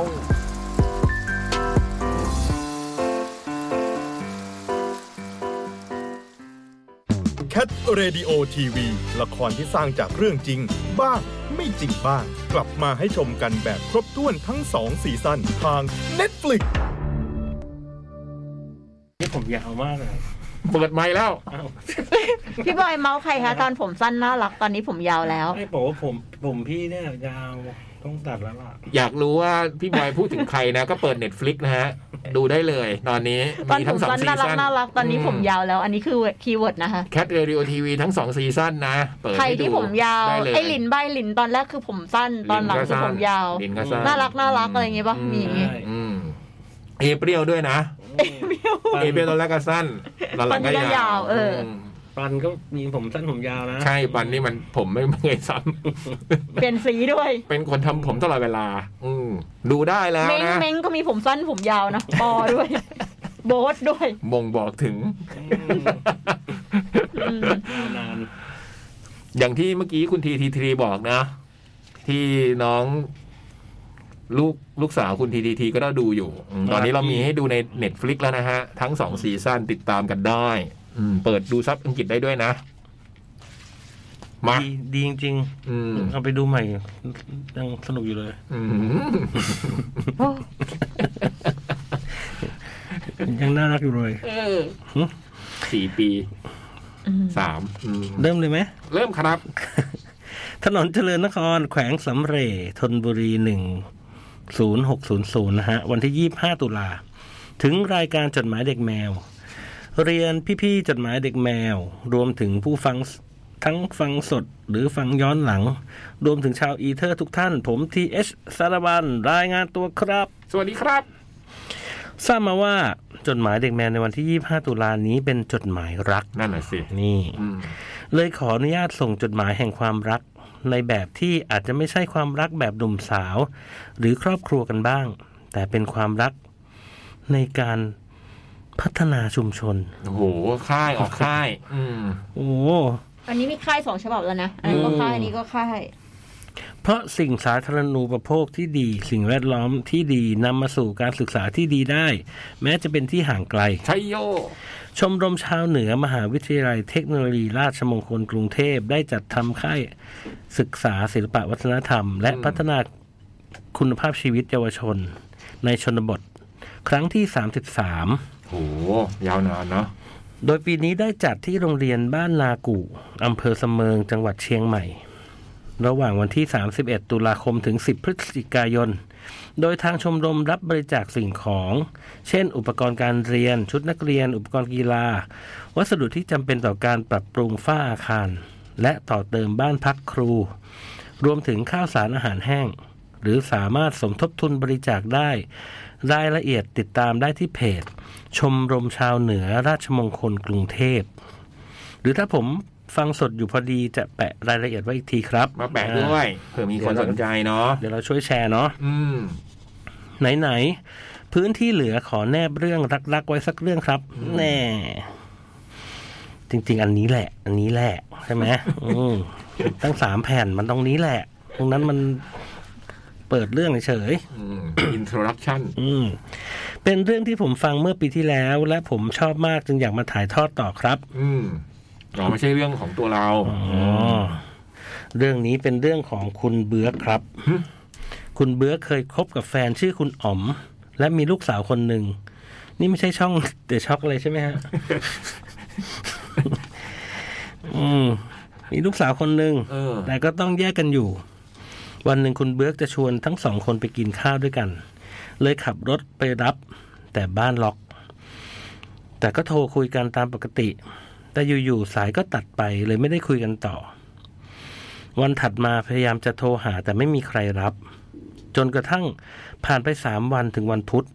S6: Cat Radio TV ละครที่สร้างจากเรื่องจริง บ้างไม่จริงบ้าง กลับมาให้ชมกันแบบครบถ้วนทั้งสองซีซั่นทาง Netflix
S2: นี่ผมยาวมากเลย
S1: เปิดไม้แล้ว
S2: อ้าว
S3: พี่บอยเมาส์ใครคะตอนผมสั้นน่ารักตอนนี้ผมยาวแล้ว
S2: ไม่บอกว่าผมผมพี่เนี่ยยาวต้องตัดแล้วล่ะ
S1: อยากรู้ว่าพี่บอยพูดถึงใครนะ ก็เปิด Netflix นะฮะ ดูได้เลย ตอนนี้
S3: ตอน
S1: มี
S3: ผ
S1: ทั้
S3: ม
S1: งสอง
S3: สั้น
S1: ซี
S3: น่ารัก
S1: ซั่น
S3: น่ารักตอนนี้ผมยาวแล้ว อันนี้คือคีย์เวิร์ดนะคะ
S1: แคทเรดิโอทีวีทั้งสองซีซั่นนะ เปิด
S3: ใคร
S1: ให้ดู
S3: ที่ผมยาว
S1: ด้เลย
S3: ไอ้หลินใบหลินตอนแรกคือผมสั้นตอนหลังคือผมยาว
S1: ลินก็สั้น
S3: น่ารักน่ารักอะไรอย่างงี้ปะมี
S2: ใช่
S1: อืมเอเปรี้ยวด้วยนะ
S2: ปัน
S1: เอเปรี้ยวตอนแรกก็สั้นตอนหลังก็
S3: ตอนนี้
S1: ยาย
S3: ก็าววเอออื
S1: ม
S2: ปันก็มีผมสั้นผมยาวนะ
S1: ใช่ปันนี่มันผมไม่ไม่เคยซ้
S3: เปลี่ยนสีด้วย
S1: ำ เป็นคนทำผมตลอดเวลา อืมดูได้แล้ว
S3: เม้ง
S1: นะ
S3: เม้งก็มีผมสั้นผมยาว
S1: *laughs*
S3: นะ ปอด้วย โบทด้วย
S1: บ่งบอกถึง
S2: อืม
S3: อืม
S2: นาน
S1: อย่างที่เมื่อกี้คุณทีทีทีบอกนะ ที่น้องลูกลูกสาวคุณทีทีทีก็ได้ดูอยู่อืมตอนนี้เรามีให้ดูใน Netflix แล้วนะฮะ ทั้งสองซีซั่นติดตามกันได้อืมเปิดดูซับอังกฤษได้ด้วยนะ มา
S2: ดีดีจริง
S1: อืม
S2: ๆเอาไปดูใหม่ยังสนุกอยู่เลย
S1: อืม
S3: โอ้
S2: ยังน่ารักอยู่เลย
S1: สี่ปี
S3: อืม
S1: สามอืม
S2: เริ่มเลยไหม
S1: เริ่มครับ
S2: ถนนเจริญนครแขวงสำเรย์ธนบุรีหนึ่งศูนย์หกศูนย์ศูนย์นะฮะ วันที่ยี่ห้าตุลา ถึงรายการจดหมายเด็กแมว เรียนพี่ๆจดหมายเด็กแมว รวมถึงผู้ฟังสทั้งฟังสดหรือฟังย้อนหลัง รวมถึงชาวอีเทอร์ทุกท่าน ผมทีเอชสารบันรายงานตัวครับ
S1: สวัสดีครับ
S2: ทราบมาว่าจดหมายเด็กแมวในวันที่ 25 ตุลานี้เป็นจดหมายรัก
S1: นั่นแหละสิ
S2: นี่
S1: อืม
S2: เลยขออนุญาตส่งจดหมายแห่งความรัก ในแบบที่อาจจะไม่ใช่ความรักแบบหนุ่มสาว หรือครอบครัวกันบ้าง แต่เป็นความรักในการพัฒนาชุมชน
S1: โอ้โหค่ายออกค่าย อืม
S2: โอ้
S3: อันนี้มีค่ายสองฉบับแล้วนะ อันนี้นก็ค่ายอันนี้ก็ค่าย
S2: เพราะสิ่งสาธารณูปโภคที่ดี สิ่งแวดล้อมที่ดีนำมาสู่การศึกษาที่ดีได้ แม้จะเป็นที่ห่างไกล
S1: ชัยโย
S2: ชมรมชาวเหนือมหาวิทยาลัยเทคโนโลยีราชมงคลกรุงเทพได้จัดทำค่ายศึกษาศิลปะวัฒนธรรม และ
S1: อืม
S2: พัฒนาคุณภาพชีวิตเยาวชน ในชนบท ครั้งที่
S1: โอ้โหยาวนานเนาะ
S2: 33 โดยปีนี้ได้จัดที่โรงเรียนบ้านนากู่อำเภอเสมิงจังหวัดเชียงใหม่ ระหว่างวันที่ 31 ตุลาคมถึง 10 พฤศจิกายน โดยทางชมรมรับบริจาคสิ่งของ เช่น อุปกรณ์การเรียน ชุดนักเรียน อุปกรณ์กีฬา วัสดุที่จำเป็นต่อการปรับปรุงฝ้าอาคาร และต่อเติมบ้านพักครู รวมถึงข้าวสารอาหารแห้ง หรือสามารถสมทบทุนบริจาคได้ รายละเอียดติดตามได้ที่เพจ ชมรมชาวเหนือราชมงคลกรุงเทพ หรือถ้าผมฟังสดอยู่พอดีจะแปะรายละเอียดไว้อีกทีครับ
S1: มาแปะด้วยเผื่อมีคนสนใจเนาะ
S2: เดี๋ยวเราช่วยแชร์เนาะ
S1: อืม
S2: ไหนๆพื้นที่เหลือขอแนบเรื่องรักๆไว้สักเรื่องครับ แน่ จริง ๆ อันนี้แหละ อันนี้แหละ ใช่ไหม *laughs* อืมตั้งสามแผ่นมันตรงนี้แหละ ตรงนั้นมันเปิดเรื่องเฉยๆ
S1: อินโทรดักชั่น
S2: อืมเป็นเรื่องที่ผมฟังเมื่อปีที่แล้ว และผมชอบมากจึงอยากมาถ่ายทอดต่อครับ
S1: อืมอ๋อไม่ใช่เรื่องของตัวเรา
S2: อ๋อเรื่องนี้เป็นเรื่องของคุณเบื้อครับ คุณเบื้อเคยคบกับแฟนชื่อคุณอ๋อม และมีลูกสาวคนหนึ่ง นี่ไม่ใช่ช่อง เดอะช็อกเลยใช่ไหมฮะ อืมมีลูกสาวคนหนึ่ง
S1: เออ
S2: แต่ก็ต้องแยกกันอยู่ วันหนึ่งคุณเบิร์กจะชวนทั้งสองคนไปกินข้าวด้วยกัน เลยขับรถไปรับ แต่บ้านล็อก แต่ก็โทรคุยกันตามปกติ แต่อยู่ๆสายก็ตัดไปเลยไม่ได้คุยกันต่อ วันถัดมาพยายามจะโทรหาแต่ไม่มีใครรับ จนกระทั่งผ่านไปสามวันถึงวันพุธ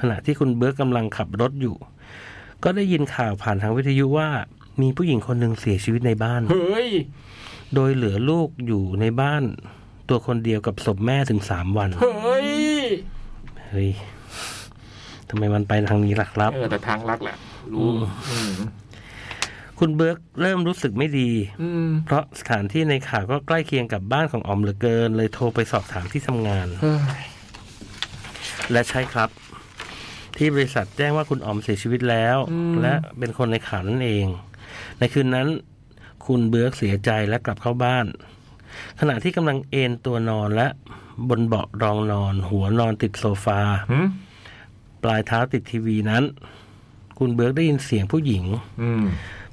S2: ขณะที่คุณเบิร์กกำลังขับรถอยู่ ก็ได้ยินข่าวผ่านทางวิทยุว่า มีผู้หญิงคนหนึ่งเสียชีวิตในบ้าน
S1: เฮ้ย
S2: โดยเหลือลูกอยู่ในบ้าน ตัวคนเดียวกับศพแม่ถึงสามวัน
S1: เฮ้ย
S2: เฮ้ย ทำไมมันไปทางนี้ล่ะครับ
S1: เออ แต่ทางลักแหละ รู้ อืม
S2: ค คุณเบิร์กเริ่มรู้สึกไม่ดี
S1: อืม
S2: เพราะสถานที่ในข่าวก็ใกล้เคียงกับบ้านของออมเหลือเกิน เลยโทรไปสอบถามที่ทำงาน
S1: เฮ้ย
S2: และใช่ครับ ที่บริษัทแจ้งว่าคุณออมเสียชีวิตแล้ว และเป็นคนในข่าวนั่นเอง ในคืนนั้น คุณเบิร์กเสียใจและกลับเข้าบ้าน ขณะที่กำลังเอนตัวนอนและบนเบาะรองนอน หัวนอนติดโซฟา
S1: หืม
S2: ปลายเท้าติดทีวีนั้น คุณเบิร์กได้ยินเสียงผู้หญิง
S1: อืม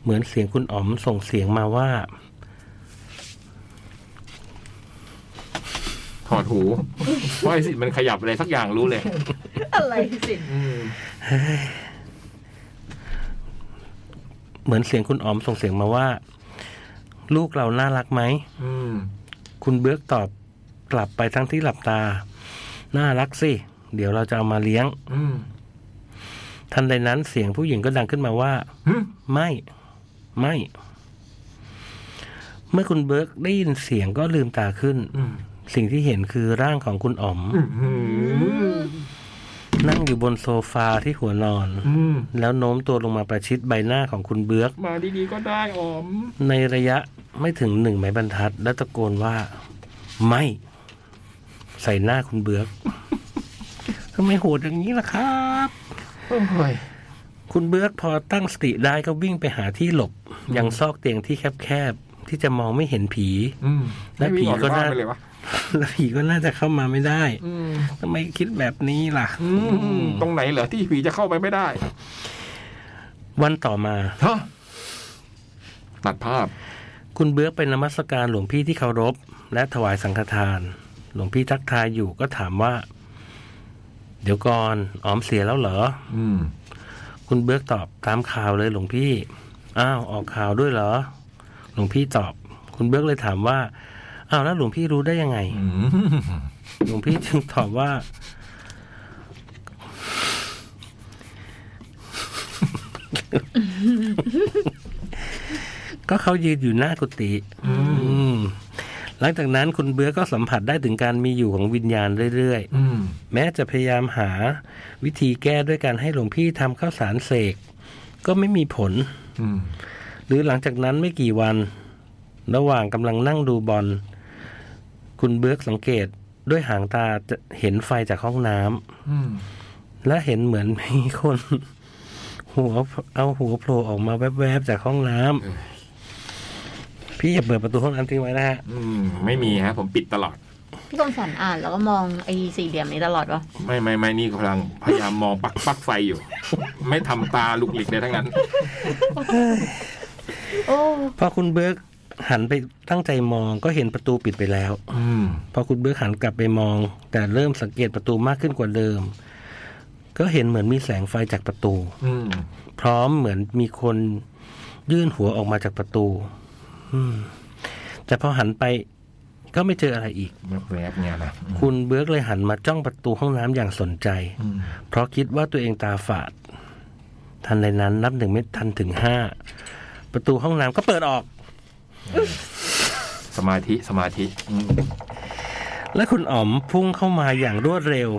S2: เหมือนเสียงคุณอ๋อมส่งเสียงมาว่า
S1: ถอดหูเพราะไอ้สิมันขยับอะไรสักอย่างรู้เลย
S3: อะไรสิ
S1: อืม
S2: เหมือนเสียงคุณอ๋อมส่งเสียงมาว่า ลูกเราน่ารักไหม
S1: อืม
S2: คุณเบิร์กตอบกลับไปทั้งที่หลับตา น่ารักสิ เดี๋ยวเราจะเอามาเลี้ยง
S1: อืม
S2: ทันใดนั้นเสียงผู้หญิงก็ดังขึ้นมาว่า
S1: หืม
S2: ไม่ ไม่ เมื่อคุณเบิร์กได้ยินเสียงก็ลืมตาขึ้น
S1: อืม
S2: สิ่งที่เห็นคือร่างของคุณอ๋อม
S1: อืม
S2: นั่งอยู่บนโซฟาที่หัวนอน
S1: อืม
S2: แล้วโน้มตัวลงมาประชิดใบหน้าของคุณเบิร์ก
S1: มาดีๆก็ได้ออม
S2: ในระยะไม่ถึงหนึ่งไม้บรรทัด และตะโกนว่า ไม่ ใส่หน้าคุณเบือกทำไมโหดอย่างนี้ล่ะครับ
S1: โอ้ย
S2: คุณเบือกพอตั้งสติได้ก็วิ่งไปหาที่หลบ ยังซอกเตียงที่แคบๆ ที่จะมองไม่เห็นผี
S1: อืม
S2: แล้วผีก็น่า
S1: ไม่มีออบ้ไปเลยวะ
S2: และผีก็น่าจะเข้ามาไม่ได้
S1: อืม
S2: ทำไมคิดแบบนี้ล่ะ
S1: อืมตรงไหนเหรอที่ผีจะเข้าไปไม่ได้
S2: วันต่อมา
S1: ฮะตัดภาพ
S2: คุณเบื้อกไปนมัสการหลวงพี่ที่เคารพ และถวายสังฆทาน หลวงพี่ทักทายอยู่ก็ถามว่า เดี๋ยวก่อนออมเสียแล้วเหรอ
S1: อืม
S2: คุณเบิร์กตอบตามข่าวเลยหลวงพี่ อ้าวออกข่าวด้วยเหรอ หลวงพี่ตอบ คุณเบิร์กเลยถามว่า อ้าวแล้วหลวงพี่รู้ได้ยังไง
S1: อืม
S2: หลวงพี่จึงตอบว่า ก็เขายืนอยู่หน้ากุฏิอืมหลังจากนั้นคุณเบื้อกก็สัมผัสได้ถึงการมีอยู่ของวิญญาณเรื่อยๆ
S1: อืม
S2: แม้จะพยายามหาวิธีแก้ด้วยการให้หลวงพี่ทำข้าวสารเสกก็ไม่มีผล
S1: อืม
S2: หรือหลังจากนั้นไม่กี่วัน ระหว่างกำลังนั่งดูบอล คุณเบิร์กสังเกตด้วยหางตาจะเห็นไฟจากห้องน้
S1: อืม
S2: ำและเห็นเหมือนมีคน หัวเอาหัวโผล่ออกมาแวบๆจากห้องน้ำพี่อย่าเปิดประตูห้องน้ำทิ้งไว้นะฮะ
S1: อืมไม่มีฮะ ผมปิดตลอด
S3: พี่กำสันอ่านแล้วก็มองไอ้สี่เหลี่ยมนี้ตลอดวะ
S1: ไม่ไม่ไม่นี่กำลังพยายามมองปลักปลักไฟอยู่ ไม่ทำตาลุกหลิกเลยทั้งนั้น
S3: โอ้
S2: พอคุณเบิร์กหันไปตั้งใจมองก็เห็นประตูปิดไปแล้ว
S1: อืม
S2: พอคุณเบิร์กหันกลับไปมอง แต่เริ่มสังเกตประตูมากขึ้นกว่าเดิม ก็เห็นเหมือนมีแสงไฟจากประตู
S1: อืม
S2: พร้อมเหมือนมีคนยื่นหัวออกมาจากประตู อืม แต่พอหันไปก็ไม่เจออะไรอีก
S1: แวบๆเนี่ยนะ
S2: คุณเบิร์กเลยหันมาจ้องประตูห้องน้ำอย่างสนใจ
S1: อืม
S2: เพราะคิดว่าตัวเองตาฝาด ทันในนั้นนับหนึ่งไม่ทันถึงห้า ประตูห้องน้ำก็เปิดออก
S1: สมาธิสมาธิอืม
S2: และคุณอ๋อมพุ่งเข้ามาอย่างรวดเร็ว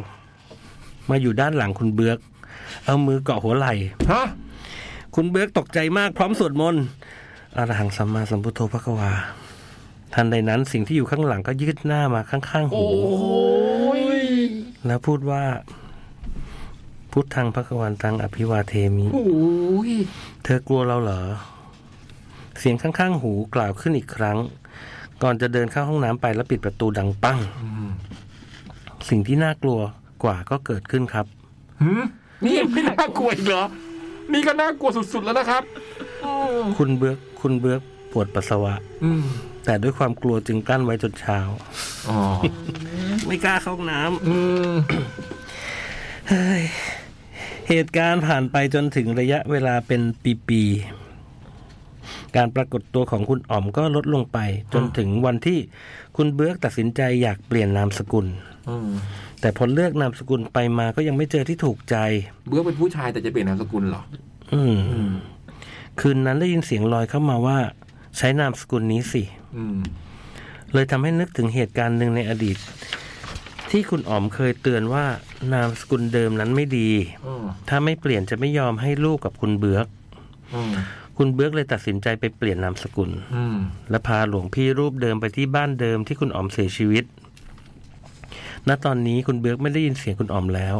S2: มาอยู่ด้านหลังคุณเบือก เอามือเกาะหัวไหล่
S1: ฮะ
S2: คุณเบิร์กตกใจมากพร้อมสวดมนต์อรหังสัมมาสัมพุทโธพระกวา ทันใดนั้นสิ่งที่อยู่ข้างหลังก็ยืดหน้ามาข้างๆหู
S1: ย
S2: แล้วพูดว่า พุทธังพระกวันตังอภิวาเทมิ
S1: โอ้ย
S2: เธอกลัวเราเหรอ เสียงข้างๆหูกล่าวขึ้นอีกครั้ง ก่อนจะเดินเข้าห้องน้ำไปแล้วปิดประตูดังปัง
S1: อืม
S2: สิ่งที่น่ากลัวกว่าก็เกิดขึ้นครับ
S1: หืมนี่ไม่น่ากลัวอีกเหรอ นี่ก็น่ากลัวสุดๆแล้วนะครับ
S2: คุณเบิร์กคุณเบิร์กปวดปัสสาวะ
S1: อืม
S2: แต่ด้วยความกลัวจึงกลั้นไว้จนเช้า
S1: อ๋อ
S2: ไม่กล้าเข้าห้องน้ำ
S1: อืม
S2: เหตุการณ์ผ่านไปจนถึงระยะเวลาเป็นปีๆ การปรากฏตัวของคุณอ๋อมก็ลดลงไป จนถึงวันที่คุณเบิร์กตัดสินใจอยากเปลี่ยนนามสกุล
S1: อืม
S2: แต่พอเลือกนามสกุลไปมาก็ยังไม่เจอที่ถูกใจ
S1: เบื้อเป็นผู้ชายแต่จะเปลี่ยนนามสกุลเหรอ
S2: อืม
S1: อืม
S2: คืนนั้นได้ยินเสียงลอยเข้ามาว่า ใช้นามสกุลนี้สิ
S1: อืม
S2: เลยทำให้นึกถึงเหตุการณ์หนึ่งในอดีต ที่คุณอ๋อมเคยเตือนว่านามสกุลเดิมนั้นไม่ดี
S1: อืม
S2: ถ้าไม่เปลี่ยนจะไม่ยอมให้ลูกกับคุณเบือก
S1: อืม
S2: คุณเบิร์กเลยตัดสินใจไปเปลี่ยนนามสกุล
S1: อืม
S2: และพาหลวงพี่รูปเดิมไปที่บ้านเดิมที่คุณอ๋อมเสียชีวิต ณ ตอนนี้คุณเบิร์กไม่ได้ยินเสียงคุณอ๋อมแล้ว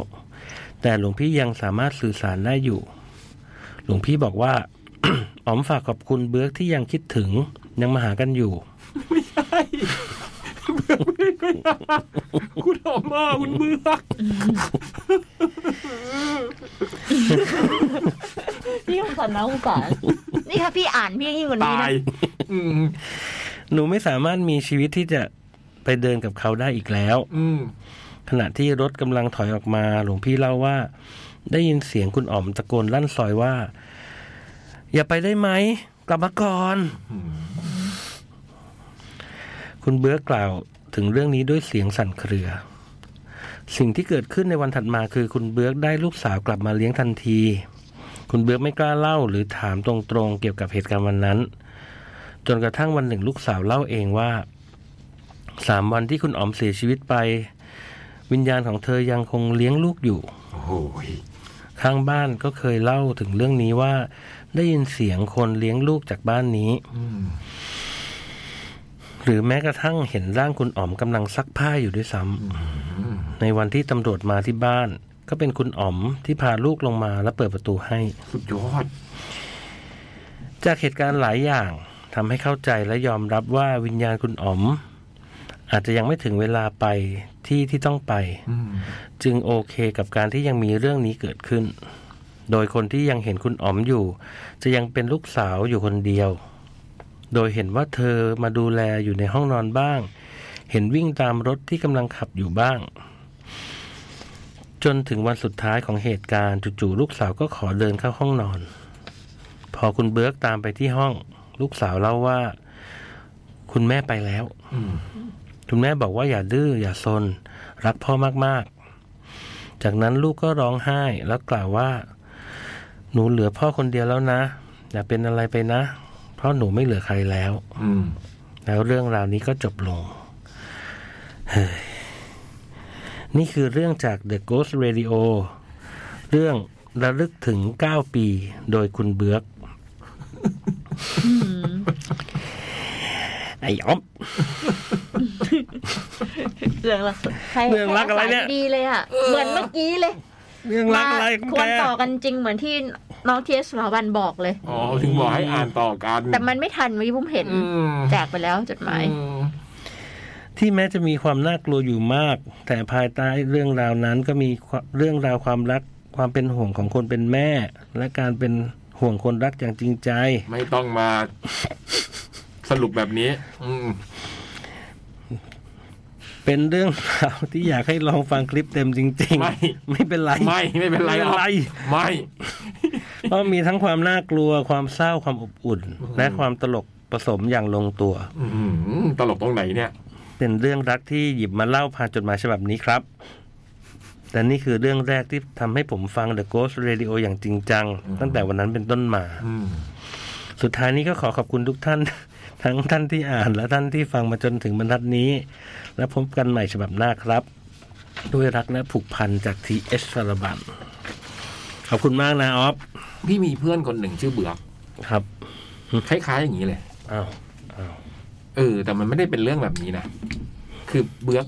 S2: แต่หลวงพี่ยังสามารถสื่อสารได้อยู่ หลวงพี่บอกว่า *coughs* อ๋อมฝากขอบคุณเบิร์กที่ยังคิดถึงยังมาหากันอยู่
S1: ไม่ใช่เบื่อเบื่อก็อยากคุณออกมาคุณเบื่อ
S3: พี่คำสันนะคุณ
S1: *laughs*
S3: สารนี่ถ้าพี่อ่านพี่ยิ่งกว่านี้
S1: ตา
S3: นะ
S1: ย อืม
S2: หนูไม่สามารถมีชีวิตที่จะไปเดินกับเขาได้อีกแล้ว
S1: อืม
S2: ขณะที่รถกำลังถอยออกมา หลวงพี่เล่าว่า ได้ยินเสียงคุณอ๋อมตะโกนลั่นซอยว่า อย่าไปได้ไหมกลับมาก่อน
S1: อืม
S2: คุณเบื้อกล่าวถึงเรื่องนี้ด้วยเสียงสั่นเครือ สิ่งที่เกิดขึ้นในวันถัดมาคือคุณเบื้อกได้ลูกสาวกลับมาเลี้ยงทันที คุณเบื้อกไม่กล้าเล่าหรือถามตรงๆ เกี่ยวกับเหตุการณ์วันนั้น จนกระทั่งวันหนึ่งลูกสาวเล่าเองว่าสามวันที่คุณอ๋อมเสียชีวิตไป วิญญาณของเธอยังคงเลี้ยงลูกอยู่
S1: โอ้โหย
S2: ข้างบ้านก็เคยเล่าถึงเรื่องนี้ว่า ได้ยินเสียงคนเลี้ยงลูกจากบ้านนี้
S1: อืม
S2: หรือแม้กระทั่งเห็นร่างคุณอ๋อมกำลังซักผ้าอยู่ด้วยซ้ำในวันที่ตำรวจมาที่บ้าน ก็เป็นคุณอ๋อมที่พาลูกลงมาและเปิดประตูให้
S1: สุดยอด
S2: จากเหตุการณ์หลายอย่างทำให้เข้าใจและยอมรับว่าวิญญาณคุณอ๋อม อาจจะยังไม่ถึงเวลาไปที่ที่ต้องไป
S1: อืม
S2: จึงโอเคกับการที่ยังมีเรื่องนี้เกิดขึ้น โดยคนที่ยังเห็นคุณอ๋อมอยู่ จะยังเป็นลูกสาวอยู่คนเดียว โดยเห็นว่าเธอมาดูแลอยู่ในห้องนอนบ้าง เห็นวิ่งตามรถที่กำลังขับอยู่บ้าง จนถึงวันสุดท้ายของเหตุการณ์จู่ๆลูกสาวก็ขอเดินเข้าห้องนอน พอคุณเบิร์กตามไปที่ห้อง ลูกสาวเล่าว่า คุณแม่ไปแล้ว
S1: อืม
S2: คุณแม่บอกว่าอย่าดื้ออย่าซน รักพ่อมากๆ จากนั้นลูกก็ร้องไห้แล้วกล่าวว่า หนูเหลือพ่อคนเดียวแล้วนะ อย่าเป็นอะไรไปนะ เพราะหนูไม่เหลือใครแล้ว
S1: อืม
S2: แล้วเรื่องราวนี้ก็จบลงเฮ้ยนี่คือเรื่องจาก The Ghost Radio เรื่องระลึกถึง 9 ปี โดยคุณเบือก
S3: อืม
S2: *laughs* ไอ้อ๊อม
S3: เรื่องรักใค
S2: เรื่องรักอะไรเนี่ย
S3: ใคสาดีเลยอ่ะ เหมือนเมื่อกี้เลย
S2: เรื่องรักอะไรของ
S3: มาคว
S2: แก
S3: รต่อกันจริงเหมือนที่น้องเทียสราวันบอกเลย
S1: อ๋อ ถึงบอกให้อ่านต่อกัน
S3: แต่มันไม่ทันเมื่อกี้ผมเห็น
S1: อืม
S3: แจกไปแล้วจดหมาย
S1: อืม
S2: ที่แม้จะมีความน่ากลัวอยู่มาก แต่ภายใต้เรื่องราวนั้นก็มีความเรื่องราวความรัก ความเป็นห่วงของคนเป็นแม่ และการเป็นห่วงคนรักอย่างจริงใจ
S1: ไม่ต้องมา สรุปแบบนี้ อืม
S2: เป็นเรื่องราวที่อยากให้ลองฟังคลิปเต็มจริง ๆ
S1: ไม่
S2: ไม่เป็นไร
S1: ไม่ ไม่เป็นไรหรอก
S2: ไม่เป็นไร
S1: ไม่
S2: เพราะมีทั้งความน่ากลัวความเศร้าความอบอุ่น และความตลกผสมอย่างลงตัว
S1: อืม ตลกตรงไหนเนี่ย
S2: เป็นเรื่องรักที่หยิบมาเล่าผ่านจดหมายฉบับนี้ครับ แต่นี่คือเรื่องแรกที่ทำให้ผมฟัง The Ghost Radio อย่างจริงจัง ตั้งแต่วันนั้นเป็นต้นมา
S1: อืม
S2: สุดท้ายนี้ก็ขอขอบคุณทุกท่าน *laughs* ทั้งท่านที่อ่านและท่านที่ฟังมาจนถึงบรรทัดนี้ และพบกันใหม่ฉบับหน้าครับ ด้วยรักและผูกพันจากทีเอสารบันขอบคุณมากนะออฟ
S1: พี่มีเพื่อนคนหนึ่งชื่อเบือก
S2: ครับ
S1: คล้ายๆอย่างนี้เลย
S2: อ้าว
S1: เออแต่มันไม่ได้เป็นเรื่องแบบนี้นะคือเบือก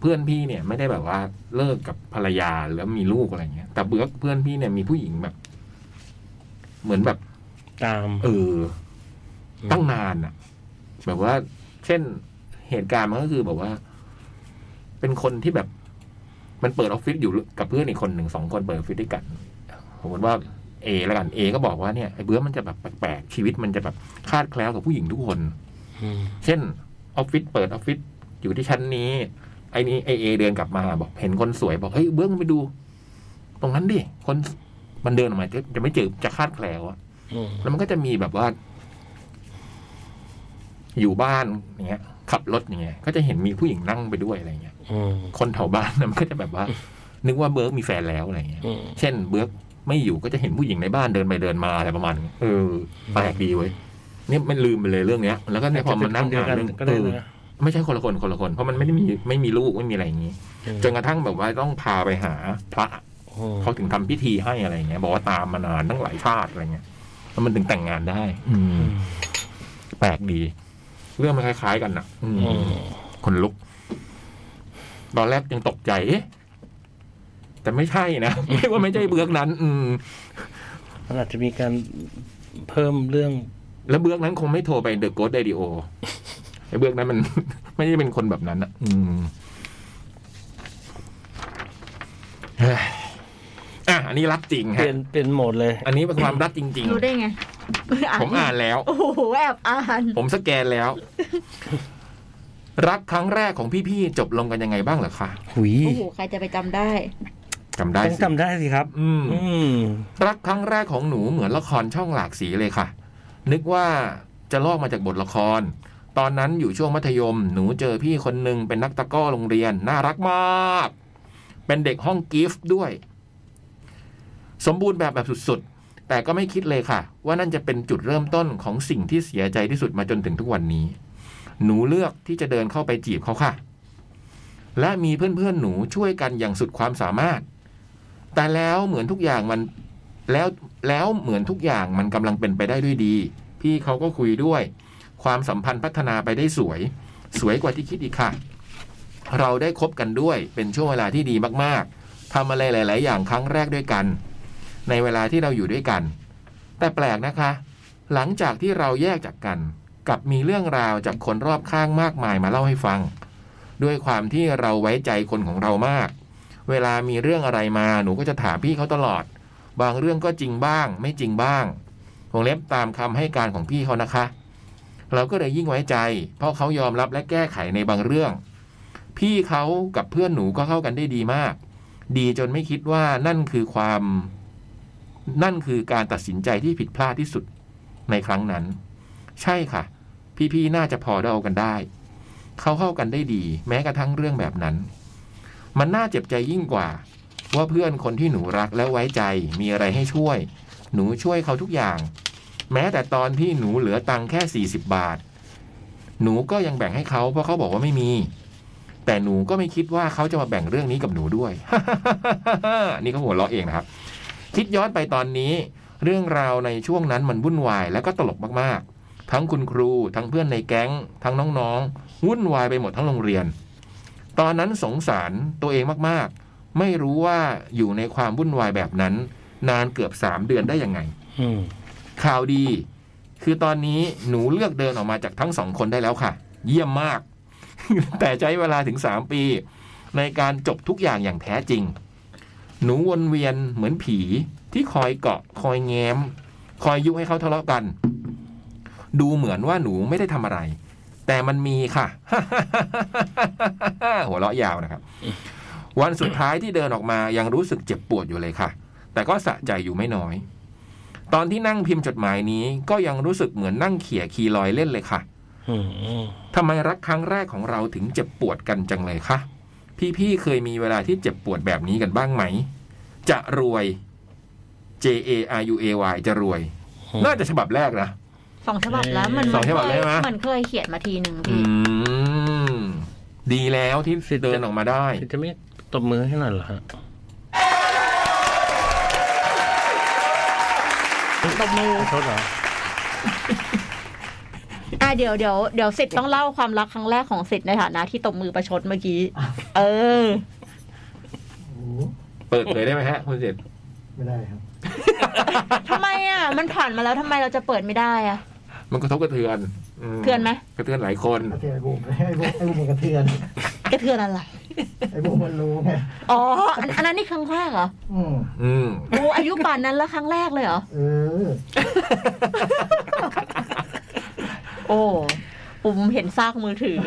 S1: เพื่อนพี่เนี่ย ไม่ได้แบบว่าเลิกกับภรรยาแล้วมีลูกอะไรเงี้ย แต่เบือกเพื่อนพี่เนี่ยมีผู้หญิงแบบ เหมือนแบบ
S2: ตาม
S1: เออ ตั้งนานอะแบบว่า เช่นเหตุการณ์มันก็คือแบบว่า เป็นคนที่แบบ มันเปิดออฟฟิศอยู่กับเพื่อนอีกคนหนึ่งสองคนเปิดออฟฟิศด้วยกันสมมติว่าเอแล้วกันเอก็บอกว่าเนี่ยไอ้เบื้อมันจะแบบแปลกๆชีวิตมันจะแบบคลาดแคล้วกับผู้หญิงทุกคน
S2: อืม
S1: เช่นออฟฟิศเปิดออฟฟิศอยู่ที่ชั้นนี้ ไอ้นี่ไอเอเดินกลับมาบอกเห็นคนสวยบอกเฮ้ยเบื้องไปดู ตรงนั้นดิคนมันเดินออกมาจะจะไม่เจอจะคาดแคลวอะ
S2: อืม
S1: แล้วมันก็จะมีแบบว่า อยู่บ้านอย่างเงี้ย ขับรถอย่างเงี้ยก็จะเห็นมีผู้หญิงนั่งไปด้วยอะไรเงี้ย
S2: อืม
S1: คนแถวบ้าน *laughs* น่ะมันก็จะแบบว่า นึกว่าเบิร์กมีแฟนแล้วอะไรเงี้ย
S2: อืม
S1: เช่นเบิร์กไม่อยู่ก็จะเห็นผู้หญิงในบ้านเดินไปเดินมาอะไรประมาณนี้เออแปลกดีเว้ยเนี่ยมันลืมไปเลยเรื่องเนี้ย แล้วก็เนี่ยพอมันนั่ง
S2: เดียว
S1: อ่าน
S2: กัน
S1: เรื่อง
S2: ก็
S1: เอ
S2: ได้
S1: อ
S2: นะ
S1: ไม่ใช่คนละคนคนละคน เพราะมันไม่ได้มีไม่มีลูกไม่มีอะไรอย่างนี้
S2: อืม
S1: จนกระทั่งแบบว่าต้องพาไปหาพระ
S2: โอ้
S1: เขาถึงทำพิธีให้อะไรอย่างเงี้ย บอกว่าตามมานานตั้งหลายชาติอะไรเงี้ย แล้วมันถึงแต่งงานได้ อืม แปลกดี เรื่องมันคล้าย ๆ กันนะอืม
S2: อืม
S1: คนลุก ตอนแรกยังตกใจเอ๊ะแต่ไม่ใช่นะ *laughs* ไม่ว่าไม่ใช่เบื้องนั้น อืม
S2: มันอาจจะมีการเพิ่มเรื่อง
S1: แล้วเบื้องนั้นคงไม่โทรไปเดอะโกสเดดิโอไอ้เบื้องนั้น *laughs* มัน ไม่ได้เป็นคนแบบนั้นอ่ะ อืมเฮ้ยอ่ะอันนี้รักจริง
S2: เป
S1: ฮะ
S2: ลี่ยนเปลี่ยนโหมดเลย
S1: อันนี้เป็นความรักจริง
S3: รู้ได้ไง
S1: ๆ ผมอ่านแล้ว
S3: โอ้โหแอบอ่าน
S1: ผมสแกนแล้ว รักครั้งแรกของพี่ๆจบลงกันยังไงบ้างเหรอคะ
S2: หุย
S3: โอ้โหใครจะไปจำได้
S1: จำได้
S2: ต้อง
S1: สิ
S2: จำได้สิครับ
S1: อืม
S2: อืม
S1: รักครั้งแรกของหนูเหมือนละครช่องหลากสีเลยค่ะ นึกว่าจะลอกมาจากบทละคร ตอนนั้นอยู่ช่วงมัธยม หนูเจอพี่คนหนึ่งเป็นนักตะกร้อโรงเรียน น่ารักมาก เป็นเด็กห้องกิฟต์ด้วย สมบูรณ์แบบแบบสุดๆ แต่ก็ไม่คิดเลยค่ะ ว่านั่นจะเป็นจุดเริ่มต้นของสิ่งที่เสียใจที่สุดมาจนถึงทุกวันนี้ หนูเลือกที่จะเดินเข้าไปจีบเขาค่ะ และมีเพื่อนๆหนูช่วยกันอย่างสุดความสามารถ แต่แล้วเหมือนทุกอย่างมัน แล้วแล้วเหมือนทุกอย่างมันกำลังเป็นไปได้ด้วยดี พี่เขาก็คุยด้วย ความสัมพันธ์พัฒนาไปได้สวย สวยกว่าที่คิดอีกค่ะ เราได้คบกันด้วยเป็นช่วงเวลาที่ดีมากๆทำอะไรหลาย ๆ อย่างครั้งแรกด้วยกัน ในเวลาที่เราอยู่ด้วยกัน แต่แปลกนะคะ หลังจากที่เราแยกจากกันกลับมีเรื่องราวจากคนรอบข้างมากมายมาเล่าให้ฟัง ด้วยความที่เราไว้ใจคนของเรามาก เวลามีเรื่องอะไรมาหนูก็จะถามพี่เขาตลอด บางเรื่องก็จริงบ้าง ไม่จริงบ้างวงเล็บตามคำให้การของพี่เขานะคะ เราก็เลยยิ่งไว้ใจ เพราะเขายอมรับและแก้ไขในบางเรื่อง พี่เขากับเพื่อนหนูก็เข้ากันได้ดีมาก ดีจนไม่คิดว่านั่นคือความ นั่นคือการตัดสินใจที่ผิดพลาดที่สุดในครั้งนั้น ใช่ค่ะ พี่ๆน่าจะพอเดากันได้ เขาเข้ากันได้ดี แม้กระทั่งเรื่องแบบนั้น มันน่าเจ็บใจยิ่งกว่า ว่าเพื่อนคนที่หนูรักและไว้ใจมีอะไรให้ช่วย หนูช่วยเขาทุกอย่าง แม้แต่ตอนที่หนูเหลือตังค์แค่ 40 บาท หนูก็ยังแบ่งให้เขาเพราะเขาบอกว่าไม่มี แต่หนูก็ไม่คิดว่าเขาจะมาแบ่งเรื่องนี้กับหนูด้วย *laughs* นี่เขาหัวเราะเองนะครับ คิดย้อนไปตอนนี้ เรื่องราวในช่วงนั้นมันวุ่นวายและก็ตลกมากๆ ทั้งคุณครูทั้งเพื่อนในแก๊ง ทั้งน้องๆวุ่นวายไปหมดทั้งโรงเรียน ตอนนั้นสงสารตัวเองมากๆ ไม่รู้ว่าอยู่ในความวุ่นวายแบบนั้น นานเกือบสามเดือนได้ยังไง
S2: อืม
S1: ข่าวดี คือตอนนี้หนูเลือกเดินออกมาจากทั้งสองคนได้แล้วค่ะ เยี่ยมมาก *laughs* แต่ใช้เวลาถึงสามปี ในการจบทุกอย่างอย่างแท้จริง หนูวนเวียนเหมือนผีที่คอยเกาะคอยแง้ม คอยยุให้เขาทะเลาะกัน ดูเหมือนว่าหนูไม่ได้ทำอะไร แต่มันมีค่ะ *laughs* หัวเราะยาวนะครับ วันสุดท้ายที่เดินออกมายังรู้สึกเจ็บปวดอยู่เลยค่ะ แต่ก็สะใจอยู่ไม่น้อย ตอนที่นั่งพิมพ์จดหมายนี้ก็ยังรู้สึกเหมือนนั่งเขี่ยคีย์ลอยเล่นเลยค่ะ
S2: อืม
S1: ทำไมรักครั้งแรกของเราถึงเจ็บปวดกันจังเลยคะ พี่ๆ เคยมีเวลาที่เจ็บปวดแบบนี้กันบ้างไหม จะรวย J A R U A Y จะรวย
S2: อืม
S1: น่าจะฉบับแรกนะ
S3: สองฉบับแล้วมัน
S1: สองฉบับแล้วใช่ไหม
S3: เหมือนเคยเขียนมาทีหนึ่ง
S1: อื
S3: พี่
S1: ม ดีแล้วที่เดินออกมาได้
S2: คือจะไม่ตบมือให้หน่อยเหรอฮะ
S3: ตบมือ
S2: ขอโทษเหรอ
S3: อ่ะเดี๋ยวเดี๋ยวเดี๋ยวสิทธิ์ต้องเล่าความรักครั้งแรกของสิทธิ์ในฐานะที่ตบมือประชดเมื่อกี้ เออ
S4: โอ้
S1: เปิดเผยได้ไหมฮะคุณเจษ
S4: ไม่ได้ครับ
S3: ทำไมอ่ะ มันผ่านมาแล้วทำไมเราจะเปิดไม่ได้อ่ะ
S1: มันกระทบกระเทือนม
S3: เทือนไหม
S1: กระเทือนหลายคน
S4: กระเทือนไอ้บูมไอ้บูมไอ้บูมมันกระเทือน
S3: กระเทือนอะไร
S4: ไอ้บูมมันรู้ไง
S3: อ๋ออันอันนั้นนี่ครั้งแรกเหรอ
S4: อืม
S1: อืม
S3: โอ้อายุป่านนั้นแล้วครั้งแรกเลยเหรอ
S4: เออ
S3: โอ้ปุ่มเห็นซากมือถือ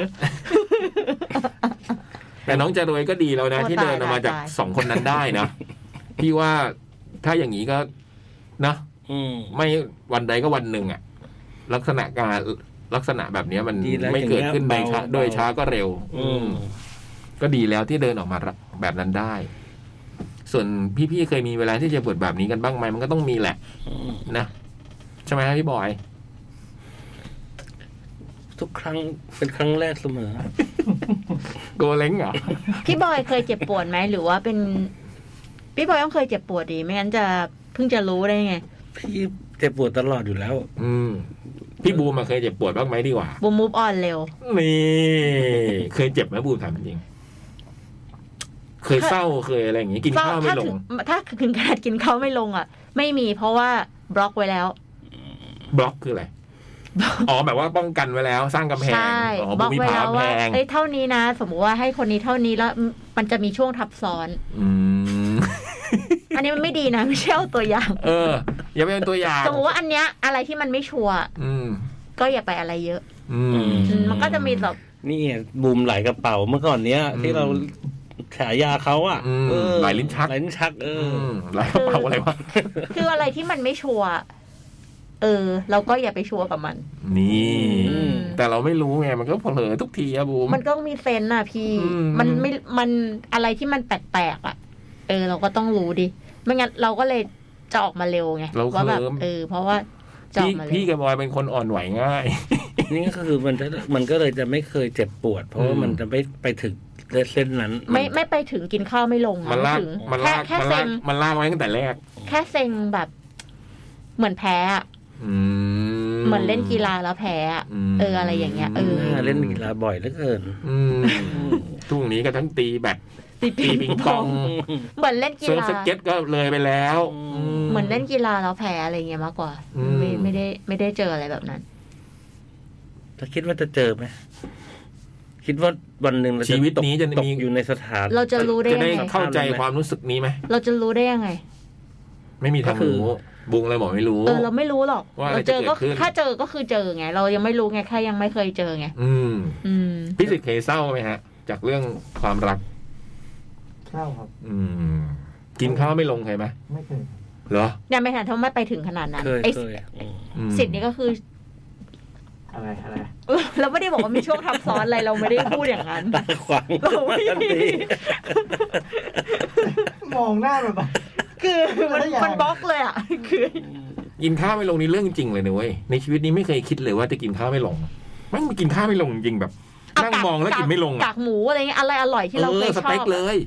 S1: แต่น้องจะรวยก็ดีแล้วนะ
S3: โอ้
S1: ที่
S3: ตาย
S1: เดินออกมาจาก
S3: ตาย
S1: สองคนนั้นได้
S3: *laughs*
S1: นะ พี่ว่าถ้าอย่างนี้ก็นะ
S2: อืม
S1: ไม่วันใดก็วันหนึ่งอะลักษณะการลักษณะแบบเนี้ยมัน
S2: ดีแล้ว
S1: ไม่เกิดขึ้น
S2: อ
S1: โด
S2: ย่าย งเงี้ย
S1: ช้า
S2: เบา
S1: โดยช้าก็เร็ว
S2: อืม
S1: ก็ดีแล้วที่เดินออกมาแบบนั้นได้ ส่วนพี่ๆเคยมีเวลาที่จะบทแบบนี้กันบ้างไหมมันก็ต้องมีแหละนะใช่ไหมครับพี่บอย
S2: ทุกครั้งเป็นครั้งแรกเสมอ
S1: โกเล้งเหรอ
S3: พี่บอยเคยเจ็บปวดไหมหรือว่าเป็น พี่บอยต้องเคยเจ็บปวดดี ไม่งั้นจะเพิ่งจะรู้ได้ไง
S2: พี่ เจ็บปวดตลอดอยู่แล้ว
S1: อืม พี่บูมมาเคยเจ็บปวดบ้างไหมดีกว่า
S3: บูมมูฟออนเร็ว
S1: นี่เคยเจ็บไหมบูมถามจริง เคยเศร้าเคยอะไรอย่างงี้กินข้าวไม่ลง
S3: ถ้าถึงถ้าถึงขนาดกินข้าวไม่ลงอ่ะ ไม่มีเพราะว่าบล็อกไว้แล้ว
S1: บล็อกคืออะไร อ๋อแบบว่าป้องกันไว้แล้ว สร้างกำแพง
S3: ใช่
S1: อ๋อบ บุ
S3: ล็อก
S1: มี
S3: ไว้
S1: ผา
S3: แล้ว
S1: กำแพ
S3: ว่าง เอ้ยเท่านี้นะ สมมติว่าให้คนนี้เท่านี้แล้วมันจะมีช่วงทับซ้อน
S1: อืม
S3: อันนี้มันไม่ดีนะไม่ใช่เอาตัวอย่าง
S1: เออ อย่าไปเป็นตัวอย่าง
S3: สมมติว่าอันเนี้ยอะไรที่มันไม่ชัวร์
S1: อืม
S3: ก็อย่าไปอะไรเยอะ
S1: อืม
S3: อืมมันก็จะมีแบบ
S2: นี่บูมไหลกระเป๋าเมื่อก่อนเนี้ย
S1: อืม
S2: ที่เราฉายาเขาอ่ะ
S1: อืม
S2: เออ
S1: ไหลลิ้นชัก
S2: ไหลลิ้นชัก เอ
S1: อื
S2: อ
S1: มหลายกระเป๋าอะไรวะ
S3: คืออะไรที่มันไม่ชัวร์เออ เราก็อย่าไปชัวร์กับมัน
S1: นี่
S3: อืม
S1: แต่เราไม่รู้ไงมันก็เผลอทุกทีอะบูม
S3: มันก็มีเซนส์น่ะพี่
S1: อืม
S3: มันไม่ มันอะไรที่มันแปลกๆอ่ะ เออ เราก็ต้องรู้ดิ ไม่งั้นเราก็เลยจะออกมาเร็วไง
S1: เราเคลิ้ม
S3: ว่าแบบเออ เพราะว่าจะออ
S1: พี่พี่
S3: กมาเร็ว
S1: กับบอยเป็นคนอ่อนไหวง่าย
S2: นี่ก็คือมันจะมันก็เลยจะไม่เคยเจ็บปวด เพราะว่า
S1: อืม
S2: มันจะไม่ไปถึงเส้นนั้น
S3: ไม่ไม่ไปถึงกินข้าวไม่ลงอะ
S1: มันลาก
S3: ถึง
S1: มัน
S3: แค่
S1: ลาก
S3: แค่
S1: มัน
S3: เซ็
S1: ลาก
S3: ง
S1: มันลากไว้ตั้งแต่แรก
S3: แค่เซ็งแบบ เหมือนแพ้อะ
S1: อืม
S3: เหมือนเล่นกีฬาแล้วแพ้อะ
S1: อืม
S3: เอออะไรอย่างเงี้ยเออ
S2: น่าเล่นกีฬาบ่อยเหลือเกิน
S1: อืมทุ่งนี้ก็ทั้งตีแบต
S3: ตี
S1: ตีปิงปอง
S3: *laughs* เหมือนเล่นกี
S1: เซิร์ฟ
S3: ฬา
S1: สเก็ตก็เลยไปแล้ว
S3: เหมือนเล่นกีฬาแล้วแพ้อะไรเงี้ยมากกว่า
S1: อืม
S3: ไม่ไม่ได้ไม่ได้เจออะไรแบบนั้น
S2: ถ้าคิดว่าจะเจอไหมคิดว่าวันหนึ่งเราจะ
S1: ชีวิตนี้จะมี
S2: ตกอยู่ในสถาน
S3: เราจะรู้ได้
S1: จะ
S3: ยัง
S1: ได้
S3: ไง
S1: เข้าใจความรู้สึกนี้ไหม
S3: เราจะรู้ได้ยังไง
S1: ไม่มีทาง
S2: ก็คือ
S1: รู้บุงเลยบอกไม่รู้
S3: เออเราไม่รู้หรอก
S1: ว่าอะไร
S3: เราเจอก็
S1: จะเกิดขึ้น
S3: ถ้าเจอก็คือเจอไง เรายังไม่รู้ไงแค่ยังไม่เคยเจอไง
S1: อืม
S3: อืม
S1: พี่สิทธิ์เคยเศร้าไหมฮะ จากเรื่องความรัก
S4: เศร้าครับ
S1: อืม กินข้าวไม่ลงเคยไหม
S4: ไม่เคยครับ
S1: เหรอ
S3: เนี่ยไม่ทันทำไม่ไปถึงขนาดนั้น
S2: เคย
S3: ไอ้
S2: เคยอืม
S1: อืม
S3: สิทธิ์นี่ก็คือ *laughs*
S4: อะไรอะไร
S3: เออเราไม่ได้บอกว่ามีช่วงทับซ้อนอะไรเราไม่ได้พูดอย่าง
S1: *laughs*
S3: นั้น
S2: ตาขวาง
S3: โอ้ย
S2: มาทันที
S4: มองหน้าแบบ
S3: คือ *laughs* มัน
S4: ไม่ได้อยาก
S3: มันบล็อกเลยอ่ะคือ
S1: กินข้าวไม่ลงนี่เรื่องจริงเลยนะเว้ยในชีวิตนี้ไม่เคยคิดเลยว่าจะกินข้าวไม่ลงแมันกินข้าวไม่ลงจริงๆแบบนั่งมองแล้วกินไม่ลง
S3: กา
S1: อะ
S3: กหมูอะไรเงี้ยอะไรอร่อยที่เรา
S1: เอ
S3: เคย
S1: อส
S3: ชอ
S1: เต็ก
S3: บ
S1: เล
S3: อะ
S1: ย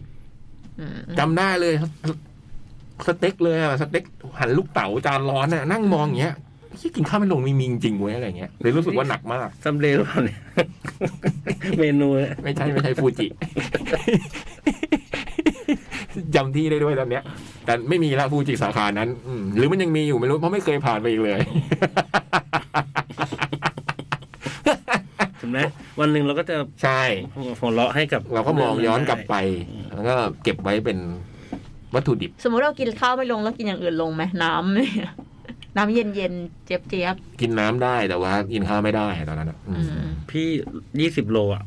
S3: อืม
S1: จำได้เลยสเต็กเลยอะสเต็กหันลูกเต๋าจานร้อนน่ะนั่งมองอย่างเงี้ยที่กินข้าวไม่ลงมีมีจริงๆเว้ยอะไรเงี้ยเลยรู้สึกว่าหนักมาก
S2: สำเร็จหรือเปล่าเนี่ย *laughs* เมนูเนี่ย
S1: ไม่ใช่ไม่ใช่ฟูจิ จำที่ได้ด้วยตอนเนี้ย แต่ไม่มีละฟูจิสาขานั้นอืมหรือมันยังมีอยู่ไม่รู้เพราะไม่เคยผ่านไปอีกเลย
S2: ถูกไหมวันหนึ่งเราก็จะ
S1: ใช่
S2: หัวเราะให้กับ
S1: เราก็มองย้อนกลับไป แล้วก็เก็บไว้เป็นวัตถุดิบ
S3: สมมติเรากินข้าวไม่ลงแล้วกินอย่างอื่นลงไหมน้ำเนี่ย *laughs* น้ำเย็นเย็นๆเจี๊ยบเจี๊ยบ
S1: กินน้ำได้แต่ว่ากินข้าวไม่ได้ตอนนั้นอะอืม
S3: อืม
S2: พี่ยี่สิบโลอ่ะ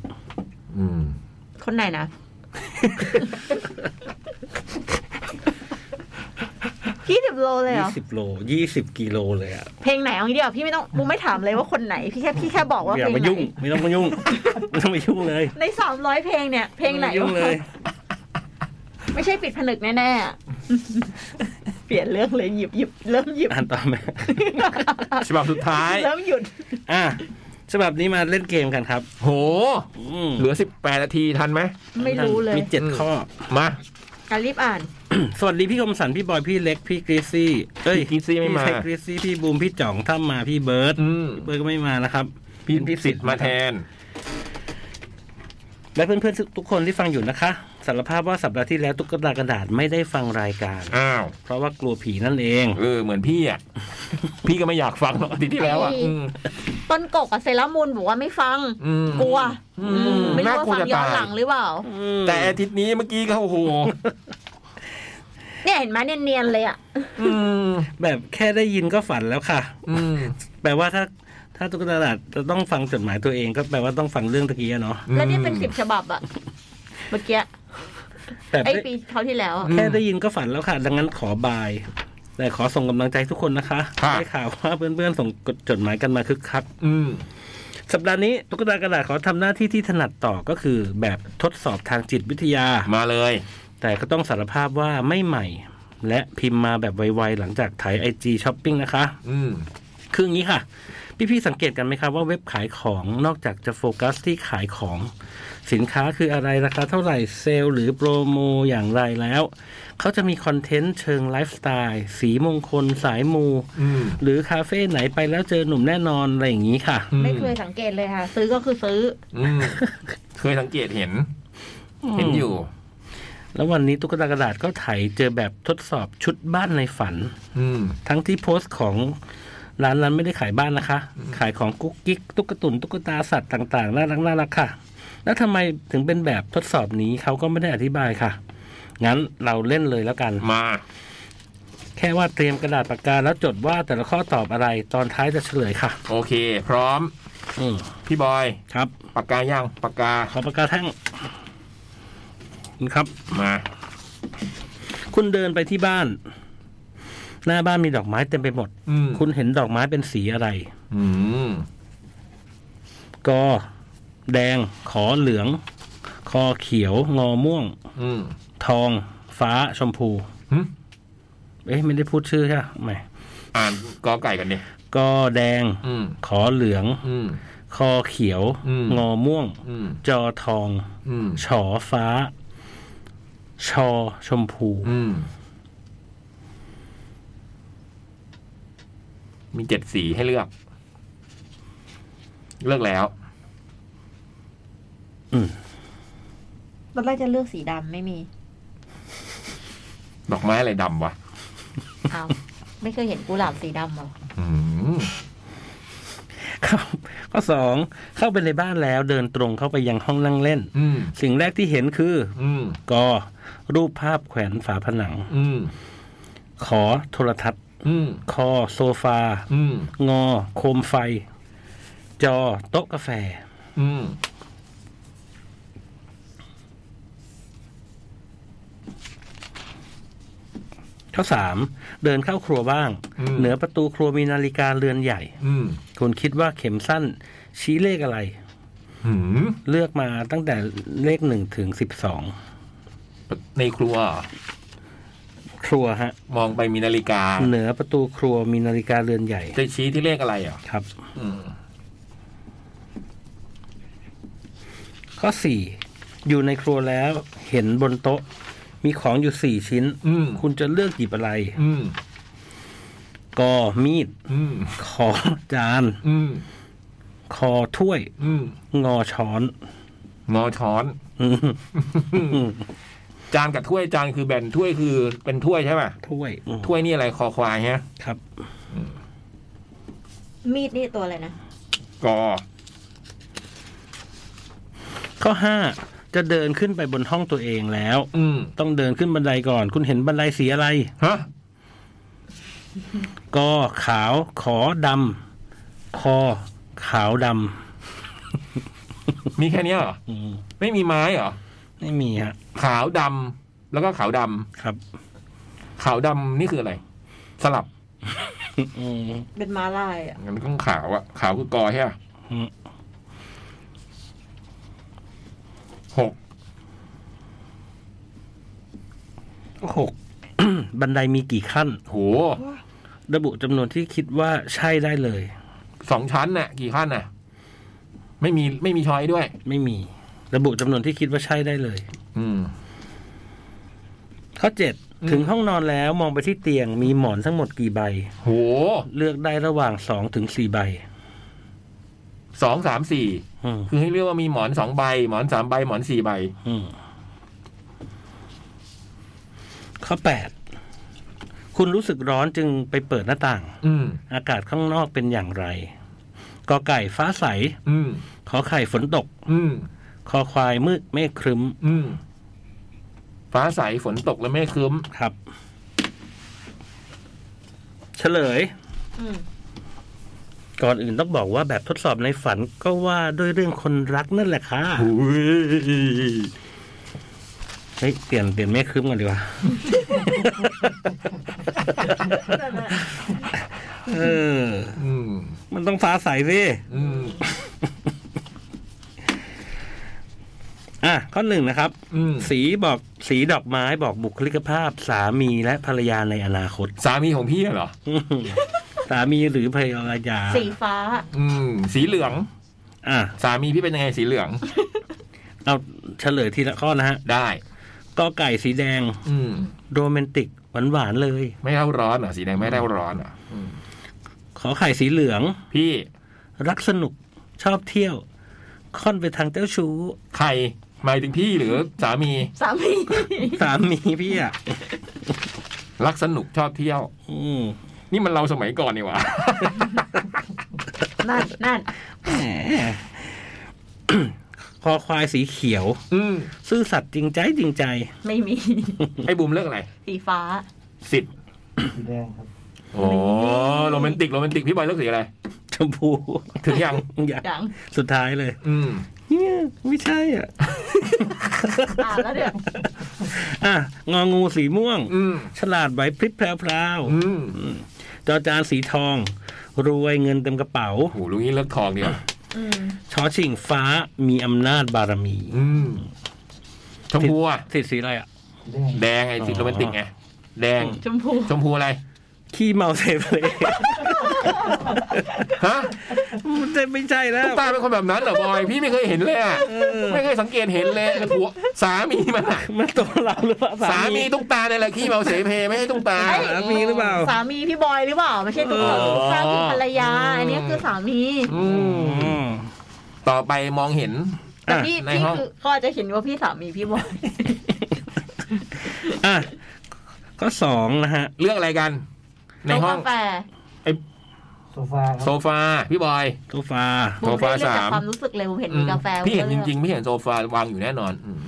S1: อืม
S3: ๆคนไหนนะ ยี่สิบโลเลยเหร
S2: ยี่
S3: อ
S2: สิบโลยี่สิบกิโลเลยอ่ะ
S3: เพลงไหนเอางี้เดียวาพี่ไม่ต้องบูมไม่ถามเลยว่าคนไหน พี่แค่พี่แค่บอกว่า
S2: อ
S3: เพ
S2: ย่า
S3: ลง
S2: มา
S3: ไหน
S2: ยุ่ง ไม่ต้องมา
S3: *laughs*
S2: ยุ่ง ไม่ต้องมายุ่งเลย
S3: ในสามร้อยเพลงเนี่ย เพลงไหน
S2: ม่ต้อมายุ่งเลย
S3: ไม่ใช่ปิดผนึกแน่ๆอะเปลี่ยนเรื่องเลยหยิบหยิบเริ่มหยิบ
S2: อ่านต่อไหม
S1: ฉบับสุดท้าย
S3: เริ่มหยุด
S2: อ่ะฉบับนี้มาเล่นเกมกันครับ
S1: โห
S2: อืม
S1: เหลือสิบแปดนาทีทันไหม
S3: ไม่รู้เลย
S2: มีเจ็ด
S1: อืม
S3: *clears throat*
S2: ข้อ
S1: มา
S3: อ่ะรีบอ่าน
S2: สวัสดีพี่คมสันพี่บอยพี่เล็กพี่กรีซี่เอ้ย
S1: พี่กิฟซี่ไม่มา
S2: พี่ชยกรีซี่พี่บูมพี่จ่องถ้ามาพี่เบิร์ด
S1: อืม
S2: เบิร์ดก็ไม่มานะครับ
S1: พี่
S2: เป็น
S1: พิสิทธิ์มาแทน
S2: และเพื่อนๆทุกคนที่ฟังอยู่นะคะสารภาพว่าสัปดาห์ที่แล้วตุ๊กตากระดาษไม่ได้ฟังรายการ
S1: อ้าว
S2: เพราะว่ากลัวผีนั่นเอง
S1: เออเหมือนพี่อ่ะ *laughs* พี่ก็ไม่อยากฟังห *laughs* รอกอาทิตย์ที่แล้วอ่ะ อืม
S3: ต้นกกกับเซรามูนบอกว่าไม่ฟัง
S1: อืม
S3: กลัว
S1: อืม
S3: อืมไม่รู้
S1: น่ากลัว
S3: ว่าฟัง
S1: จะ
S3: ย้อน
S1: ตาย
S3: หลังหรือเปล่า
S1: แต่อาทิตย์นี้เมื่อกี้เขาโอ้โห
S3: เนี่ยเห็นไหมเนียนๆเลยอ่ะ
S1: อืม
S2: แบบแค่ได้ยินก็ฝันแล้วค่ะ
S1: อืม
S2: แปลว่าถ้าถ้าตุ๊กตาดาษจะต้องฟังจดหมายตัวเองก็แปลว่าต้องฟังเรื่องตะกี้อะเนาะ
S3: แล้วนี่เป็นสิบฉบับอ่ะ เมื่อกี้
S2: แต่
S3: ไอ้
S2: ได้
S3: ปีเขาวที่แล้วอะ
S2: แค่ได้ยินก็ฝันแล้วค่ะ ดังนั้นขอบาย แต่ขอส่งกำลังใจทุกคนนะคะ
S1: ค่ะ
S2: ได้ข่าวว่าเพื่อนๆส่งจดหมายกันมาคึกคัก
S1: อืม
S2: สัปดาห์นี้ตุ๊กตากระดาษขอทำหน้าที่ที่ถนัดต่อก็คือ แบบทดสอบทางจิตวิทยา
S1: มาเลย
S2: แต่ก็ต้องสารภาพว่าไม่ใหม่ และพิมพ์มาแบบไวๆหลังจากถ่ายไอจีช้อปปิ้งนะคะ
S1: อืม
S2: คืออย่างนี้ค่ะ พี่ๆสังเกตกันไหมครับว่าเว็บขายของนอกจากจะโฟกัสที่ขายของ สินค้าคืออะไรราคาเท่าไหร่เซลล์หรือโปรโมอย่างไรแล้ว เขาจะมีคอนเทนต์เชิงไลฟ์สไตล์สีมงคลสายมู
S1: อืม
S2: หรือคาเฟ่ไหนไปแล้วเจอหนุ่มแน่นอน อะไรอย่างนี้ค่ะ
S1: อืม
S3: ไม่เคยสังเกตเลยค่ะ ซื้อก็คือซื้อ
S1: อืมเคยสังเกตเห็น เห็นอยู่
S2: แล้ววันนี้ตุ๊กตากระดาษก็ไถเจอแบบทดสอบชุดบ้านในฝัน
S1: อืม
S2: ทั้งที่โพสต์ของร้านนั้นไม่ได้ขายบ้านนะคะ ขายของกุ๊กกิ๊กตุ๊กตุนตุ๊กตาสัตว์ต่างๆน่ารักน่ารักค่ะ แล้วทำไมถึงเป็นแบบทดสอบนี้เขาก็ไม่ได้อธิบายค่ะ งั้นเราเล่นเลยแล้วกัน
S1: มา
S2: แค่ว่าเตรียมกระดาษปากกาแล้วจดว่าแต่ละข้อตอบอะไรตอนท้ายจะเฉลยค่ะ
S1: โอเค พร้อม
S2: อืม
S1: พี่บอย
S2: ครับ
S1: ปากกาย่างปากกา
S2: ขอปากกาแท่งคุณครับ
S1: มา
S2: คุณเดินไปที่บ้าน หน้าบ้านมีดอกไม้เต็มไปหมด
S1: อืม
S2: คุณเห็นดอกไม้เป็นสีอะไร
S1: อืม
S2: กอแดง ขอเหลือง คอเขียว งอม่วง
S1: อืม
S2: ทอง ฟ้าชมพู
S1: หึ
S2: เอ๊ะไม่ได้พูดชื่อใช่ไหม
S1: อ่านกอไก่กันดิ
S2: กอแดง
S1: อืม
S2: ขอเหลือง
S1: อืม
S2: คอเขียว
S1: อืม
S2: งอม่วง
S1: อืม
S2: จอทอง
S1: อืม
S2: ฉอฟ้า ชอชมพู
S1: อืม มีเจ็ดสีให้เลือก เลือกแล้ว
S3: ตอนแรกจะเลือกสีดำไม่มี
S1: ดอกไม้อะไรดำวะ
S3: อ้าวไม่เคยเห็นกุหลาบสีดำหรอ
S1: อืม
S2: ครับข้อสองเข้าไปในบ้านแล้วเดินตรงเข้าไปยังห้องนั่งเล่น
S1: อืม
S2: สิ่งแรกที่เห็นคือ
S1: อืม
S2: กอรูปภาพแขวนฝาผนัง
S1: อืม
S2: ขอโทรทัศน์
S1: อืม
S2: คอโซฟา
S1: อืม
S2: งอ โคมไฟ จอโต๊ะกาแฟ
S1: อืม
S2: ข้อสามเดินเข้าครัวบ้าง
S1: อืม
S2: เหนือประตูครัวมีนาฬิกาเรือนใหญ่
S1: อืม
S2: คุณคิดว่าเข็มสั้น ชี้เลขอะไร
S1: หืม
S2: เลือกมาตั้งแต่เลขหนึ่งถึงสิบสอง
S1: ในครัวเหรอ
S2: ครัวฮะ
S1: มองไปมีนาฬิกา
S2: เหนือประตูครัวมีนาฬิกาเรือนใหญ่
S1: จะชี้ที่เลขอะไรอ่ะ
S2: ครับ
S1: อืม
S2: ข้อสี่อยู่ในครัวแล้วเห็นบนโต๊ะ มีของอยู่สี่ชิ้น
S1: อืม
S2: คุณจะเลือกหยิบอะไร
S1: อืม
S2: กอมีด
S1: อืม
S2: ขอจาน
S1: อืม
S2: คอถ้วย
S1: อืม
S2: งอช้อน *laughs*
S1: งอช้อน
S2: อืม
S1: *laughs* จานกับถ้วยจานคือแบนถ้วยคือเป็นถ้วยใช่ป่ะ
S2: ถ้วยอืม
S1: ถ้วยนี่อะไรคอควายฮะ
S2: ครับ
S3: มีดนี่ตัวอะไรนะ
S1: กอ
S2: ข้อห้าจะเดินขึ้นไปบนห้องตัวเองแล้ว
S1: อืม
S2: ต้องเดินขึ้นบันไดก่อน คุณเห็นบันไดสีอะไร
S1: ฮะ
S2: กอขาว ขอดำคอขาวด
S1: มีแค่เนี้ยเหรอ
S2: ำอืม
S1: ไม่มีไม้เหรอ
S2: ไม่มีฮะ
S1: ขาวดำแล้วก็ขาวดำ
S2: ครับ
S1: ขาวดำนี่คืออะไร สลับ
S2: อืม
S3: เป็นมาลายอ่ะ
S1: งั้นก็ต้องขาวอะขาวคือกอใช่ป่ะหก
S2: หก *coughs* บันไดมีกี่ขั้น
S1: โห
S2: ระบุจำนวนที่คิดว่าใช่ได้เลย
S1: สองชั้นน่ะ กี่ขั้นน่ะ ไม่มีไม่มีช้อยด้วย
S2: ไม่มี ระบุจำนวนที่คิดว่าใช่ได้เลย
S1: อืม
S2: ข้อเจ็ด
S1: อืม
S2: ถึงห้องนอนแล้วมองไปที่เตียงมีหมอนทั้งหมดกี่ใบ
S1: โห
S2: เลือกได้ระหว่างสองถึงสี่ใบ
S1: สองสามสี่
S2: อืม
S1: คือให้เลือกว่ามีหมอนสองใบ หมอนสามใบหมอนสี่ใบ
S2: อืมข้อแปดคุณรู้สึกร้อนจึงไปเปิดหน้าต่าง
S1: อืม
S2: อากาศข้างนอกเป็นอย่างไรกอไก่ฟ้าใส
S1: อืม
S2: ขอไข่ฝนตก
S1: อืม
S2: คอควายมืดเมฆครึ้ม
S1: อืม ฟ้าใสฝนตกและเมฆครึ้ม
S2: ครับ เฉลย
S3: อืม
S2: ก่อนอื่นต้องบอกว่าแบบทดสอบในฝันก็ว่าด้วยเรื่องคนรักนั่นแหละค่ะ เฮ้ยเปลี่ยนเปลี่ยนแม่ครึ้มกันดีกว่า เออ
S1: อืม
S2: มันต้องฟ้าใสสิ
S1: อืม
S2: อ่ะข้อหนึ่งนะครับ
S1: อืม
S2: สีบอกสีดอกไม้บอกบุคลิกภาพสามีและภรรยาในอนาคต
S1: สามีของพี่เหรอ
S2: สามีหรือภรรยา
S3: สีฟ้า
S1: อืม สีเหลือง
S2: อ่ะ
S1: สามีพี่เป็นยังไงสีเหลือง
S2: เอาเฉลยทีละข้อนะฮะ
S1: ได้
S2: กอไก่สีแดง
S1: อืม
S2: โรแมนติกหวานหวานๆเลย
S1: ไม่เล่าร้อนเหรอสีแดงไม่เล่าร้อนเหรออืม
S2: ขอไข่สีเหลือง
S1: พี่
S2: รักสนุกชอบเที่ยว ค่อนไปทางเจ้าชู้
S1: ใครหมายถึงพี่หรือสามี
S3: สามี
S2: สามีพี่อ่ะ
S1: รักสนุกชอบเที่ยว
S2: อืม
S1: นี่มันเราสมัยก่อนนี่หว่า
S3: นั่น *laughs* นั่น
S2: แหม *coughs* คอควายสีเขียว
S1: อืม
S2: ซื่อสัตย์จริงใจจริงใจ
S3: ไม่มี
S1: ไอ้บูมเลือกอะไร
S3: สีฟ้า
S1: สิบ
S4: สีแดงครับ
S1: โอ้โรแมนติกโรแมนติกพี่บอยเลือกสีอะไร
S2: ชมพู *laughs*
S1: ถึงยัง
S2: อย่า
S3: ดัง
S2: สุดท้ายเลย
S1: อืม
S2: เนี่ยไม่ใช่อ่ะ
S3: อ่านแล้วเดี๋ยว
S2: อ่ะงองูสีม่วง
S1: อืม
S2: ฉลาดไหวพริบแพรว
S1: อืม
S2: ๆจอจานสีทอง รวยเงินเต็มกระเป๋า
S1: โหลุงนี้เลือกทองเดียวา
S3: อืม
S2: ชอชิงฟ้ามีอำนาจบารมี
S1: อืมชมพูอะ
S2: สีสีอะไรอ่ะ
S4: สีแดง
S1: แดงไอ้สีโรแมนติกไงแดง
S3: ชมพู
S1: ชมพูอะไร
S2: ขี้เมาเทเพล
S1: ฮะ
S2: มันจะไม่ใช่แล้ว
S1: ตุ๊กตาเป็นคนแบบนั้นเหรอบอย พี่ไม่เคยเห็นเลยอะ
S2: อ
S1: ไม่เคยสังเกตเห็นเลยผัวสามีมันอะ
S2: มันตัวเราหรือเปล่า
S1: สามีตุ๊กตาเนี่ยแหละขี้เมาเสเพไม่ให้ตุ๊กตา
S3: เอ้ย
S2: สามีหรือเปล่า
S3: สามีพี่บอยหรือเปล่า ไม่ใช่ตุ๊กตา
S1: เออ
S3: ตุ๊กตาคือภรรยา อันเนี้ยคือสามี
S1: อืม
S2: อืม
S1: ต่อไปมองเห็น
S3: แต่พี่
S1: ใน
S3: พี่
S1: ห้อง
S3: คือก็จะเห็นว่าพี่สามีพี่บอย
S2: อ่ะก็สองนะฮะ
S1: เรื่องอะไรกัน ในห้อง
S3: โต๊ะกาแฟ
S4: โซฟาค
S1: โซ
S4: รับ
S1: ฟาพี่บอย
S2: โซฟา
S3: บุม
S1: โต๊ะกาแฟ
S3: ได้เลือกจาก
S1: สาม
S3: ความรู้สึกเลยบุมเห็นมีกาแฟ
S1: พี่เห็นจริง
S3: ๆ
S1: ๆพี่เห็นโซฟาวางอยู่แน่นอนอืม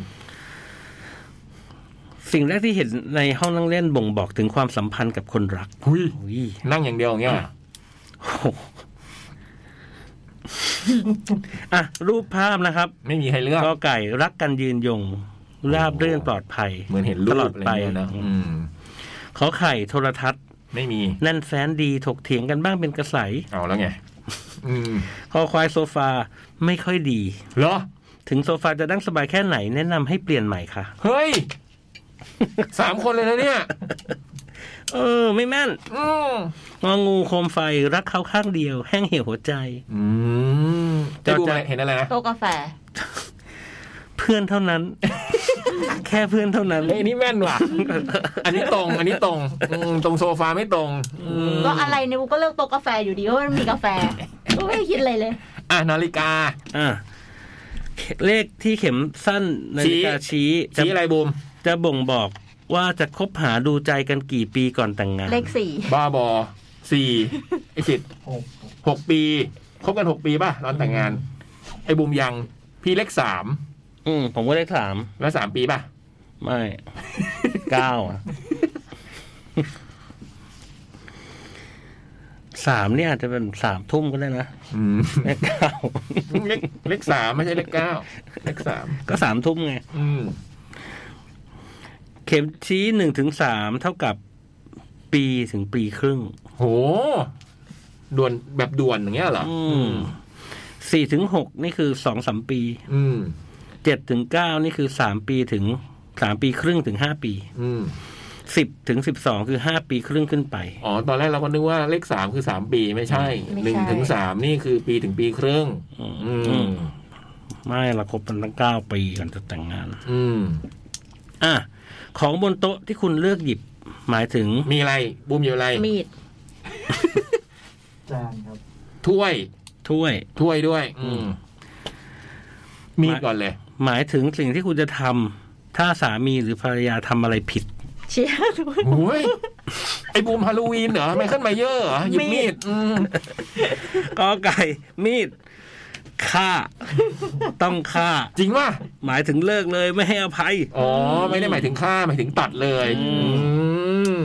S2: สิ่งแรกที่เห็นในห้องนั่งเล่นบ่งบอกถึงความสัมพันธ์กับคนรัก
S1: หุย
S2: อุ้ย
S1: นั่งอย่างเดียวอย่างเงี้ย
S2: โอ้โห *laughs* อ่ะ รูปภาพนะครับ
S1: ไม่มีใครเลือก
S2: ก็ไก่รักกันยืนยง ราบเรื่อนปลอดภัย
S1: เหมือนเห็นรู
S2: ต
S1: ป
S2: ลอด
S1: อะไร
S2: ไป
S1: เงี้ยนะอืม
S2: ขอไข่โทรทัศน์
S1: ไม่มี
S2: แน่นแฟนดีถกเถียงกันบ้างเป็นกระใส
S1: เอาแล้วไง อืม
S2: คอควายโซฟาไม่ค่อยดี
S1: เหรอ
S2: ถึงโซฟาจะนั่งสบายแค่ไหนแนะนำให้เปลี่ยนใหม่ค่ะ
S1: เฮ้ย *laughs* สามคนเลยนะเนี่ย
S2: เออ ไม่แม่น
S1: อืม
S2: งองูโคมไฟรักเขาข้างเดียว แห้งเหี่ยวหัวใจ
S1: อืม
S2: จะ
S1: จะดูอะไรเห็นอะไรนะ
S3: โต๊ะกาแฟ
S2: เพื่อนเท่านั้น *laughs* แค่เพื่อนเท่านั้น
S1: เฮ้ยอันนี้แม่นว่ะ อันนี้ตรง อันนี้ตรงอืมตรงโซฟาไม่ตรงอืม
S3: ก็อะไรเนี่ยบุมก็เลือกโต๊ะกาแฟอยู่ดีเพราะมันมี *laughs* กาแฟก็ไม่ได้คิดอะไรเลย
S1: อ่ะนาฬิกา
S2: อ่ะเลขที่เข็มสั้นนาฬิกาชี้จะ
S1: ชี้อะไรบูม
S2: จะบ่งบอกว่าจะคบหาดูใจกันกี่ปีก่อนแต่งงาน
S3: เลขสี่
S1: บ้าบอสี่ไอสิทธิ์
S4: หกครับ
S1: หกปีคบกันหกปีป่ะตอนแต่งงาน ไอบูมยัง พี่เล็กสาม
S2: อืมผมก็เลขสาม
S1: แล้วสามปีป่ะ
S2: ไม่ *laughs* เก้าอ่ะสามเนี่ยอาจจะเป็นสามทุ่มก็ได้นะ *laughs*
S1: อืม
S2: เลขเก้า
S1: เลขเลขสามไม่ใช่เลขเก้าเลขสาม
S2: ก็สามทุ่มไง
S1: อืม
S2: เข็มชี้หนึ่งถึงสามเท่ากับปีถึงปีครึ่ง
S1: โห ด่วนแบบด่วนอย่างเงี้ยเหรอ
S2: อืมสี่ถึงหกนี่คือสองสามปี
S1: อืม
S2: เจ็ดถึงเก้านี่คือสามปีถึงสามปีครึ่งถึงห้าปี
S1: อืม
S2: สิบถึงสิบสองคือห้าปีครึ่งขึ้นไป
S1: อ๋อ ตอนแรกเราก็นึกว่าเลขสามคือสามปีไม่ใช่ หนึ่งถึงสามนี่คือปีถึงปีครึ่ง อืม
S2: ไม่ละครบกันตั้งเก้าปีก่อนจะแต่งงาน
S1: อืม
S2: อ่ะ ของบนโต๊ะที่คุณเลือกหยิบ หมายถึง
S1: มีอะไร บูมอยู่อะไร
S3: มีด
S4: จานครับ
S1: ถ้วย
S2: ถ้วย
S1: ถ้วยด้วย อืม มีดก่อนเลย
S2: หมายถึงสิ่งที่คุณจะทำถ้าสามีหรือภรรยาทำอะไรผิด *laughs*
S3: เชียร์ด้วย
S1: โอ้ย ไอ้บูมฮาโลวีนเหรอ ไมเคิลไมเยอร์เหรอหยิบมีด อืม
S2: ก็ไก่มีดฆ่า ต้องฆ่า
S1: จริงป่ะ
S2: หมายถึงเลิกเลยไม่ให้อภัย
S1: อ๋อ ไม่ได้หมายถึงฆ่าหมายถึงตัดเลย
S2: อื
S1: อืม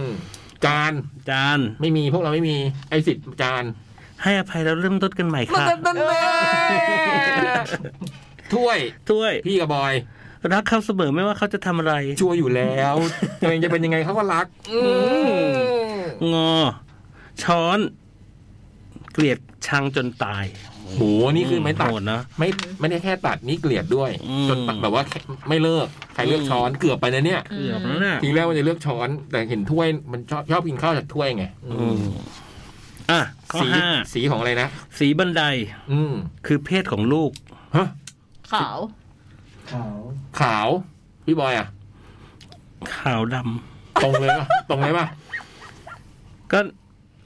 S1: จาน
S2: จาน
S1: ไม่มีพวกเราไม่มีไอสิทธิ์จาน
S2: ให้อภัยแล้วเริ่มต้นกันใหม่ค่ะ
S1: นั่นแน่ *laughs* ถ้วย
S2: ถ้วย
S1: พี่กับบอย
S2: รักเขาเสมอไม่ว่าเขาจะทำอะไร
S1: ชัวร์อยู่แล้วตัวเองจะเป็นยังไงเขาก็รัก อืม
S2: งอ ช้อน เกลียดชังจนตาย
S1: โหนี่คือไม่ตัด
S2: โหดนะ
S1: ไม่ไม่ได้แค่ตัดนี่เกลียดด้วย
S2: อืม
S1: จนตัดแบบว่าไม่เลิกใครเลือก
S2: อืม
S1: ช้อนเกือบไปนะเนี่ย
S3: อืม
S2: เกือบแล้วน่ะ
S1: ทีแรกว่าจะเลือกช้อน แต่เห็นถ้วยมันชอบชอบกินข้าวจากถ้วยไง
S2: อืม อ่ะข้อ
S1: สี
S2: ห้า
S1: สีของอะไรนะ
S2: สีบันได
S1: อืม
S2: คือเพศของลูก
S1: ฮะ
S3: ขาว
S4: ขาว *laughs*
S1: ขาวพี่บอยอ่ะ
S2: ขาวดำ
S1: ตรง
S2: *laughs*
S1: เลยป่ะ ตรงเลยป่ะ
S2: ก็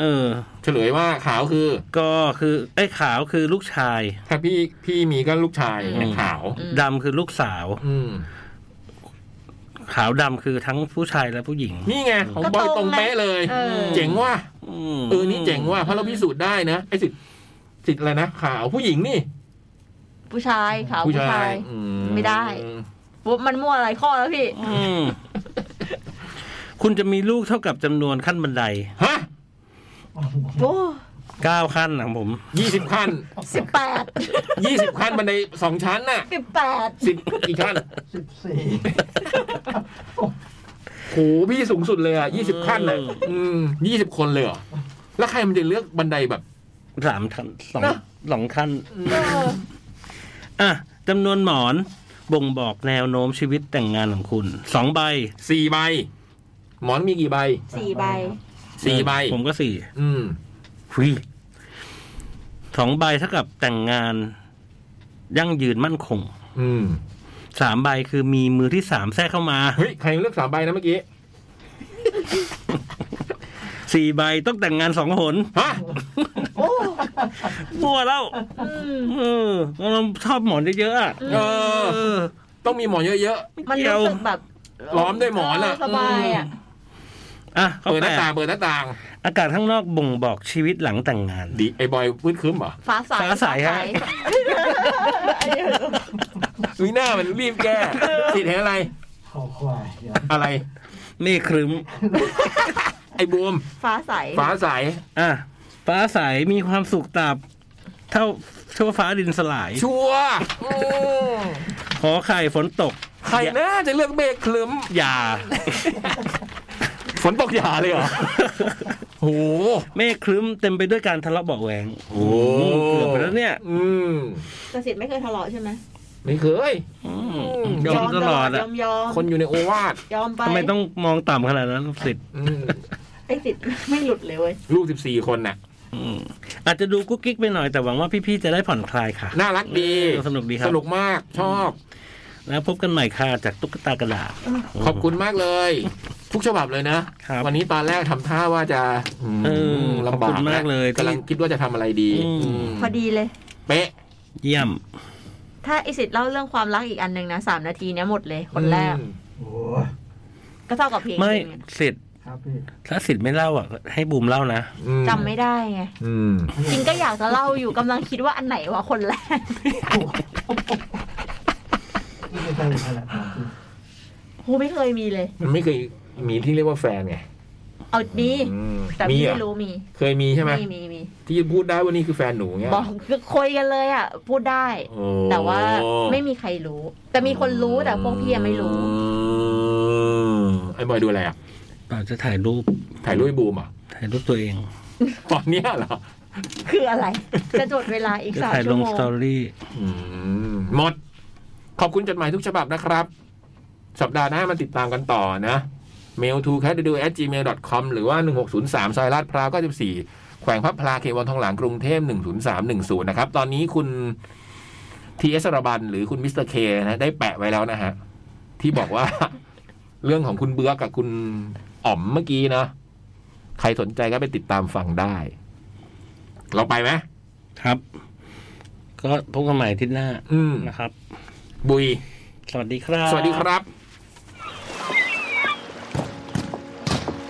S2: เออ
S1: เฉลยว่าขาวคือ
S2: ก็คือไอ้ยขาวคือลูกชาย
S1: ถ้าพี่พี่มีก็ลูกชายเนี่ยขาว
S3: อืม
S2: ดำคือลูกสาว
S1: อืม
S2: ขาวดำคือทั้งผู้ชายและผู้หญิง
S1: นี่ไงของ
S3: ก็
S1: บอย
S3: ต
S1: ต
S3: ร
S1: รงง
S3: ไหม
S1: เป๊ะเลย
S3: เออ
S1: เจ๋งว่ะ
S2: ม
S1: เออนี่เจ๋งว่ะเพราะเราพิสูจน์ได้นะไอ้สิทธิ์สิทธิ์อะไรนะขาวผู้หญิงนี่
S3: ผู้ชายขาวผู้ชาย
S1: อื
S3: ไม่ได้ ปุ๊บมันมั่วอะไรข้อแล้วพี่
S2: อืมคุณจะมีลูกเท่ากับจำนวนขั้นบันได
S1: ฮะ
S3: โอ้
S2: เก้าขั้นนะผม
S1: ยี่สิบขั้น
S3: สิบแปด
S1: ยี่สิบขั้นบันไดสองชั้นน่ะ
S3: สิบแปด
S1: สิบกี่ขั้น
S4: สิบสี่ *laughs*
S1: โหพี่สูงสุดเลยอ่ะยี่สิบขั้นเลยอืมยี่สิบคนเลยเหรอแล้วใครมันจะเลือกบันไดแบบ
S2: สามขั้นสอง
S1: นะ
S2: สองขั้น อ่ะจำนวนหมอนบ่งบอกแนวโน้มชีวิตแต่งงานของคุณสองใบ
S1: สี่ใบ หมอนมีกี่ใบ
S7: สี่ใบ
S1: สี่ใบ
S2: ผมก็สี่
S1: อืม
S2: หุยสองใบเท่ากับแต่งงาน ยั่งยืนมั่นคง
S1: อืม
S2: สามใบคือมีมือที่สามแทรกเข้ามา
S1: เฮ้ยใครเลือกสามใบนะเมื่อกี้
S2: สี่ใบต้องแต่งงานสองหน
S1: ฮะ
S2: มั่วแล้วเออเราชอบหมอนเยอะๆอะ
S1: เออ
S2: เออ
S1: ต้องมีหมอนเยอะ
S3: มัน
S2: เดี๋ยว
S3: รู้สึกแบบ
S1: ล้อมด้วยหมอนอะ
S3: สบายอ่ะ
S2: อ่ะ
S1: ๆ
S2: ข้อ
S1: เปิดห
S2: แป
S1: น้า
S2: ด
S1: ต่างเปิดหน้าต่าง
S2: อากาศข้างนอกบ่งบอกชีวิตหลังแต่งงาน
S1: ดีไอ้บอยพื้นคืมเหรอ
S3: ฟ้าใส
S2: ฟ้าใสฮะ
S1: วิน่ามันรีบแก้ *laughs* ติดเห็นอะไร
S4: ขอควายเดี๋ยว
S1: อะไร
S2: เมฆครึ้ม
S1: ไอ้บูม
S3: ฟ้าใส
S1: ฟ้าใส
S2: อ่ะฟ้าใสมีความสุขตับเท่าชั่วฟ้าดินสลาย
S1: ชัวร์
S2: ขอไข่ฝนตก
S1: ใครนะจะเลือกเบรกคลึม
S2: อย่า
S1: ฝนตกหยาเลยเหรอโห
S2: เมฆครึ้มเต็มไปด้วยการทะเลาะเบาะแหวง
S1: โอ้
S2: เกือบไปแล้วเนี่ย
S1: อืม
S3: กระสิทธิ์ไม่เคยทะเลาะใช่ไหม
S1: ไม่เคย
S2: อืม
S1: อืม
S2: ยอมตลอด
S3: ย
S2: อ่ะ
S3: อมยอม
S1: คนอยู่ในโอวาท
S3: ยอมไป
S2: ทำไมต้องมองต่ำขนาดนั้นลูกศิษย์
S1: อืม
S3: ไอ้สิทธิ์ไม่หลุดเลยเว้ย
S1: ลูกสิบสี่คนน่ะ
S2: อืมอาจจะดูกุ๊กกิ๊กไปหน่อยแต่หวังว่าพี่ๆจะได้ผ่อนคลายค่ะ
S1: น่ารักดี
S2: เออสนุกดีครับ
S1: สนุกมากชอบ
S2: แล้วพบกันใหม่ค่ะจากตุ๊กตากระดาษ
S1: ขอบคุณมากเลย ทุกฉบับเลยนะ
S2: ครับ
S1: วันนี้ตอนแรกทำท่าว่าจะอืม
S2: เออ
S1: ลำบา
S2: ขอ
S1: ก
S2: บคุณมากเลย
S1: กำลังคิดว่าจะทำอะไรดี
S2: อืม
S1: ม
S3: พอดีเลย
S1: เป๊ะ
S2: เยี่ยม
S3: ถ้าไอสิทธิ์เล่าเรื่องความรักอีกอันหนึ่งนะสามนาทีเนี้ยหมดเลยคนแรก
S1: อืม
S4: โอ้
S3: ก็เท่ากับเพลง
S2: ไม่
S3: หนึ่งอะ
S2: ศิษย์
S4: ครับพี่
S2: ถ้าศิษย์ไม่เล่าอ่ะให้บูมเล่านะ
S1: อื
S3: จำไม่ได้ไง
S1: อืม
S3: จริงก็อยากจะเล่าอยู่กำลังคิดว่าอันไหนวะคนแรก
S4: นี่จะใช่ขนาดนั้นพี่
S3: โหไม่เคยมีเลย
S1: มันไม่เคยมีที่เรียกว่าแฟนไง
S3: เอาดี
S1: อืม
S3: แต่พี่
S1: เหอ
S3: ไม่รู้มี
S1: เคยมีใช่ไหม
S3: มีมีมี
S1: ที่พูดได้ว่านี่คือแฟนหนูเงี้ย
S3: บอกคือคุยกันเลยอ่ะ พูดได้
S1: โอ้
S3: แต่ว่าไม่มีใครรู้ แต่มีคนรู้แต่พวกพี่ยังไม่รู้
S1: อืมไอ้บอยดูอะไรอ่ะ
S2: เราจะถ่ายรูป
S1: ถ่ายรูปไอ้บูมเหรอ่ะ
S2: ถ่ายรูปตัวเอง
S1: ตอนเนี้ยเหรอ
S3: คืออะไร จะจดเวลาอีก
S2: จะ
S3: สาม
S2: ถ่ายล
S3: ชั่ว
S2: ง
S3: โม
S2: ส
S3: ง
S2: ตอรี่
S1: อืมหมด ขอบคุณจดหมายทุกฉบับนะครับ สัปดาห์หน้ามาติดตามกันต่อนะ mail to c a t d a gmail com หรือว่า 1603 ซอยลาดพร้าว94 แขวงพับพลาเขตวังทองหลางกรุงเทพ10310 นะครับ ตอนนี้คุณทีเอสรบันหรือคุณมิสเตอร์เคนะได้แปะไว้แล้วนะฮะ ที่บอกว่า *laughs* เรื่องของคุณเบื้อกกับคุณอ๋อมเมื่อกี้นะ ใครสนใจก็ไปติดตามฟังได้ เราไปไหม
S2: ครับ ก็พบกันใหม่อาที่หน้า
S1: อืม
S2: นะครับ
S1: บุย
S2: สวัสดีครับ
S1: สวัสดีครับ